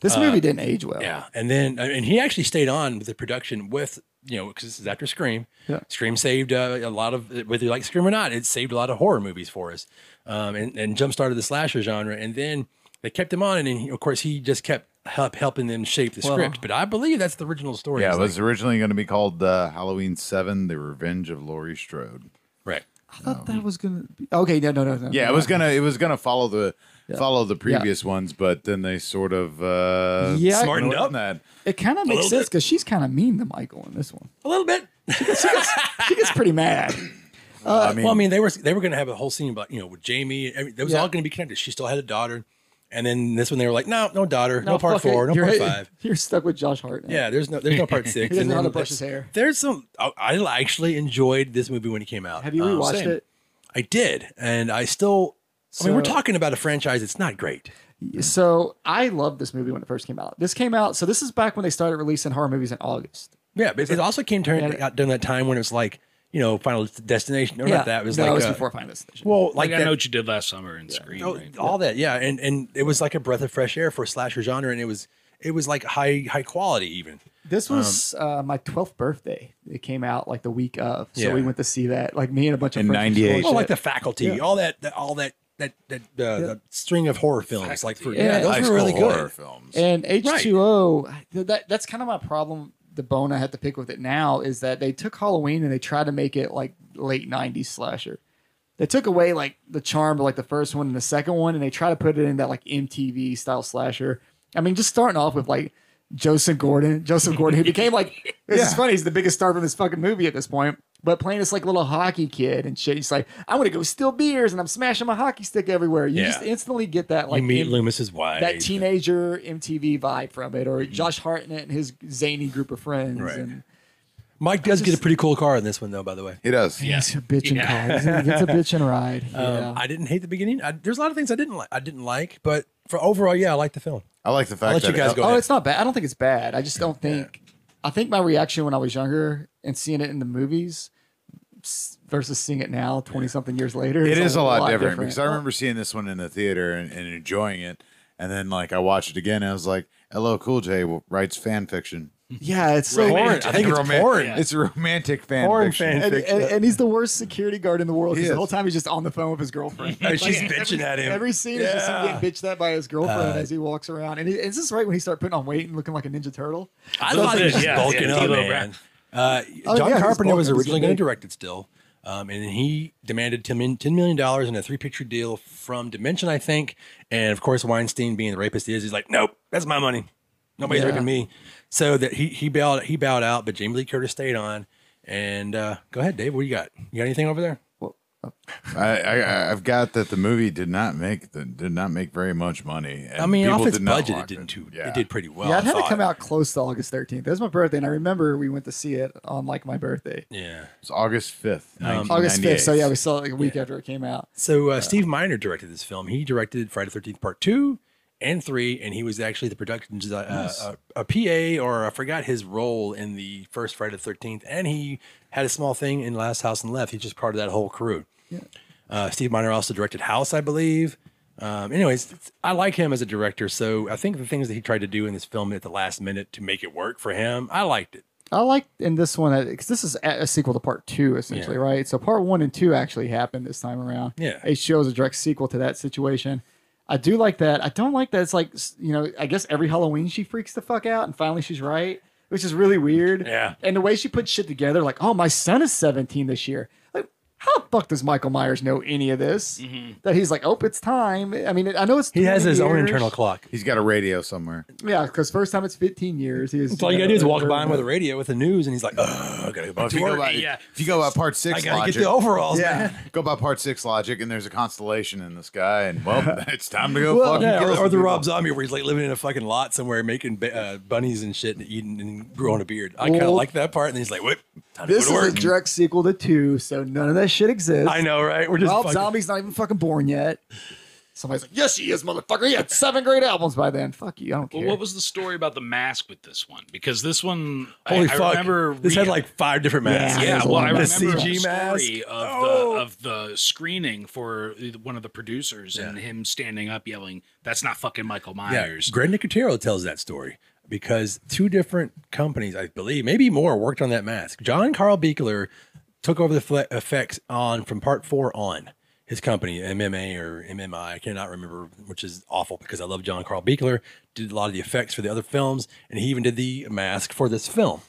Speaker 3: This movie didn't age well.
Speaker 1: Uh, Yeah, and then uh, and he actually stayed on with the production with you know because this is after Scream.
Speaker 3: Yeah.
Speaker 1: Scream saved uh, a lot of whether you like Scream or not, it saved a lot of horror movies for us, um, and and jump started the slasher genre. And then they kept him on, and then he, of course he just kept help helping them shape the script. But I believe that's the original story.
Speaker 2: Yeah,
Speaker 1: It's
Speaker 2: it
Speaker 1: like-
Speaker 2: was originally going to be called uh, Halloween Seven: The Revenge of Laurie Strode.
Speaker 1: right.
Speaker 3: I thought that was gonna. Be, okay, no, no, no, no.
Speaker 2: Yeah, it was gonna it was gonna follow the follow the
Speaker 3: Yeah.
Speaker 2: previous ones, but then they sort of uh,
Speaker 3: Yeah.
Speaker 1: Smartened up.
Speaker 2: on that.
Speaker 3: It kind of makes
Speaker 1: little
Speaker 3: sense
Speaker 1: bit.
Speaker 3: because she's kind of mean to Michael in this one.
Speaker 1: a little bit.
Speaker 3: She gets pretty mad.
Speaker 2: I mean,
Speaker 1: well, I mean, they were they were going to have a whole scene about you know with Jamie. and every- That was
Speaker 3: Yeah.
Speaker 1: all going to be connected. She still had a daughter, and then this one they were like, no, no daughter, no,
Speaker 3: Oh,
Speaker 1: part
Speaker 3: fuck it.
Speaker 1: four, no
Speaker 3: You're-
Speaker 1: part five.
Speaker 3: You're stuck with Josh Hart. now.
Speaker 1: Yeah, there's no there's no part six.
Speaker 3: doesn't
Speaker 1: And
Speaker 3: know how
Speaker 1: then
Speaker 3: to brush his hair.
Speaker 1: There's some. I, I actually enjoyed this movie when it came out.
Speaker 3: Have you
Speaker 1: Um,
Speaker 3: rewatched
Speaker 1: same.
Speaker 3: it?
Speaker 1: I did, and I still. I mean, we're
Speaker 3: So-
Speaker 1: talking about a franchise that's not great.
Speaker 3: So I loved this movie when it first came out. This came out. So this is back when they started releasing horror movies in August.
Speaker 1: Yeah, but it also came during,
Speaker 3: Yeah.
Speaker 1: out during that time when it was like you know Final Destination. No, not that. It was
Speaker 3: no,
Speaker 1: like
Speaker 3: it was
Speaker 1: uh,
Speaker 3: before Final Destination.
Speaker 1: Well,
Speaker 4: Like,
Speaker 1: like
Speaker 4: I
Speaker 1: that-
Speaker 4: know what you did last summer in Scream.
Speaker 1: Oh,
Speaker 4: right?
Speaker 1: all that yeah and and it was like a breath of fresh air for slasher genre and it was it was like high high quality even
Speaker 3: This
Speaker 1: Um,
Speaker 3: was uh, my 12th birthday. It came out like the week of. So
Speaker 1: Yeah.
Speaker 3: we went to see that. Like me and a bunch of
Speaker 2: In
Speaker 3: friends. were oh,
Speaker 2: 98.
Speaker 3: going
Speaker 1: well Oh, like
Speaker 3: shit.
Speaker 1: the faculty
Speaker 3: Yeah.
Speaker 1: all that, that all that that that uh, the string of horror films like for
Speaker 4: Faculty.
Speaker 1: yeah,
Speaker 3: Yeah.
Speaker 1: those
Speaker 2: high
Speaker 1: were
Speaker 2: school
Speaker 1: really
Speaker 2: horror
Speaker 1: good
Speaker 2: films.
Speaker 3: And H2O, th- that, that's kind of my problem. The bone I had to pick with it now is that they took Halloween and they tried to make it like late 90s slasher. They took away like the charm of like the first one and the second one and they try to put it in that like MTV style slasher. I mean, just starting off with like Joseph Gordon, Joseph Gordon, who became like, this is
Speaker 2: Yeah.
Speaker 3: funny, he's the biggest star from this fucking movie at this point. But playing this like little hockey kid and shit, he's like, I'm gonna go steal beers and I'm smashing my hockey stick everywhere. You
Speaker 1: Yeah.
Speaker 3: just instantly get that like
Speaker 1: you meet
Speaker 3: M-
Speaker 1: Loomis's wife
Speaker 3: that teenager MTV vibe from it,
Speaker 2: Mm-hmm.
Speaker 3: or Josh Hartnett and his zany group of friends.
Speaker 1: Right.
Speaker 3: And
Speaker 1: Mike does get a pretty cool car in this one though by the way
Speaker 2: He does.
Speaker 3: He's a bitch and
Speaker 4: Yeah.
Speaker 3: call. He's a- It's a bitch and ride.
Speaker 1: um,
Speaker 3: yeah.
Speaker 1: I didn't hate the beginning I, there's a lot of things I didn't like I didn't like but for overall yeah I liked the film
Speaker 2: I like the fact
Speaker 1: I'll let
Speaker 2: that
Speaker 1: you guys go
Speaker 3: oh,
Speaker 1: ahead.
Speaker 3: it's not bad. I don't think it's bad. I just don't think. I think my reaction when I was younger and seeing it in the movies s- versus seeing it now, twenty something years later,
Speaker 2: It is a lot, different, because I remember seeing this one in the theater and, and enjoying it, and then like I watched it again. and I was like, "LL Cool J writes fan fiction.
Speaker 3: Yeah, it's so.
Speaker 1: Porn. I think it's
Speaker 2: Roman-
Speaker 1: porn.
Speaker 2: It's romantic fan
Speaker 1: Porn
Speaker 2: fiction.
Speaker 1: fan
Speaker 3: And, and, and he's the worst security guard in the world. 'cause
Speaker 2: He
Speaker 3: The
Speaker 2: is.
Speaker 3: whole time he's just on the phone with his girlfriend.
Speaker 1: Oh, she's
Speaker 4: Like,
Speaker 1: bitching at him
Speaker 3: Every scene is just him
Speaker 1: Yeah. Uh,
Speaker 3: getting bitched at by his girlfriend as he walks around. And he, is this right when he started putting on weight and looking like a Ninja Turtle?
Speaker 1: I
Speaker 4: Those
Speaker 1: thought he was
Speaker 4: days,
Speaker 1: just
Speaker 4: yeah,
Speaker 1: bulking
Speaker 4: yeah,
Speaker 1: up,
Speaker 4: Kilo
Speaker 1: man. Uh,
Speaker 3: Oh,
Speaker 1: John
Speaker 3: yeah, he was
Speaker 1: Carpenter was
Speaker 3: bulking up, he's
Speaker 1: originally going to
Speaker 3: big.
Speaker 1: direct it still. Um, and he demanded $10 million $10 million in a three picture deal from Dimension, I think. And of course, Weinstein, being the rapist he is, he's like, nope, that's my money. Nobody's
Speaker 3: Yeah.
Speaker 1: raping me. So that he he bailed he bowed out, but Jamie Lee Curtis stayed on. And uh, go ahead, Dave. What do you got? You got anything over there?
Speaker 2: I, I I've got that the movie did not make the, did not make very much money. and
Speaker 1: I mean,
Speaker 2: people
Speaker 1: off its
Speaker 2: did not
Speaker 1: budget,
Speaker 2: like
Speaker 1: it didn't too.
Speaker 2: Yeah.
Speaker 1: It did pretty well.
Speaker 3: yeah,
Speaker 1: I
Speaker 3: it had to
Speaker 1: thought.
Speaker 3: come out close to August 13th. That was my birthday, and I remember we went to see it on like my birthday,
Speaker 1: Yeah.
Speaker 2: It's August fifth,
Speaker 1: Um,
Speaker 3: August 5th. So yeah, we saw it like a week after it came out.
Speaker 1: So uh, Steve Miner directed this film. He directed Friday the Thirteenth Part Two and Three, and he was actually the production desi- uh, uh, a, PA or I forgot his role in the first Friday the Thirteenth, and he had a small thing in Last House and Left. He's just part of that whole crew. Uh, Steve Miner also directed House, I believe. Um, anyways, it's- I like him as a director, so I think the things that he tried to do in this film at the last minute to make it work for him, I liked it.
Speaker 3: I like in this one because this is a a sequel to part two, essentially, right? So part one and two actually happened this time around.
Speaker 1: Yeah.
Speaker 3: HBO is a direct sequel to that situation. I do like that. I don't like that. It's like s- you know, I guess every Halloween she freaks the fuck out, and finally she's right, which is really weird.
Speaker 1: Yeah.
Speaker 3: And the way she puts shit together, like, oh, my son is 17 this year. Like, how the fuck does Michael Myers know any of this? That he's like, oh, it's time. I mean, I know it's
Speaker 1: Mm-hmm. He has
Speaker 3: 20
Speaker 1: his own
Speaker 3: years.
Speaker 1: internal clock.
Speaker 2: He's got a radio somewhere.
Speaker 3: Yeah, because first time it's 15 years. He is.
Speaker 1: So all you gotta do is walk by him with a
Speaker 3: with
Speaker 1: radio with the news, and he's like, "Ugh, I gotta go back
Speaker 2: if
Speaker 1: to
Speaker 2: you go
Speaker 1: work.
Speaker 2: by,
Speaker 4: yeah.
Speaker 2: if you go by part six
Speaker 1: I gotta
Speaker 2: logic,
Speaker 1: get the overalls."
Speaker 3: Yeah.
Speaker 1: man.
Speaker 2: go by part six logic, and there's a constellation in the sky, and well, it's time to go.
Speaker 3: Well,
Speaker 2: fucking
Speaker 1: Yeah,
Speaker 2: kill
Speaker 1: or,
Speaker 2: some
Speaker 1: or the
Speaker 2: people.
Speaker 1: Rob Zombie, where he's like living in a fucking lot somewhere, making ba- uh, bunnies and shit, and eating and growing a beard. I kind of
Speaker 3: Well,
Speaker 1: like that part. And he's like, "Wait, time
Speaker 3: This
Speaker 1: to go to
Speaker 3: is a
Speaker 1: work."
Speaker 3: direct sequel to two, so none of that shit exists.
Speaker 1: I know, right? We're just
Speaker 3: Rob
Speaker 1: fucking-
Speaker 3: Zombie's not even fucking born yet. Somebody's like, yes, he is, motherfucker. He had seven great albums by then. Fuck you. I don't care.
Speaker 4: Well, what was the story about the mask with this one? Because this one, I-
Speaker 1: Holy
Speaker 4: I,
Speaker 1: fuck!
Speaker 4: remember
Speaker 1: this had
Speaker 4: re-
Speaker 1: like five different masks.
Speaker 3: Yeah,
Speaker 4: Yeah,
Speaker 3: there's a
Speaker 4: well,
Speaker 3: lot
Speaker 4: I
Speaker 3: of
Speaker 4: remember
Speaker 1: the
Speaker 3: masks.
Speaker 1: CG
Speaker 4: the story
Speaker 1: mask.
Speaker 4: of
Speaker 1: Oh!
Speaker 4: the of the screening for one of the producers and him standing up yelling, "That's not fucking Michael
Speaker 1: Yeah,
Speaker 4: Myers."
Speaker 1: Greg Nicotero tells that story because two different companies, I believe, maybe more, worked on that mask. John Carl Beekler took over the fle- effects on from part four on his company MMA or MMI. I cannot remember, which is awful because I love John Carl Beekler. Did a lot of the effects for the other films, and he even did the mask for this film.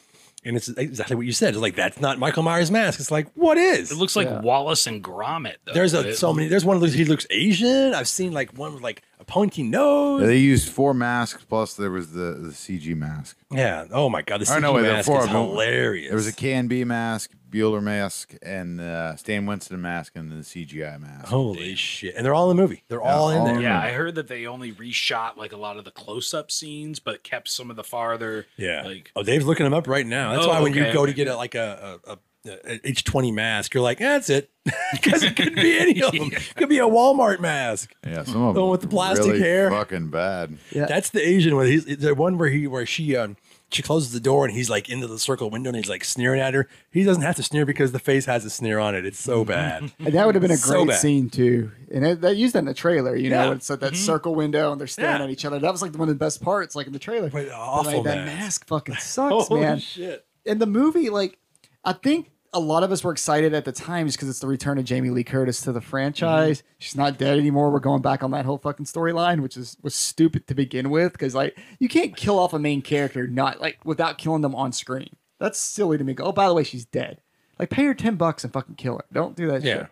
Speaker 1: And it's exactly what you said. It's like that's not Michael Myers' mask. It's like what is?
Speaker 4: It looks like Wallace and Gromit. Though.
Speaker 1: there's a
Speaker 4: It-
Speaker 1: so many. There's one that looks- he looks Asian. I've seen like one with like a pointy nose.
Speaker 2: They used four masks plus there was the, the CG mask.
Speaker 1: Yeah. Oh my god, the
Speaker 2: I
Speaker 1: CG
Speaker 2: don't know where they're
Speaker 1: mask
Speaker 2: for,
Speaker 1: is
Speaker 2: but
Speaker 1: hilarious.
Speaker 2: There was a K&B mask, Bueller mask, and uh, Stan Winston mask, and then the CGI mask.
Speaker 1: holy shit, and they're all in the movie. They're all in
Speaker 2: all
Speaker 1: there.
Speaker 2: in
Speaker 4: Yeah, I heard that they only reshot like a lot of the close-up scenes, but kept some of the farther.
Speaker 1: Yeah.
Speaker 4: like
Speaker 1: oh, Dave's looking them up right now. That's
Speaker 4: Oh,
Speaker 1: why when you
Speaker 4: okay,
Speaker 1: go to
Speaker 4: okay.
Speaker 1: get a, like a, a, H twenty mask, you're like, "Eh, that's it, because it could be any of them. It could be a Walmart mask.
Speaker 2: Yeah, some of
Speaker 1: The
Speaker 2: them
Speaker 1: one Oh, with the plastic
Speaker 2: really
Speaker 1: hair.
Speaker 2: fucking bad.
Speaker 3: Yeah.
Speaker 1: That's the Asian one. He's the one where he where she um she closes the door and he's like into the circle window and he's like sneering at her. He doesn't have to sneer because the face has a sneer on it. It's so bad.
Speaker 3: And that would have been a
Speaker 1: So
Speaker 3: great
Speaker 1: bad.
Speaker 3: scene too, and it, they used that in the trailer. You know,
Speaker 1: Yeah. Mm-hmm.
Speaker 3: it's at that circle window, and they're staring
Speaker 1: Yeah.
Speaker 3: at each other. That was like one of the best parts, like in the trailer.
Speaker 1: But
Speaker 3: But,
Speaker 1: awful
Speaker 3: like, that
Speaker 1: mask.
Speaker 3: mask fucking sucks, man.
Speaker 1: shit.
Speaker 3: in the movie, like I think a lot of us were excited at the time just because it's the return of Jamie Lee Curtis to the franchise. She's not dead anymore. We're going back on that whole fucking storyline, which is was stupid to begin with because like you can't kill off a main character not like without killing them on screen. That's silly to me. Go, Oh, by the way, she's dead. Like pay her ten bucks and fucking kill her. Don't do that
Speaker 1: Yeah.
Speaker 3: shit.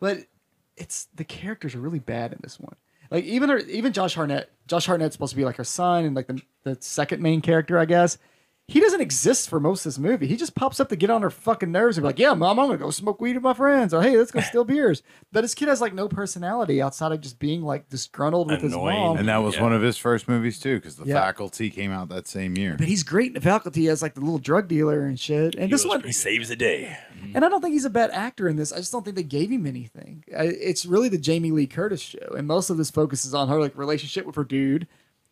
Speaker 3: But it's the characters are really bad in this one. Like even her, even Josh Harnett. Josh Harnett's supposed to be like her son and like the, the second main character, I guess. He doesn't exist for most of this movie. He just pops up to get on her fucking nerves and be like, "Yeah, mom, I'm gonna go smoke weed with my friends," or "Hey, let's go steal beers." But this kid has like no personality outside of just being like disgruntled with
Speaker 1: Annoying.
Speaker 3: his mom.
Speaker 2: And that was
Speaker 1: Yeah.
Speaker 2: one of his first movies, too, because The
Speaker 3: Yeah.
Speaker 2: Faculty came out that same year.
Speaker 3: but he's great in the faculty as like the little drug dealer and shit. And this one,
Speaker 1: he saves the day.
Speaker 3: And I don't think he's a bad actor in this. I just don't think they gave him anything. I, it's really the Jamie Lee Curtis show, and most of this focuses on her like relationship with her dude,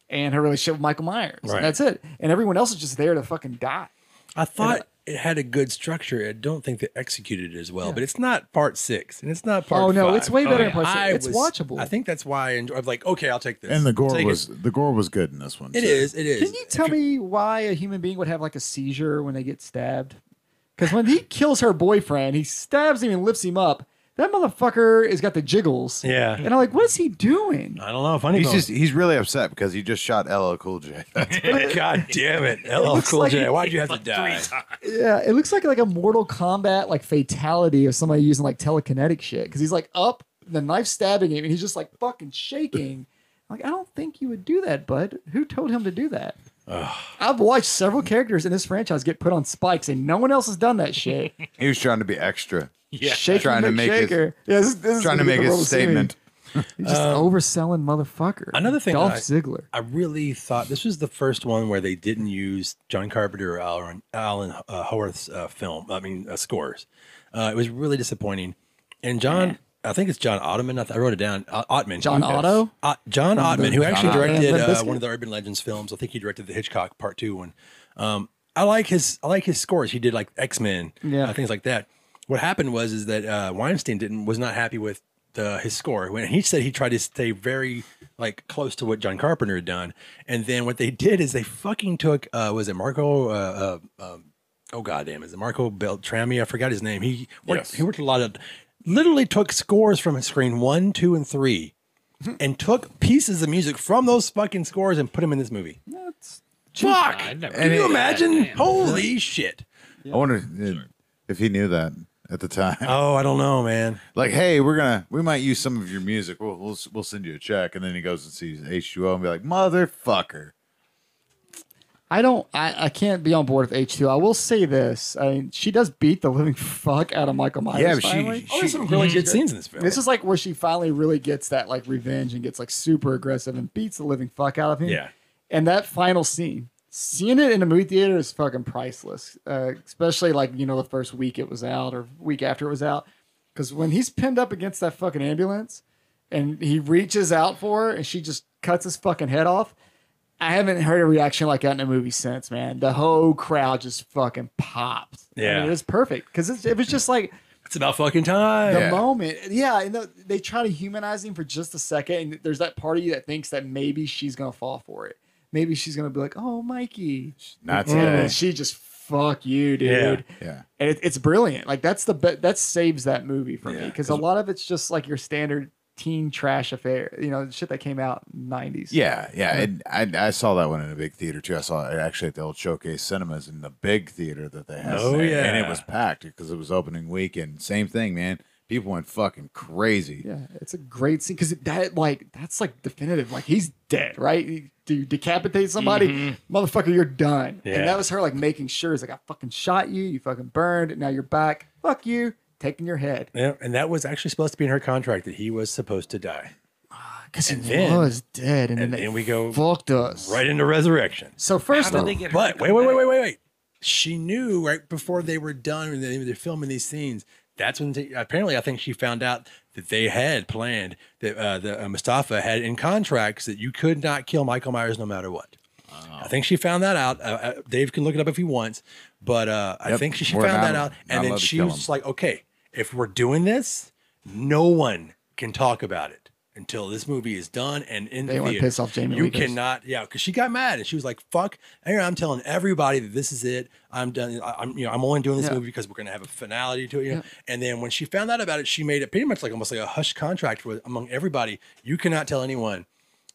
Speaker 3: and her relationship with Michael Myers.
Speaker 1: Right.
Speaker 3: And that's it. And everyone else is just there to fucking die.
Speaker 1: I thought it had a good structure. I don't think they executed it as well, but it's not part six and it's not part.
Speaker 3: Oh, no,
Speaker 1: five.
Speaker 3: it's way better than part six.
Speaker 1: I
Speaker 3: It's
Speaker 1: was-
Speaker 3: watchable.
Speaker 1: I think that's why I enjoy, I'm like, okay, I'll take this.
Speaker 2: and the gore
Speaker 1: Take it.
Speaker 2: was the gore was good in this one.
Speaker 1: It
Speaker 2: too.
Speaker 1: is. It is.
Speaker 3: Can you tell me why a human being would have like a seizure when they get stabbed? Because when he kills her boyfriend, he stabs him and lifts him up. that motherfucker has got the jiggles.
Speaker 1: Yeah.
Speaker 3: And I'm like, what is he doing?
Speaker 1: I don't know. Funny.
Speaker 2: He's
Speaker 1: bone.
Speaker 2: just he's really upset because he just shot LL Cool J.
Speaker 1: God damn it, LL
Speaker 3: looks
Speaker 1: Cool
Speaker 3: like
Speaker 1: J.
Speaker 3: he-
Speaker 1: Why'd you have to
Speaker 4: Like
Speaker 1: die?
Speaker 4: three times.
Speaker 3: Yeah, it looks like like a Mortal Kombat like fatality of somebody using like telekinetic shit because he's like up, the knife stabbing him, and he's just like fucking shaking. Like I don't think you would do that, bud. Who told him to do that? I've watched several characters in this franchise get put on spikes, and no one else has done that shit.
Speaker 2: he was trying to be extra,
Speaker 4: Yeah.
Speaker 3: Shaking
Speaker 2: Trying to
Speaker 3: Mick
Speaker 2: make his-
Speaker 3: Shaker. yeah, this, this is
Speaker 2: trying to
Speaker 3: gonna be
Speaker 2: make
Speaker 3: the role
Speaker 2: his
Speaker 3: of Simi.
Speaker 2: statement.
Speaker 3: He's just overselling motherfucker.
Speaker 1: Um, another thing
Speaker 3: Dolph
Speaker 1: that I-
Speaker 3: Ziggler.
Speaker 1: I really thought this was the first one where they didn't use John Carpenter or Alan, Alan uh, Howarth's uh, film. I mean, uh, scores. Uh, it was really disappointing. And John, I think it's John Ottman. I, th- I wrote it down. O- Ottman.
Speaker 3: John
Speaker 1: Yes.
Speaker 3: Otto?
Speaker 1: Uh, John Ottman, who actually
Speaker 2: Ottman.
Speaker 1: directed
Speaker 3: Limp
Speaker 1: uh,
Speaker 3: Bizkit?
Speaker 1: one of the Urban Legends films. I think he directed the Hitchcock Part Two one. Um, I like his I like his scores. He did like X Men,
Speaker 3: Yeah.
Speaker 1: uh, things like that. What happened was is that uh, Weinstein didn't was not happy with the, his score when he said he tried to stay very like close to what John Carpenter had done. And then what they did is they fucking took uh, was it Marco uh, uh, oh goddamn, is it Marco Beltrami? I forgot his name. He worked,
Speaker 2: Yes.
Speaker 1: he worked a lot of literally took scores from his screen one, two, and three, and took pieces of music from those fucking scores and put them in this movie. Fuck!
Speaker 4: I'd never
Speaker 1: Can
Speaker 4: do
Speaker 1: you
Speaker 4: that,
Speaker 1: imagine?
Speaker 4: man.
Speaker 1: Holy shit!
Speaker 2: I wonder if- if he knew that at the time.
Speaker 1: Oh, I don't know, man.
Speaker 2: Like, hey, we're gonna we might use some of your music. We'll we'll, we'll send you a check, and then he goes and sees H2O and be like, motherfucker.
Speaker 3: I don't. I, I can't be on board with H two. I will say this. I mean, she does beat the living fuck out of Michael Myers.
Speaker 2: Yeah, but she-
Speaker 3: finally.
Speaker 1: Oh, there's some really good scenes in this film.
Speaker 3: And this is like where she finally really gets that like revenge and gets like super aggressive and beats the living fuck out of him.
Speaker 1: Yeah.
Speaker 3: And that final scene, seeing it in a movie theater is fucking priceless. Uh, especially like you know the first week it was out or week after it was out, because when he's pinned up against that fucking ambulance, and he reaches out for her and she just cuts his fucking head off. I haven't heard a reaction like that in a movie since, man. The whole crowd just fucking popped. I mean,
Speaker 1: Yeah.
Speaker 3: it was perfect because it was just like
Speaker 1: it's about fucking time.
Speaker 3: the
Speaker 2: Yeah.
Speaker 3: moment. Yeah, and the, they try to humanize him for just a second, and there's that part of you that thinks that maybe she's gonna fall for it. Maybe she's gonna be like, "Oh, Mikey,"
Speaker 2: Not
Speaker 3: and
Speaker 2: today.
Speaker 3: then she just fuck you, dude.
Speaker 1: Yeah.
Speaker 2: Yeah.
Speaker 3: And it, it's brilliant. Like that's the be- that saves that movie for me
Speaker 1: Yeah,
Speaker 3: because a lot of it's just like your standard teen trash affair. You know, shit that came out in the '90s.
Speaker 2: Yeah, yeah. And I, I saw that one in a big theater too. I saw it actually at the old Showcase Cinemas in the big theater that they had.
Speaker 1: Oh,
Speaker 2: there.
Speaker 1: yeah.
Speaker 2: and it was packed because it was opening weekend. Same thing, man. People went fucking crazy.
Speaker 3: Yeah, it's a great scene because that like that's like definitive. Like he's dead, right? Do you decapitate somebody, motherfucker? You're done.
Speaker 1: Mm-hmm. Yeah.
Speaker 3: And that was her like making sure. It's like I fucking shot you. You fucking burned. Now you're back. Fuck you. Taking your head
Speaker 1: Yeah, and that was actually supposed to be in her contract that he was supposed to die.
Speaker 3: because he
Speaker 1: And then-
Speaker 3: was dead, and,
Speaker 1: and
Speaker 3: then they
Speaker 1: then we go
Speaker 3: fucked us.
Speaker 1: Right into resurrection.
Speaker 3: So first,
Speaker 4: How did
Speaker 3: off,
Speaker 4: they get her
Speaker 1: But
Speaker 4: to
Speaker 1: wait,
Speaker 4: come
Speaker 1: wait, wait,
Speaker 4: back?
Speaker 1: wait, wait, wait. She knew right before they were done and they were filming these scenes. That's when they, apparently I think she found out that they had planned that uh, the uh, Mustafa had in contracts that you could not kill Michael Myers no matter what. I think she found that out. Uh, uh, Dave can look it up if he wants, but uh, I
Speaker 2: Yep,
Speaker 1: think she
Speaker 2: we're
Speaker 1: found
Speaker 2: not-
Speaker 1: that out,
Speaker 2: not
Speaker 1: and then
Speaker 2: allowed to
Speaker 1: she
Speaker 2: kill
Speaker 1: was
Speaker 2: him.
Speaker 1: just like, "Okay, if we're doing this, no one can talk about it until this movie is done and in
Speaker 3: They
Speaker 1: the
Speaker 3: wanna
Speaker 1: theater.
Speaker 3: piss off Jamie
Speaker 1: You
Speaker 3: Lee Curtis.
Speaker 1: cannot, yeah, because she got mad and she was like, "Fuck!" Here I'm telling everybody that this is it. I'm done. I, I'm, you know, I'm only doing this
Speaker 3: Yeah.
Speaker 1: movie because we're gonna have a finality to it. You know? And then when she found out about it, she made it pretty much like almost like a hush contract with among everybody. You cannot tell anyone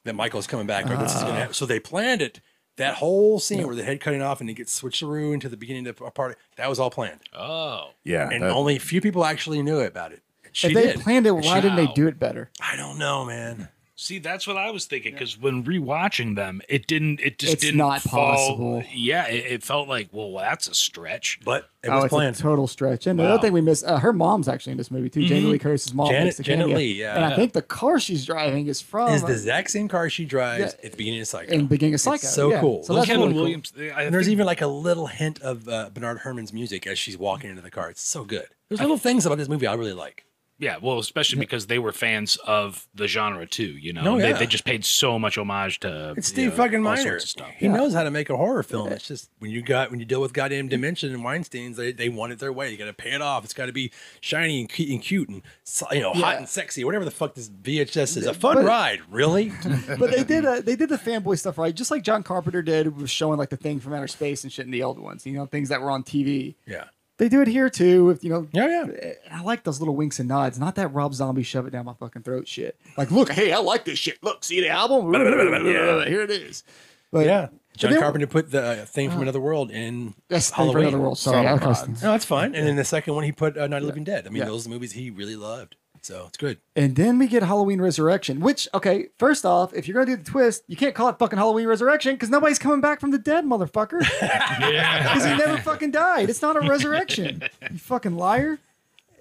Speaker 1: that Michael's coming back or this is going
Speaker 3: Ah.
Speaker 1: to happen. So they planned it. That whole scene where the head cutting off and it gets switcheroo into the beginning of the party, that was all planned.
Speaker 4: Oh.
Speaker 2: Yeah,
Speaker 1: and
Speaker 2: that-
Speaker 1: only a few people actually knew about it. She
Speaker 3: if they
Speaker 1: did.
Speaker 3: planned it, why didn't they
Speaker 4: Wow.
Speaker 3: do it better?
Speaker 1: I don't know, man.
Speaker 4: See, that's what I was thinking because when rewatching them, it didn't. It just
Speaker 3: It's
Speaker 4: didn't.
Speaker 3: not
Speaker 4: fall-
Speaker 3: possible.
Speaker 4: Yeah, it, it felt like well, that's a stretch.
Speaker 1: But it
Speaker 3: oh,
Speaker 1: was
Speaker 3: it's
Speaker 1: planned.
Speaker 3: a total stretch. And another
Speaker 4: Wow.
Speaker 3: thing we missed, uh, her mom's actually in this movie too. Jamie Lee Curtis's mom.
Speaker 1: Mm-hmm. Janet-
Speaker 3: makes the
Speaker 1: Janet
Speaker 3: cameo.
Speaker 1: Leigh, yeah.
Speaker 3: And I think the car she's driving is from
Speaker 1: Is the exact same car she drives
Speaker 3: Yeah.
Speaker 1: at the beginning of Psycho.
Speaker 3: in beginning of
Speaker 1: It's
Speaker 3: Psycho.
Speaker 1: so
Speaker 3: yeah.
Speaker 1: cool.
Speaker 3: So
Speaker 1: Look
Speaker 3: that's
Speaker 4: Kevin
Speaker 3: really cool.
Speaker 4: Williams. I
Speaker 1: and there's
Speaker 4: think-
Speaker 1: even like a little hint of uh, Bernard Herman's music as she's walking into the car. It's so good. There's little things about this movie I really like.
Speaker 4: yeah, well, especially because they were fans of the genre too. You know,
Speaker 1: No,
Speaker 4: they,
Speaker 1: Oh, yeah.
Speaker 4: they just paid so much homage to
Speaker 1: It's
Speaker 4: you
Speaker 1: Steve
Speaker 4: know,
Speaker 1: fucking
Speaker 4: all
Speaker 1: Miner.
Speaker 4: sorts of stuff.
Speaker 1: He knows how to make a horror film. It's just when you got when you deal with goddamn Dimension and Weinstein's, they, they want it their way. You got to pay it off. It's got to be shiny and, cu- and cute and so- you know hot
Speaker 3: Yeah.
Speaker 1: and sexy, whatever the fuck this VHS is. A fun
Speaker 3: But-
Speaker 1: ride, really.
Speaker 3: but they did uh, they did the fanboy stuff right, just like John Carpenter did with showing like the thing from outer space and shit in the old ones, you know, things that were on TV.
Speaker 1: yeah,
Speaker 3: They do it here too. With you know,
Speaker 1: Yeah, yeah.
Speaker 3: I like those little winks and nods, not that Rob Zombie shove it down my fucking throat shit. Like, look, hey, I like this shit. Look, see the album? Yeah, here it is. But
Speaker 1: Yeah. John
Speaker 3: then-
Speaker 1: Carpenter put the uh, thing from Another World in
Speaker 3: that's Thing for
Speaker 1: Halloween.
Speaker 3: another world. Sorry,
Speaker 2: Some
Speaker 3: I cussed.
Speaker 2: nods.
Speaker 1: No, that's fine. And then the second one, he put uh, Night of the Living Dead. I mean,
Speaker 3: Yeah.
Speaker 1: those are the movies he really loved. So it's good.
Speaker 3: And then we get Halloween Resurrection, which, okay, first off, if you're going to do the twist, you can't call it fucking Halloween Resurrection because nobody's coming back from the dead, motherfucker. Because he never fucking died. It's not a resurrection. you fucking liar.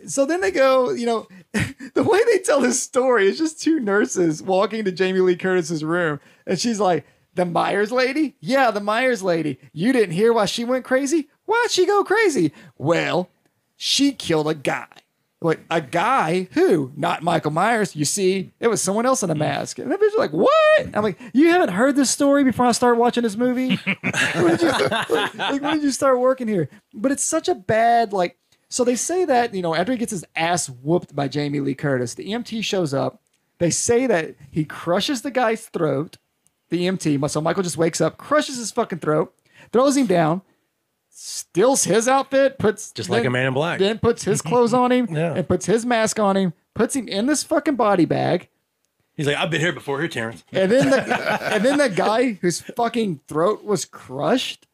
Speaker 3: So then they go, you know, the way they tell this story is just two nurses walking to Jamie Lee Curtis's room. And she's like, The Myers lady? Yeah, the Myers lady. You didn't hear why she went crazy? Why'd she go crazy? Well, she killed a guy. Like a guy who, not Michael Myers. You see, it was someone else in a
Speaker 1: Mm.
Speaker 3: mask. And the bitch was like, "What?" I'm like, "You haven't heard this story before I started watching this movie. when, did you, like, when did you start working here?" But it's such a bad like. So they say that you know after he gets his ass whooped by Jamie Lee Curtis, the EMT shows up. They say that he crushes the guy's throat. The E EMT, so Michael just wakes up, crushes his fucking throat, throws him down, steals his outfit, puts
Speaker 1: Just like a man in black.
Speaker 3: then puts his clothes on him
Speaker 1: Yeah.
Speaker 3: and puts his mask on him, puts him in this fucking body bag,
Speaker 1: He's like, I've been here before, here, Terrence.
Speaker 3: and then the, and then the guy whose fucking throat was crushed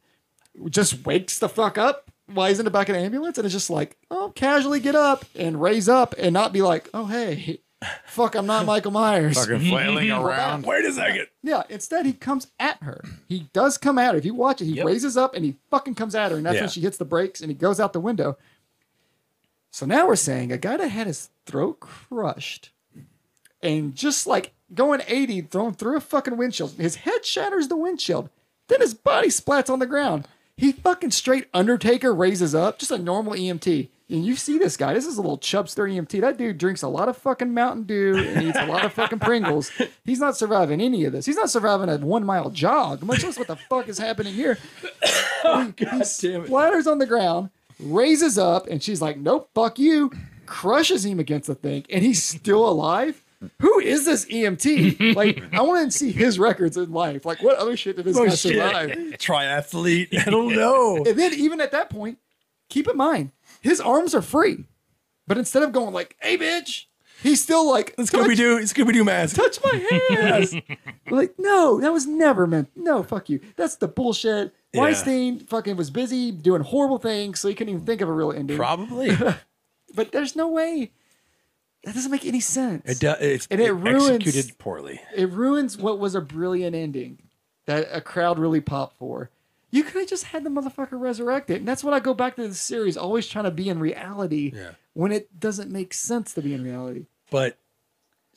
Speaker 3: just wakes the fuck up while he's in the back of the ambulance and is just like, oh, casually get up and raise up and not be like, oh hey, fuck, I'm not Michael Myers.
Speaker 2: Fucking flailing around.
Speaker 1: Wait a second.
Speaker 3: Yeah, instead he comes at her. He does come at her. If you watch it, he
Speaker 1: Yep.
Speaker 3: raises up and he fucking comes at her, and that's
Speaker 1: Yeah.
Speaker 3: when she hits the brakes and he goes out the window. So now we're saying a guy that had his throat crushed and just like going 80, thrown through a fucking windshield, his head shatters the windshield, then his body splats on the ground. He fucking straight Undertaker raises up, just a normal EMT. And you see this guy. This is a little chubster EMT. That dude drinks a lot of fucking Mountain Dew and eats a lot of fucking Pringles. He's not surviving any of this. He's not surviving a one mile jog, much less what the fuck is happening here.
Speaker 1: God damn it.
Speaker 3: Flatters on the ground, raises up, and she's like, "Nope, fuck you." Crushes him against the thing, and he's still alive. Who is this EMT? Like, I want to see his records in life. Like, what other shit did this
Speaker 1: Oh,
Speaker 3: guy
Speaker 1: shit.
Speaker 3: survive?
Speaker 1: Triathlete. I don't know.
Speaker 3: And then, even at that point, keep in mind his arms are free, but instead of going like, "Hey, bitch," he's still like,
Speaker 1: It's Scooby Doo. Scooby Doo mask.
Speaker 3: touch my hands. like, no, that was never meant. No, fuck you. That's the bullshit.
Speaker 1: Yeah.
Speaker 3: Weinstein fucking was busy doing horrible things, so he couldn't even think of a real ending.
Speaker 1: Probably.
Speaker 3: but there's no way. That doesn't make any sense.
Speaker 1: It do, it's
Speaker 3: And it ruins-
Speaker 1: executed poorly.
Speaker 3: It ruins what was a brilliant ending that a crowd really popped for. You could have just had the motherfucker resurrect it. And that's what I go back to the series, always trying to be in reality
Speaker 1: Yeah.
Speaker 3: when it doesn't make sense to be in reality.
Speaker 1: But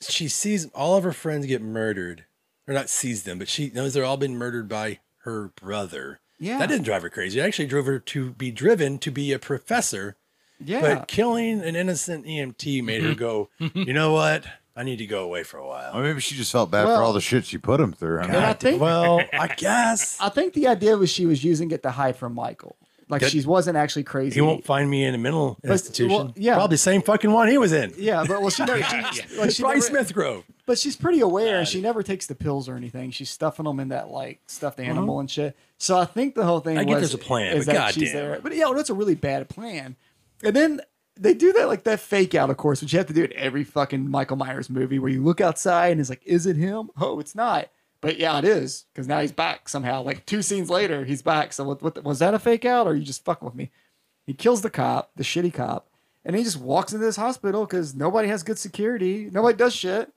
Speaker 1: she sees all of her friends get murdered, or not sees them, but she knows they're all been murdered by her brother.
Speaker 3: Yeah.
Speaker 1: That didn't drive her crazy. It actually drove her to be driven to be a professor.
Speaker 3: Yeah.
Speaker 1: But killing an innocent EMT made her go, you know what? I need to go away for a while.
Speaker 2: Or maybe she just felt bad for
Speaker 3: Well-
Speaker 2: all the shit she put him through. I mean,
Speaker 3: And Oh, I think-
Speaker 1: well, I guess
Speaker 3: I think the idea was she was using it to hide from Michael. Like
Speaker 1: That-
Speaker 3: she wasn't actually crazy.
Speaker 1: he won't find me in a mental
Speaker 3: well,
Speaker 1: institution.
Speaker 3: yeah.
Speaker 1: Probably the same fucking one he was in.
Speaker 3: Yeah, but well, she never. She, like, she
Speaker 1: Probably
Speaker 3: never-
Speaker 1: Smith Grove.
Speaker 3: but she's pretty aware, and she never takes the pills or anything. She's stuffing them in that like stuffed animal and shit. So I think the whole thing.
Speaker 1: Uh-huh. I get
Speaker 3: was-
Speaker 1: there's a plan,
Speaker 3: is
Speaker 1: but
Speaker 3: that she's
Speaker 1: goddamn.
Speaker 3: there. But yeah, well, that's a really bad plan. And then they do that like that fake out, of course, which you have to do in every fucking Michael Myers movie, where you look outside and it's like, is it him? Oh, it's not. But yeah, it is because now he's back somehow. Like two scenes later, he's back. So what, what was that a fake out, or you just fucking with me? He kills the cop, the shitty cop, and he just walks into this hospital because nobody has good security. Nobody does shit.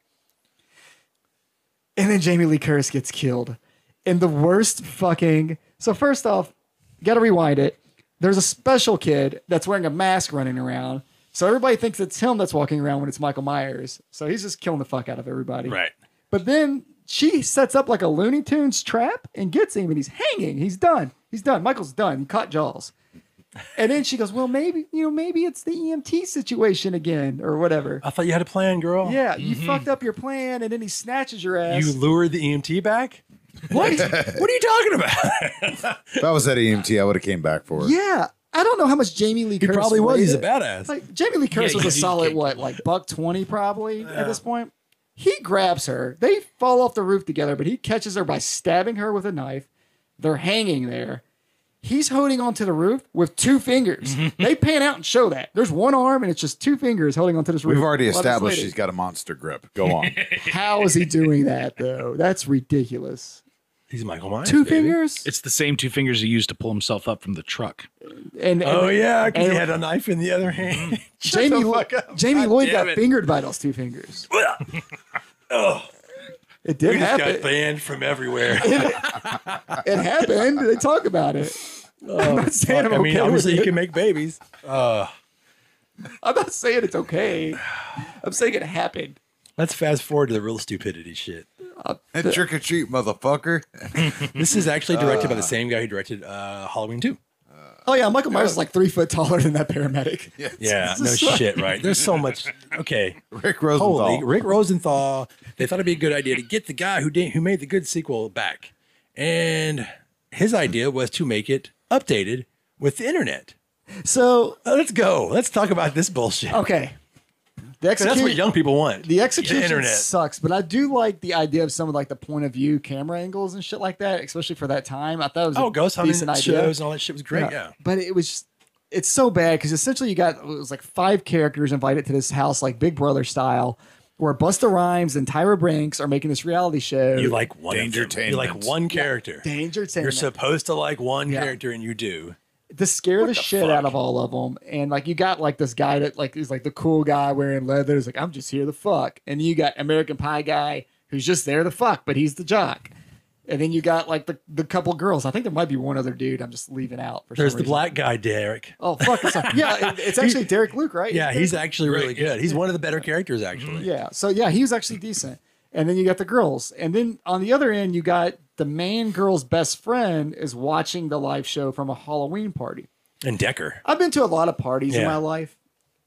Speaker 3: And then Jamie Lee Curtis gets killed. And the worst fucking. So, first off, gotta rewind it. There's a special kid that's wearing a mask running around. So, everybody thinks it's him that's walking around when it's Michael Myers. So, he's just killing the fuck out of everybody.
Speaker 1: Right.
Speaker 3: But then she sets up like a Looney Tunes trap and gets him, and he's hanging. He's done. He's done. Michael's done. He caught Jaws. And then she goes, Well, maybe, you know, maybe it's the EMT situation again or whatever.
Speaker 1: I thought you had a plan, girl.
Speaker 3: Yeah, you fucked up your plan, and then he snatches your ass.
Speaker 1: Oh, mm-hmm. You lured the EMT back? What? what are you talking about?
Speaker 2: if I was at EMT, I would have came back for it.
Speaker 3: Yeah, I don't know how much Jamie Lee.
Speaker 1: He
Speaker 3: Curtis
Speaker 1: probably was.
Speaker 3: weighed.
Speaker 1: He's a badass.
Speaker 3: Like Jamie Lee Curtis
Speaker 4: Yeah,
Speaker 3: was a
Speaker 4: he's- he's
Speaker 3: solid
Speaker 4: big.
Speaker 3: what, like buck twenty probably at this point. He grabs her. They fall off the roof together, but he catches her by stabbing her with a knife. They're hanging there, He's holding onto the roof with two fingers. They pan out and show that. There's one arm and it's just two fingers holding onto this roof.
Speaker 2: We've already
Speaker 3: By this
Speaker 2: established
Speaker 3: lady.
Speaker 2: he's got a monster grip. Go on.
Speaker 3: How is he doing that though? That's ridiculous.
Speaker 1: He's Michael Myers.
Speaker 3: Two
Speaker 1: baby.
Speaker 3: fingers?
Speaker 4: It's the same two fingers he used to pull himself up from the truck.
Speaker 3: and, and
Speaker 1: Oh yeah, 'cause he
Speaker 3: and-
Speaker 1: had a knife in the other hand. Shut
Speaker 3: Jamie,
Speaker 1: the
Speaker 3: Lo-
Speaker 1: fuck up.
Speaker 3: Jamie
Speaker 1: God
Speaker 3: Lloyd
Speaker 1: damn
Speaker 3: got
Speaker 1: it.
Speaker 3: fingered by those two fingers.
Speaker 1: Ugh,
Speaker 3: It
Speaker 1: we just
Speaker 3: did happen.
Speaker 1: got banned from everywhere.
Speaker 3: It happened. They talk about it. I'm not saying I'm
Speaker 1: Oh, I mean,
Speaker 3: okay with
Speaker 1: obviously
Speaker 3: it.
Speaker 1: he can make babies.
Speaker 3: I'm not saying it's okay. I'm saying it happened.
Speaker 1: Let's fast forward to the real stupidity shit.
Speaker 2: Trick or treat, motherfucker.
Speaker 1: This is actually
Speaker 3: Mm-hmm.
Speaker 1: directed by the
Speaker 3: Ah.
Speaker 1: same guy who directed uh, Halloween 2.
Speaker 3: Oh yeah, Michael Myers is like three foot taller than that paramedic.
Speaker 2: Yeah.
Speaker 1: Yeah, no shit, right? There's so much. Okay,
Speaker 2: Rick Rosenthal.
Speaker 1: holy Rick Rosenthal. They thought it'd be a good idea to get the guy who did who made the good sequel back, and his idea was to make it updated with the internet.
Speaker 3: So
Speaker 1: Uh, let's go. Let's talk about this bullshit.
Speaker 3: okay, the
Speaker 1: So that's what
Speaker 3: execution
Speaker 1: young people want.
Speaker 3: the execution
Speaker 1: internet.
Speaker 3: sucks, but I do like the idea of some of like the point of view camera angles and shit like that, especially for that time. I thought it was
Speaker 1: oh,
Speaker 3: a
Speaker 1: ghost hunting
Speaker 3: decent idea.
Speaker 1: shows and all that shit was great. Yeah.
Speaker 3: But it was just- it's so bad because essentially you got it was like five characters invited to this house like Big Brother style, where Busta Rhymes and Tyra Banks are making this reality show.
Speaker 1: You like one of
Speaker 2: Danger
Speaker 1: them. You like
Speaker 2: Tainment.
Speaker 1: one character.
Speaker 3: Danger
Speaker 1: You're
Speaker 3: Tainment
Speaker 1: supposed to like one
Speaker 3: Yeah.
Speaker 1: character, and you do.
Speaker 3: to scare the, shit out of all of them. And like you got like this guy that like is like the cool guy wearing leather. Is like I'm just here to fuck. And you got American Pie guy who's just there to fuck, but he's the jock. And then you got like the, the couple girls. I think there might be one other dude. I'm just leaving out. For some
Speaker 1: There's the
Speaker 3: reason.
Speaker 1: black guy, Derek.
Speaker 3: Oh fuck! It's like, yeah, it- it's actually Derek Luke, right?
Speaker 1: Yeah,
Speaker 3: Derek
Speaker 1: he's actually really good. He's one of the better characters, actually.
Speaker 3: Yeah. So yeah, he was actually decent. And then you got the girls. And then on the other end, you got the man girl's best friend is watching the live show from a Halloween party.
Speaker 1: And Decker.
Speaker 3: I've been to a lot of parties in
Speaker 1: Yeah.
Speaker 3: my life.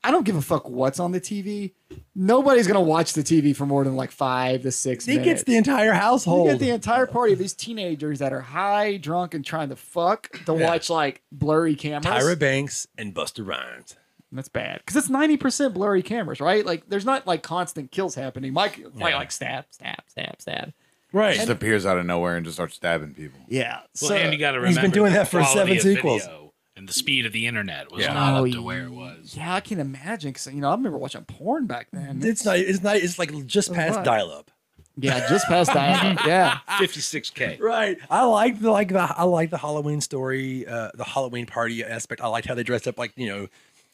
Speaker 3: I don't give a fuck what's on the TV. Nobody's gonna watch the TV for more than like five to six
Speaker 1: He
Speaker 3: minutes.
Speaker 1: gets the entire
Speaker 3: you
Speaker 1: household.
Speaker 3: get the entire party of these teenagers that are high, drunk, and trying to fuck to
Speaker 1: Yeah.
Speaker 3: watch like blurry cameras.
Speaker 1: Tyra Banks and Buster Rhymes.
Speaker 3: That's bad because it's ninety percent blurry cameras, right? Like, there's not like constant kills happening. Mike, like, like stab, stab, stab, stab.
Speaker 1: Right.
Speaker 2: Just appears out of nowhere and just starts stabbing people.
Speaker 3: Yeah.
Speaker 4: Well, and you got to remember
Speaker 1: he's been doing
Speaker 4: the
Speaker 1: that for
Speaker 4: quality
Speaker 1: seven
Speaker 4: of
Speaker 1: sequels.
Speaker 4: video And the speed of the internet was
Speaker 1: Yeah.
Speaker 4: not
Speaker 3: Oh,
Speaker 4: up to where it was.
Speaker 3: yeah, I can imagine because you know I remember watching porn back then.
Speaker 1: it's not. It's not. It's like just past
Speaker 3: fuck?
Speaker 1: dial up.
Speaker 3: yeah, just past that. yeah,
Speaker 4: 56k.
Speaker 1: Right. I like the like the I like the Halloween story, uh, the Halloween party aspect. I liked how they dressed up like you know,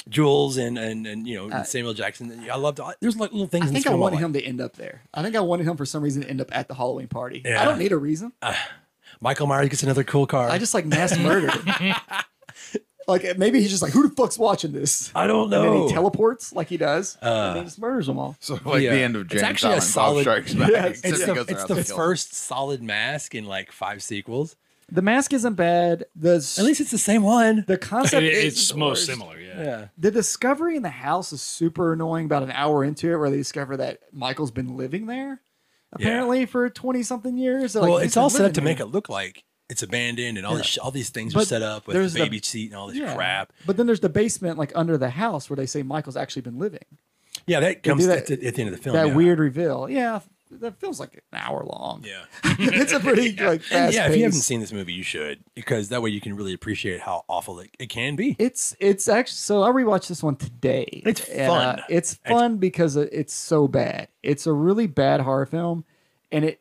Speaker 1: Jules and and and you know and Samuel Jackson. I loved. There's like little things.
Speaker 3: Uh, I
Speaker 1: in this
Speaker 3: think I
Speaker 1: film
Speaker 3: wanted
Speaker 1: like.
Speaker 3: him to end up there. I think I wanted him for some reason to end up at the Halloween party.
Speaker 1: Yeah.
Speaker 3: I don't need a reason.
Speaker 1: Michael Myers gets another cool car.
Speaker 3: I just like mass murder. like maybe he's just like, who the fuck's watching this?
Speaker 1: I don't
Speaker 3: And then
Speaker 1: know.
Speaker 3: he teleports like he does,
Speaker 1: Uh.
Speaker 3: and then just murders them all.
Speaker 2: So like
Speaker 1: Yeah.
Speaker 2: the end of
Speaker 1: It's
Speaker 2: James
Speaker 1: actually a
Speaker 2: Allen, Bob
Speaker 1: solid-
Speaker 2: Strikes Back,
Speaker 3: Yeah,
Speaker 2: except
Speaker 1: it's
Speaker 2: he
Speaker 1: the,
Speaker 2: goes
Speaker 1: it's
Speaker 2: around
Speaker 1: the
Speaker 2: and kills.
Speaker 1: first solid mask in like five sequels.
Speaker 3: The mask isn't bad. The s-
Speaker 1: At least it's the same one.
Speaker 3: the concept
Speaker 4: It,
Speaker 3: is
Speaker 4: it's
Speaker 3: the
Speaker 4: most
Speaker 3: worst.
Speaker 4: similar, yeah.
Speaker 1: Yeah.
Speaker 3: The discovery in the house is super annoying. About an hour into it, where they discover that Michael's been living there apparently for twenty something years. They're like,
Speaker 1: Well,
Speaker 3: "He's
Speaker 1: it's all
Speaker 3: been
Speaker 1: set up
Speaker 3: living
Speaker 1: to
Speaker 3: here."
Speaker 1: make it look like it's abandoned and all this. Sh- all these things are
Speaker 3: But
Speaker 1: set up with
Speaker 3: there's the-
Speaker 1: baby seat and all this
Speaker 3: Yeah.
Speaker 1: crap.
Speaker 3: But then there's the basement, like under the house, where they say Michael's actually been living.
Speaker 1: Yeah, that comes
Speaker 3: that-
Speaker 1: at, the, at the end of the film.
Speaker 3: that
Speaker 1: yeah.
Speaker 3: weird reveal. Yeah, that feels like an hour long.
Speaker 1: Yeah.
Speaker 3: it's a pretty like fast
Speaker 1: And yeah, if you haven't
Speaker 3: pace.
Speaker 1: seen this movie, you should because that way you can really appreciate how awful it, it can be.
Speaker 3: It's it's actually so I rewatched this one today.
Speaker 1: It's
Speaker 3: And, uh,
Speaker 1: fun.
Speaker 3: it's
Speaker 1: It's-
Speaker 3: fun because it- it's so bad. It's a really bad horror film, and it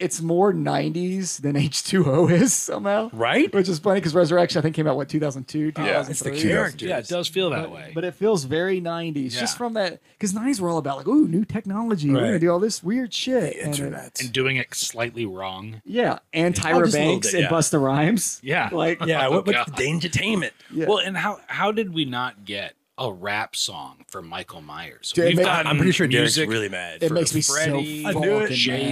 Speaker 3: it's more '90s than H2O is somehow.
Speaker 1: Right?
Speaker 3: Which is funny because Resurrection I think came out what 2002,
Speaker 2: Yeah, it's
Speaker 1: It's the
Speaker 3: 2003?
Speaker 1: characters.
Speaker 4: Yeah, it does feel that way.
Speaker 3: But it feels very 90s, just
Speaker 4: Yeah.
Speaker 3: from that. Because 90s were all about, like, ooh, new technology. We're going to
Speaker 1: Right.
Speaker 3: do all this weird shit. and it-
Speaker 2: internet.
Speaker 4: and doing it slightly wrong.
Speaker 3: yeah. And
Speaker 1: Oh, just
Speaker 3: Tyra
Speaker 1: a little
Speaker 3: Banks
Speaker 1: bit,
Speaker 3: and
Speaker 1: yeah.
Speaker 3: Busta Rhymes.
Speaker 4: Yeah.
Speaker 3: Like,
Speaker 1: Yeah, what, what's
Speaker 4: God.
Speaker 1: the danger tainment?
Speaker 3: yeah.
Speaker 4: Well, and how how did we not get a rap song for Michael Myers?
Speaker 3: Dude, it
Speaker 4: We've
Speaker 3: ma-
Speaker 4: gotten
Speaker 1: I'm pretty sure Derek's
Speaker 4: music
Speaker 1: really mad.
Speaker 3: it
Speaker 1: for-
Speaker 3: makes me
Speaker 4: Freddy,
Speaker 3: so
Speaker 1: I knew it.
Speaker 3: fucking Jason.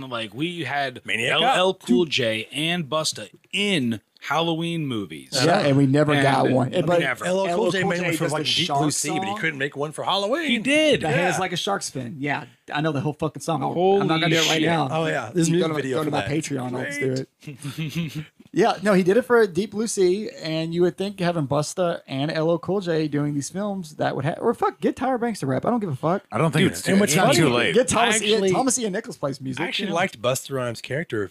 Speaker 4: Jason, like we had
Speaker 1: Maniac
Speaker 4: LL Cool J and Busta in Halloween movies.
Speaker 3: Yeah, and we never
Speaker 4: And-
Speaker 3: got one.
Speaker 4: I mean,
Speaker 3: But
Speaker 4: never.
Speaker 1: LL Cool
Speaker 3: LL
Speaker 1: J
Speaker 3: Cool
Speaker 1: made
Speaker 3: J
Speaker 1: one for
Speaker 3: does
Speaker 1: like
Speaker 3: the
Speaker 1: Deep
Speaker 3: shark
Speaker 1: Blue Sea, but he
Speaker 3: song.
Speaker 1: couldn't make one for Halloween.
Speaker 4: He did.
Speaker 3: The hand's like a shark's fin. Yeah, I know the whole fucking song. I'll- I'm not
Speaker 4: Holy
Speaker 3: gonna do it right
Speaker 4: shit.
Speaker 3: now.
Speaker 1: Oh, yeah. There's a
Speaker 3: You
Speaker 1: music
Speaker 3: go to,
Speaker 1: video
Speaker 3: Go
Speaker 1: for
Speaker 3: to my
Speaker 1: that.
Speaker 3: Patreon. I'll just do
Speaker 1: Great.
Speaker 3: it. yeah, no, he did it for Deep Blue Sea, and you would think having Busta and LL Cool J doing these films that would have or fuck get Tyra Banks to rap. I don't give a fuck.
Speaker 2: I don't think
Speaker 1: Dude,
Speaker 2: it's
Speaker 1: and
Speaker 2: too,
Speaker 1: what's
Speaker 2: it's not
Speaker 1: funny-
Speaker 2: too late.
Speaker 3: Get Thomas
Speaker 1: actually-
Speaker 3: Ian, Thomas Ian Nichols plays music.
Speaker 1: I actually
Speaker 3: you know?
Speaker 1: liked Buster Rhymes' character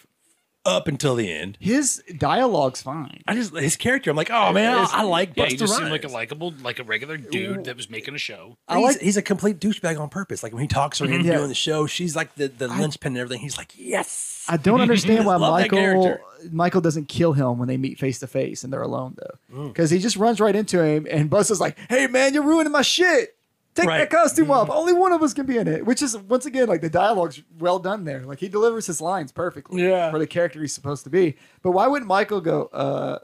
Speaker 1: up until the end.
Speaker 3: His dialogue's fine.
Speaker 1: I just his character. I'm like, oh man, I, I like
Speaker 4: Yeah,
Speaker 1: Buster
Speaker 4: he just seemed like a
Speaker 1: Rhymes.
Speaker 4: likable, like a regular dude that was making a show.
Speaker 3: I
Speaker 1: he's,
Speaker 3: like Mhm.
Speaker 1: he's a complete douchebag on purpose. Like when he talks to her
Speaker 3: Yeah.
Speaker 1: doing the show, she's like the, the linchpin and everything. He's like, yes.
Speaker 3: I don't understand why
Speaker 1: Love that
Speaker 3: Michael
Speaker 1: character.
Speaker 3: Michael doesn't kill him when they meet face to face and they're alone though,
Speaker 1: Mm.
Speaker 3: because he just runs right into him and Buster's like, "Hey man, you're ruining my shit. Take
Speaker 1: Right. Mm-hmm.
Speaker 3: that costume off. Only one of us can be in it." Which is once again like the dialogue's well done there. Like he delivers his lines perfectly
Speaker 1: Yeah.
Speaker 3: for the character he's supposed to be. But why wouldn't Michael go uh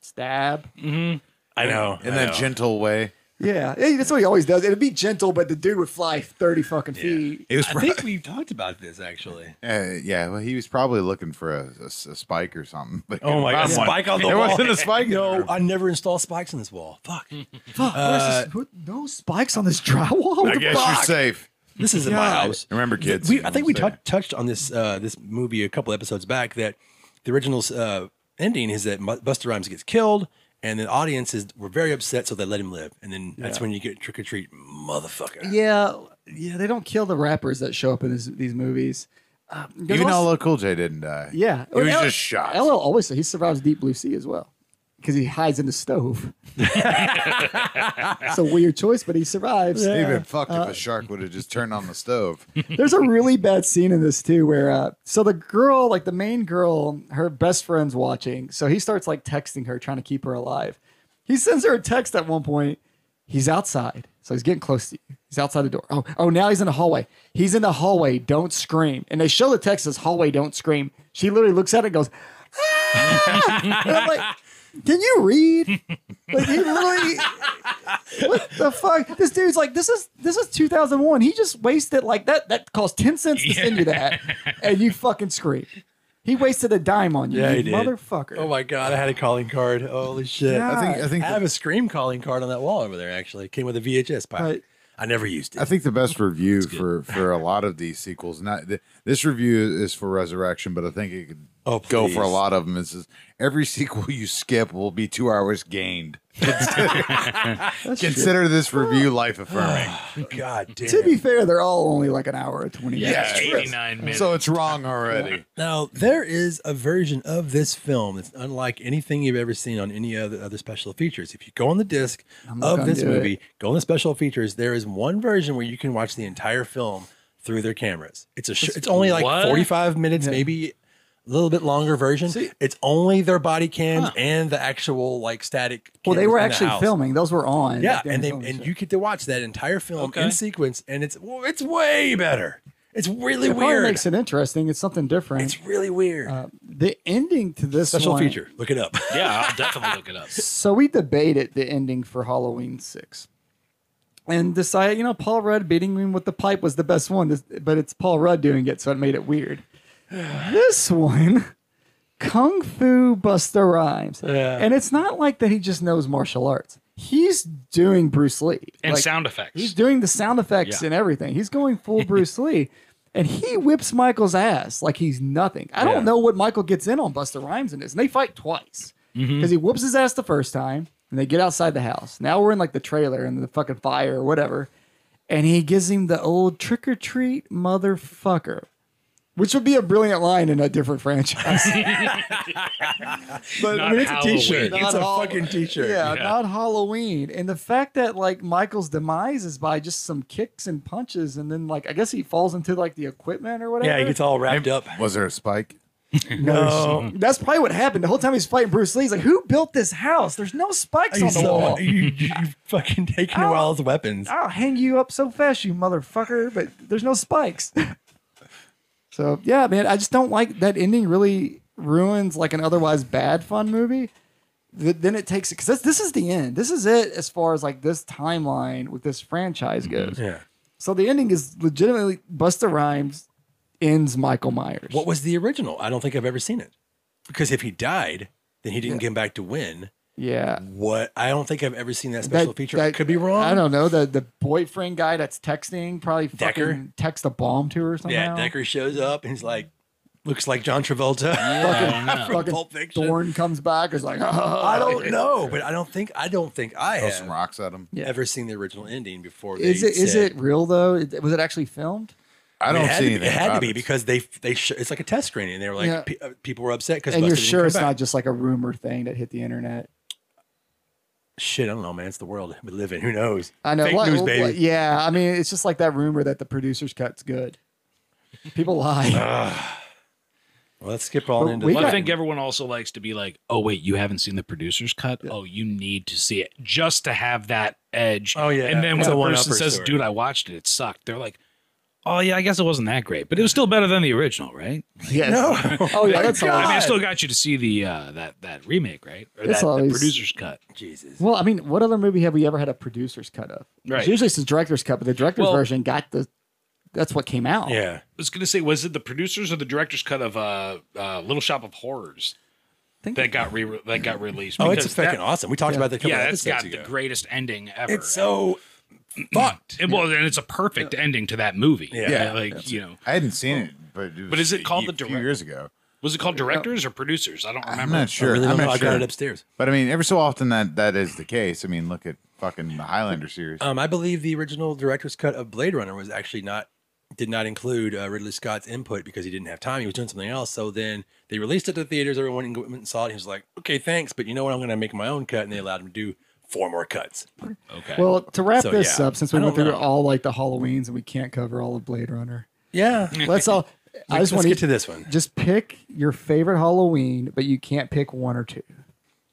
Speaker 3: stab?
Speaker 1: I know.
Speaker 2: in
Speaker 1: I
Speaker 2: that
Speaker 1: know.
Speaker 2: gentle way.
Speaker 3: Yeah, yeah, that's what he always does. It'd be gentle, but the dude would fly thirty fucking feet.
Speaker 2: It was
Speaker 1: I
Speaker 2: pro-
Speaker 1: think we've talked about this actually.
Speaker 2: uh, yeah. Well, he was probably looking for a, a s- a spike or something. But he
Speaker 1: Oh my god,
Speaker 2: couldn't find one.
Speaker 1: spike on the
Speaker 2: There
Speaker 1: wall.
Speaker 2: wasn't a spike.
Speaker 1: No, I never install spikes in this wall. Fuck.
Speaker 3: Fuck, where's this- who- no spikes on this drywall. What
Speaker 2: uh, I
Speaker 3: the
Speaker 2: guess you're
Speaker 3: fuck?
Speaker 2: safe.
Speaker 1: This isn't my
Speaker 3: God.
Speaker 1: house.
Speaker 2: Remember, kids.
Speaker 1: We,
Speaker 2: you
Speaker 1: I
Speaker 2: know
Speaker 1: think
Speaker 2: what
Speaker 1: we
Speaker 2: I'm saying?
Speaker 1: touched touched on this uh, this movie a couple episodes back that the original uh, ending is that Mu- Buster Rhymes gets killed, and the audiences were very upset, so they let him live. And then that's when you get trick or treat, motherfucker.
Speaker 3: Yeah, yeah, they don't kill the rappers that show up in this, these movies. Um, there's
Speaker 2: Even
Speaker 3: also-
Speaker 2: LL Cool J didn't die.
Speaker 3: yeah,
Speaker 2: He was
Speaker 3: Well,
Speaker 2: just shot.
Speaker 3: LL always he survives deep blue sea as well because he hides in the stove. it's a weird choice, but he survives.
Speaker 2: They've been fucked if
Speaker 1: Uh,
Speaker 2: a shark would have just turned on the stove.
Speaker 3: There's a really bad scene in this too, where uh, so the girl, like the main girl, her best friend's watching, so he starts like texting her, trying to keep her alive. He sends her a text at one point. He's outside, so he's getting close to you. He's outside the door. Oh, oh, now he's in the hallway. He's in the hallway. Don't scream. And they show the text as hallway. Don't scream. She literally looks at it and goes, ah! and I'm like, can you read? Like he literally what the fuck? This dude's like, this is this is 2001. He just wasted like that. That cost 10 cents to send you that, and you fucking scream. He wasted a dime on you,
Speaker 1: Yeah,
Speaker 3: you
Speaker 1: he did.
Speaker 3: motherfucker.
Speaker 1: Oh my god, I had a calling card. Holy shit!
Speaker 3: Yeah.
Speaker 1: I,
Speaker 2: I think. I think.
Speaker 1: have a scream calling card on that wall over there. Actually, came with a VHS pipe.
Speaker 3: Right.
Speaker 1: I never used it.
Speaker 2: I think the best review for for a lot of these sequels. Not th- this review is for Resurrection, but I think it could
Speaker 1: Oh,
Speaker 2: go for a
Speaker 1: please.
Speaker 2: lot of them. It says every sequel you skip will be two hours gained.
Speaker 3: That's true.
Speaker 2: Consider this review life affirming.
Speaker 1: God damn.
Speaker 3: to be fair, they're all only like an hour or 20
Speaker 4: Yeah,
Speaker 3: minutes.
Speaker 2: it's true.
Speaker 4: 89 minutes.
Speaker 2: so it's wrong already.
Speaker 1: Now there is a version of this film that's unlike anything you've ever seen on any other other special features. If you go on the disc
Speaker 3: not
Speaker 1: of
Speaker 3: gonna
Speaker 1: this
Speaker 3: do
Speaker 1: movie, go on the special features. There is one version where you can watch the entire film through their cameras. It's a sh- it's only like
Speaker 4: What?
Speaker 1: forty five minutes, maybe a little bit longer version. it's only their body cams and the actual like static.
Speaker 3: Well, they
Speaker 1: cameras
Speaker 3: were
Speaker 1: in the
Speaker 3: actually
Speaker 1: house.
Speaker 3: filming. Those were on.
Speaker 1: Yeah,
Speaker 3: Like, they
Speaker 1: and
Speaker 3: were
Speaker 1: they
Speaker 3: filming
Speaker 1: and
Speaker 3: shit.
Speaker 1: you get to watch that entire film
Speaker 4: Okay.
Speaker 1: in sequence, and it's well, it's way better. It's really
Speaker 3: It probably
Speaker 1: weird.
Speaker 3: makes it interesting. It's something different.
Speaker 1: it's really weird.
Speaker 3: Uh, the ending to this
Speaker 1: Special
Speaker 3: one-
Speaker 1: feature. Look it up.
Speaker 4: yeah, I'll definitely look it up.
Speaker 3: So we debated the ending for Halloween six, and decided, you know, Paul Rudd beating him with the pipe was the best one, this- but it's Paul Rudd doing it, so it made it weird. This one, Kung Fu Buster Rhymes,
Speaker 1: Yeah.
Speaker 3: and it's not like that he just knows martial arts. He's doing Bruce Lee
Speaker 4: And
Speaker 3: Like,
Speaker 4: sound effects.
Speaker 3: He's doing the sound effects
Speaker 4: Yeah.
Speaker 3: and everything. He's going full Bruce Lee. And he whips Michael's ass like he's nothing. I don't
Speaker 1: Yeah.
Speaker 3: know what Michael gets in on Buster Rhymes in this. And they fight twice. Because
Speaker 4: Mm-hmm.
Speaker 3: he whoops his ass the first time and they get outside the house. Now we're in like the trailer and the fucking fire or whatever. And he gives him the old trick or treat motherfucker. Which would be a brilliant line in a different franchise.
Speaker 1: But
Speaker 4: Not
Speaker 1: I mean, it's a
Speaker 4: Halloween.
Speaker 1: t-shirt.
Speaker 3: Not
Speaker 1: it's a
Speaker 3: Halloween.
Speaker 1: fucking t-shirt.
Speaker 3: yeah, not Halloween. And the fact that like Michael's demise is by just some kicks and punches, and then like I guess he falls into like the equipment or whatever.
Speaker 1: Yeah, he gets all wrapped up.
Speaker 2: Was there a spike?
Speaker 1: No.
Speaker 3: That's probably what happened. The whole time he's fighting Bruce Lee, he's like, "Who built this house? There's no spikes on the wall.
Speaker 1: you, you've fucking taken
Speaker 3: Ow.
Speaker 1: away all his weapons.
Speaker 3: I'll hang you up so fast, you motherfucker!" But there's no spikes. so yeah, man, I just don't like that ending. Really ruins like an otherwise bad fun movie. th- then it takes it because this is the end. This is it as far as like this timeline with this franchise goes.
Speaker 1: Yeah.
Speaker 3: So the ending is legitimately Busta Rhymes ends Michael Myers.
Speaker 1: What was the original? I don't think I've ever seen it. Because if he died, then he didn't come back to win.
Speaker 3: yeah.
Speaker 1: What? I don't think I've ever seen that special
Speaker 3: That-
Speaker 1: feature. I
Speaker 3: that-
Speaker 1: could be wrong.
Speaker 3: I don't know. The the boyfriend guy that's texting probably
Speaker 1: Decker?
Speaker 3: fucking text a bomb to her
Speaker 1: Yeah,
Speaker 3: somehow.
Speaker 1: Decker shows up and he's like, looks like John Travolta.
Speaker 4: I don't know.
Speaker 1: from
Speaker 3: Fucking
Speaker 1: Pulp Fiction.
Speaker 3: Thorn comes back. Is like,
Speaker 1: I don't know, but I don't think I don't think I
Speaker 2: Throw some
Speaker 1: have
Speaker 2: rocks at him.
Speaker 3: Yeah.
Speaker 1: ever seen the original ending before.
Speaker 3: Is
Speaker 1: they
Speaker 3: it is
Speaker 1: said-
Speaker 3: it real though? It- Was it actually filmed?
Speaker 2: I
Speaker 1: mean,
Speaker 2: don't
Speaker 1: it had to
Speaker 2: see
Speaker 1: be-
Speaker 2: anything.
Speaker 1: It had to
Speaker 2: about
Speaker 1: be because they they sh- it's like a test screening. They were like
Speaker 3: Yeah.
Speaker 1: pe- uh, people were upset because
Speaker 3: and you're sure it's not just like a rumor thing that hit the internet.
Speaker 1: shit. I don't know, man. It's the world we live in. Who knows?
Speaker 3: I know.
Speaker 1: Fake
Speaker 3: what-
Speaker 1: news,
Speaker 3: what-
Speaker 1: baby.
Speaker 3: yeah, I mean, it's just like that rumor that the producer's cut's good. People lie.
Speaker 1: Well, let's skip on
Speaker 3: But
Speaker 1: into.
Speaker 3: we
Speaker 1: the-
Speaker 4: Well, I
Speaker 3: got-
Speaker 4: think everyone also likes to be like, "Oh wait, you haven't seen the producer's cut? Oh, you need to see it just to have that edge."
Speaker 1: Oh, yeah.
Speaker 4: and then
Speaker 1: It's
Speaker 4: when
Speaker 1: a
Speaker 4: the person
Speaker 1: one-upper
Speaker 4: says,
Speaker 1: story.
Speaker 4: "Dude, I watched it. It sucked," they're like, "Oh yeah, I guess it wasn't that great, but it was still better than the original, right?"
Speaker 3: yes.
Speaker 1: no.
Speaker 3: Oh yeah, that's a
Speaker 4: I mean, I
Speaker 3: lot.
Speaker 4: still got you to see the uh, that that remake, right? Or
Speaker 3: It's
Speaker 4: that,
Speaker 3: always-
Speaker 4: the producer's cut.
Speaker 1: Jesus.
Speaker 3: Well, I mean, what other movie have we ever had a producer's cut of?
Speaker 4: Right.
Speaker 3: It's usually it's the director's cut, but the director's
Speaker 4: Well-
Speaker 3: version got the. That's what came out.
Speaker 1: Yeah.
Speaker 4: I was gonna say, was it the producers or the director's cut of uh, uh, Little Shop of Horrors that got re- that got released?
Speaker 1: Oh, it's
Speaker 4: Because
Speaker 1: fucking
Speaker 4: that-
Speaker 1: awesome. We talked
Speaker 3: Yeah.
Speaker 1: about that. a couple
Speaker 4: Yeah, that's
Speaker 1: episodes
Speaker 4: got the
Speaker 1: ago.
Speaker 4: greatest ending ever.
Speaker 1: It's so fucked.
Speaker 4: It, well, and it's a perfect ending to that movie.
Speaker 1: Yeah.
Speaker 2: Yeah.
Speaker 4: like you know,
Speaker 2: I hadn't seen it, but it was
Speaker 4: But is it
Speaker 2: a
Speaker 4: called
Speaker 2: few-
Speaker 4: The
Speaker 2: few
Speaker 4: Direct-
Speaker 2: years ago?
Speaker 4: was it called directors or producers? I don't remember.
Speaker 2: I'm not
Speaker 1: I
Speaker 2: sure.
Speaker 1: really
Speaker 2: I'm
Speaker 1: don't know.
Speaker 2: not
Speaker 1: how I
Speaker 2: sure.
Speaker 1: got it upstairs.
Speaker 2: But I mean, every so often that that is the case. I mean, look at fucking the Highlander series.
Speaker 1: Um, I believe the original director's cut of Blade Runner was actually not did not include uh, Ridley Scott's input because he didn't have time. He was doing something else. So then they released it to theaters. Everyone went and saw it. He was like, "Okay, thanks, but you know what? I'm going to make my own cut." And they allowed him to do four more cuts.
Speaker 4: Okay.
Speaker 3: Well, to wrap
Speaker 1: So,
Speaker 3: this
Speaker 1: yeah.
Speaker 3: up, since
Speaker 1: I
Speaker 3: we
Speaker 1: don't
Speaker 3: went through
Speaker 1: know.
Speaker 3: all like the Halloweens and we can't cover all of Blade Runner,
Speaker 1: Yeah,
Speaker 3: let's all. I
Speaker 1: let's
Speaker 3: just want
Speaker 1: get to this one.
Speaker 3: Just pick your favorite Halloween, but you can't pick one or two.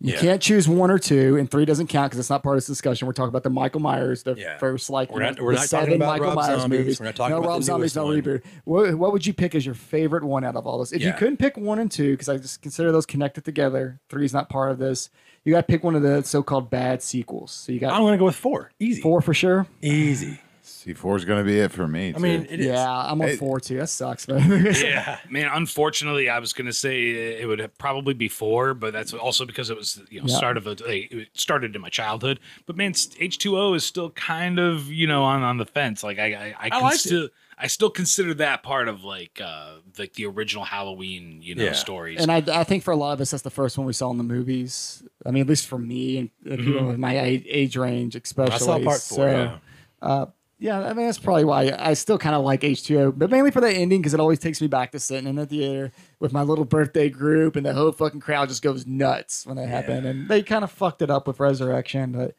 Speaker 3: You
Speaker 1: Yeah.
Speaker 3: can't choose one or two, and three doesn't count because it's not part of this discussion. We're talking about the Michael Myers, the
Speaker 1: Yeah.
Speaker 3: first like
Speaker 1: We're not-
Speaker 3: the
Speaker 1: we're not talking
Speaker 3: seven
Speaker 1: about
Speaker 3: Michael
Speaker 1: Rob
Speaker 3: Myers
Speaker 1: Zombies.
Speaker 3: movies.
Speaker 1: We're not talking
Speaker 3: no
Speaker 1: about
Speaker 3: Rob
Speaker 1: the newest
Speaker 3: Zombies, no
Speaker 1: one.
Speaker 3: reboot. What, what would you pick as your favorite one out of all those? If you
Speaker 1: Yeah.
Speaker 3: couldn't pick one and two, because I just consider those connected together, three's not part of this. You got to pick one of the so-called bad sequels. So you got
Speaker 1: I'm going to go with four. Easy,
Speaker 3: four for sure.
Speaker 1: easy.
Speaker 2: C four is going to be it for me.
Speaker 1: I mean, it is.
Speaker 3: yeah, I'm on
Speaker 2: It-
Speaker 3: four too. That sucks, man.
Speaker 4: yeah, man. Unfortunately, I was gonna say it would have probably be four, but that's also because it was you know
Speaker 3: Yeah.
Speaker 4: start of a, like, it started in my childhood. But man, H two O is still kind of you know on on the fence. Like I I, I, can
Speaker 1: liked it.
Speaker 4: still I still consider that part of like uh like the original Halloween you know
Speaker 1: Yeah.
Speaker 4: stories.
Speaker 3: And I, I think for a lot of us, that's the first one we saw in the movies. I mean, at least for me and uh, people in my a- age range, especially.
Speaker 1: Mm-hmm. I saw part four.
Speaker 3: So, uh,
Speaker 1: yeah.
Speaker 3: yeah, I mean, that's probably why I still kind of like H2O, but mainly for the ending because it always takes me back to sitting in the theater with my little birthday group and the whole fucking crowd just goes nuts when that happened. And they kind of fucked it up with Resurrection, but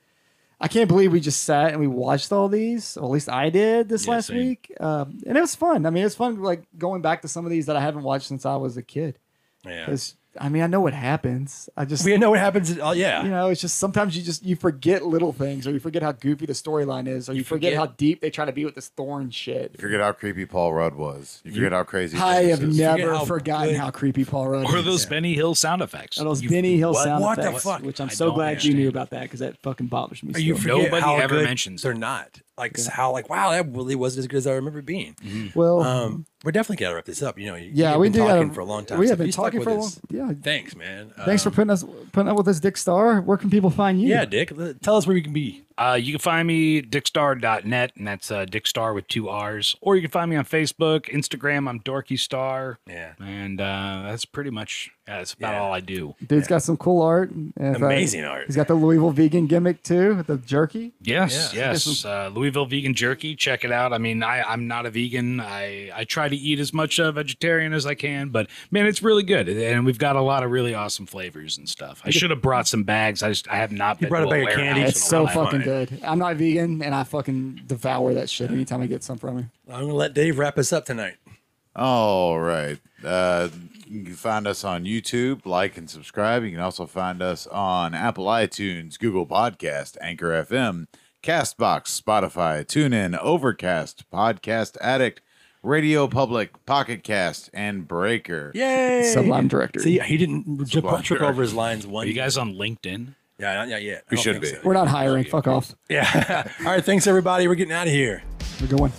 Speaker 3: I can't believe we just sat and we watched all these. Or at least I did this
Speaker 4: Yeah,
Speaker 3: last
Speaker 4: same.
Speaker 3: week. Um, and it was fun. I mean, it's fun like going back to some of these that I haven't watched since I was a kid.
Speaker 1: yeah.
Speaker 3: Because I mean, I know what happens. I just,
Speaker 1: We know what happens. Oh, yeah.
Speaker 3: you know, it's just sometimes you just you forget little things, or you forget how goofy the storyline is, or you, forget,
Speaker 1: forget-
Speaker 3: how deep they try to be with this thorn shit.
Speaker 2: you forget how creepy Paul Rudd was. You forget how crazy.
Speaker 3: I have
Speaker 2: Davis is.
Speaker 3: never
Speaker 1: how
Speaker 3: forgotten
Speaker 1: good-
Speaker 3: how creepy Paul Rudd
Speaker 4: or
Speaker 3: is.
Speaker 4: those Benny Hill sound effects.
Speaker 3: Or those
Speaker 4: You-
Speaker 3: Benny Hill
Speaker 1: what-
Speaker 3: sound
Speaker 1: what the
Speaker 3: effects,
Speaker 1: fuck?
Speaker 3: which I'm
Speaker 4: I
Speaker 3: so
Speaker 4: don't
Speaker 3: glad you
Speaker 4: understand.
Speaker 3: knew about that because that fucking bothers me.
Speaker 1: Or you
Speaker 3: still.
Speaker 1: forget
Speaker 4: Nobody
Speaker 1: how
Speaker 4: ever
Speaker 1: good
Speaker 4: mentions it.
Speaker 1: they're not like how like wow that really wasn't as good as I remember it being.
Speaker 4: Mm-hmm.
Speaker 3: well,
Speaker 1: Um, we're definitely gotta wrap this up. You know, you-
Speaker 3: yeah,
Speaker 1: you've
Speaker 3: we
Speaker 1: been
Speaker 3: did
Speaker 1: talking
Speaker 3: uh,
Speaker 1: for a long time.
Speaker 3: We
Speaker 1: so
Speaker 3: have
Speaker 1: if
Speaker 3: been
Speaker 1: you stuck
Speaker 3: talking
Speaker 1: with
Speaker 3: for a long.
Speaker 1: us,
Speaker 3: Yeah,
Speaker 1: Thanks, man.
Speaker 3: thanks for
Speaker 1: Um,
Speaker 3: putting us putting up with us, Dick Star. Where can people find you?
Speaker 1: yeah, Dick. l- Tell us where you can be.
Speaker 4: Uh, you can find me dickstar.net, and that's uh, dickstar with two R's. Or you can find me on Facebook, Instagram. I'm Dorky Star,
Speaker 1: Yeah,
Speaker 4: and uh, that's pretty much yeah, that's about
Speaker 1: Yeah.
Speaker 4: all I do.
Speaker 3: Dude's got some cool art. and if I-
Speaker 1: Amazing art.
Speaker 3: He's got the Louisville vegan gimmick too, with the jerky.
Speaker 4: Yes,
Speaker 1: Yeah.
Speaker 4: yes. Uh, Louisville vegan jerky. Check it out. I mean, I, I'm not a vegan. I, I try to eat as much uh, vegetarian as I can, but man, it's really good. And we've got a lot of really awesome flavors and stuff. I should have brought some bags. I just I have not. You
Speaker 1: brought a bag of candy?
Speaker 3: It's
Speaker 1: Decent
Speaker 3: so
Speaker 1: amount of
Speaker 3: fucking
Speaker 1: money.
Speaker 3: good. I'm not vegan, and I fucking devour that shit anytime I get some from him.
Speaker 1: I'm gonna let Dave wrap us up tonight.
Speaker 2: All right. Uh, you can find us on YouTube, like and subscribe. You can also find us on Apple iTunes, Google Podcast, Anchor FM, Castbox, Spotify, TuneIn, Overcast, Podcast Addict, Radio Public, Pocket Cast, and Breaker.
Speaker 1: Yay!
Speaker 3: Sublime director.
Speaker 1: See, he didn't j-
Speaker 2: Sublime
Speaker 1: trip
Speaker 2: director.
Speaker 1: over his lines
Speaker 4: Are
Speaker 1: one.
Speaker 4: you guys on LinkedIn?
Speaker 1: yeah, not yet. yet. I
Speaker 2: We
Speaker 1: don't
Speaker 2: should
Speaker 1: think
Speaker 2: be.
Speaker 1: so.
Speaker 3: We're not hiring. Fuck off.
Speaker 1: Yeah. All right. Thanks, everybody. We're getting out of here.
Speaker 3: We're going.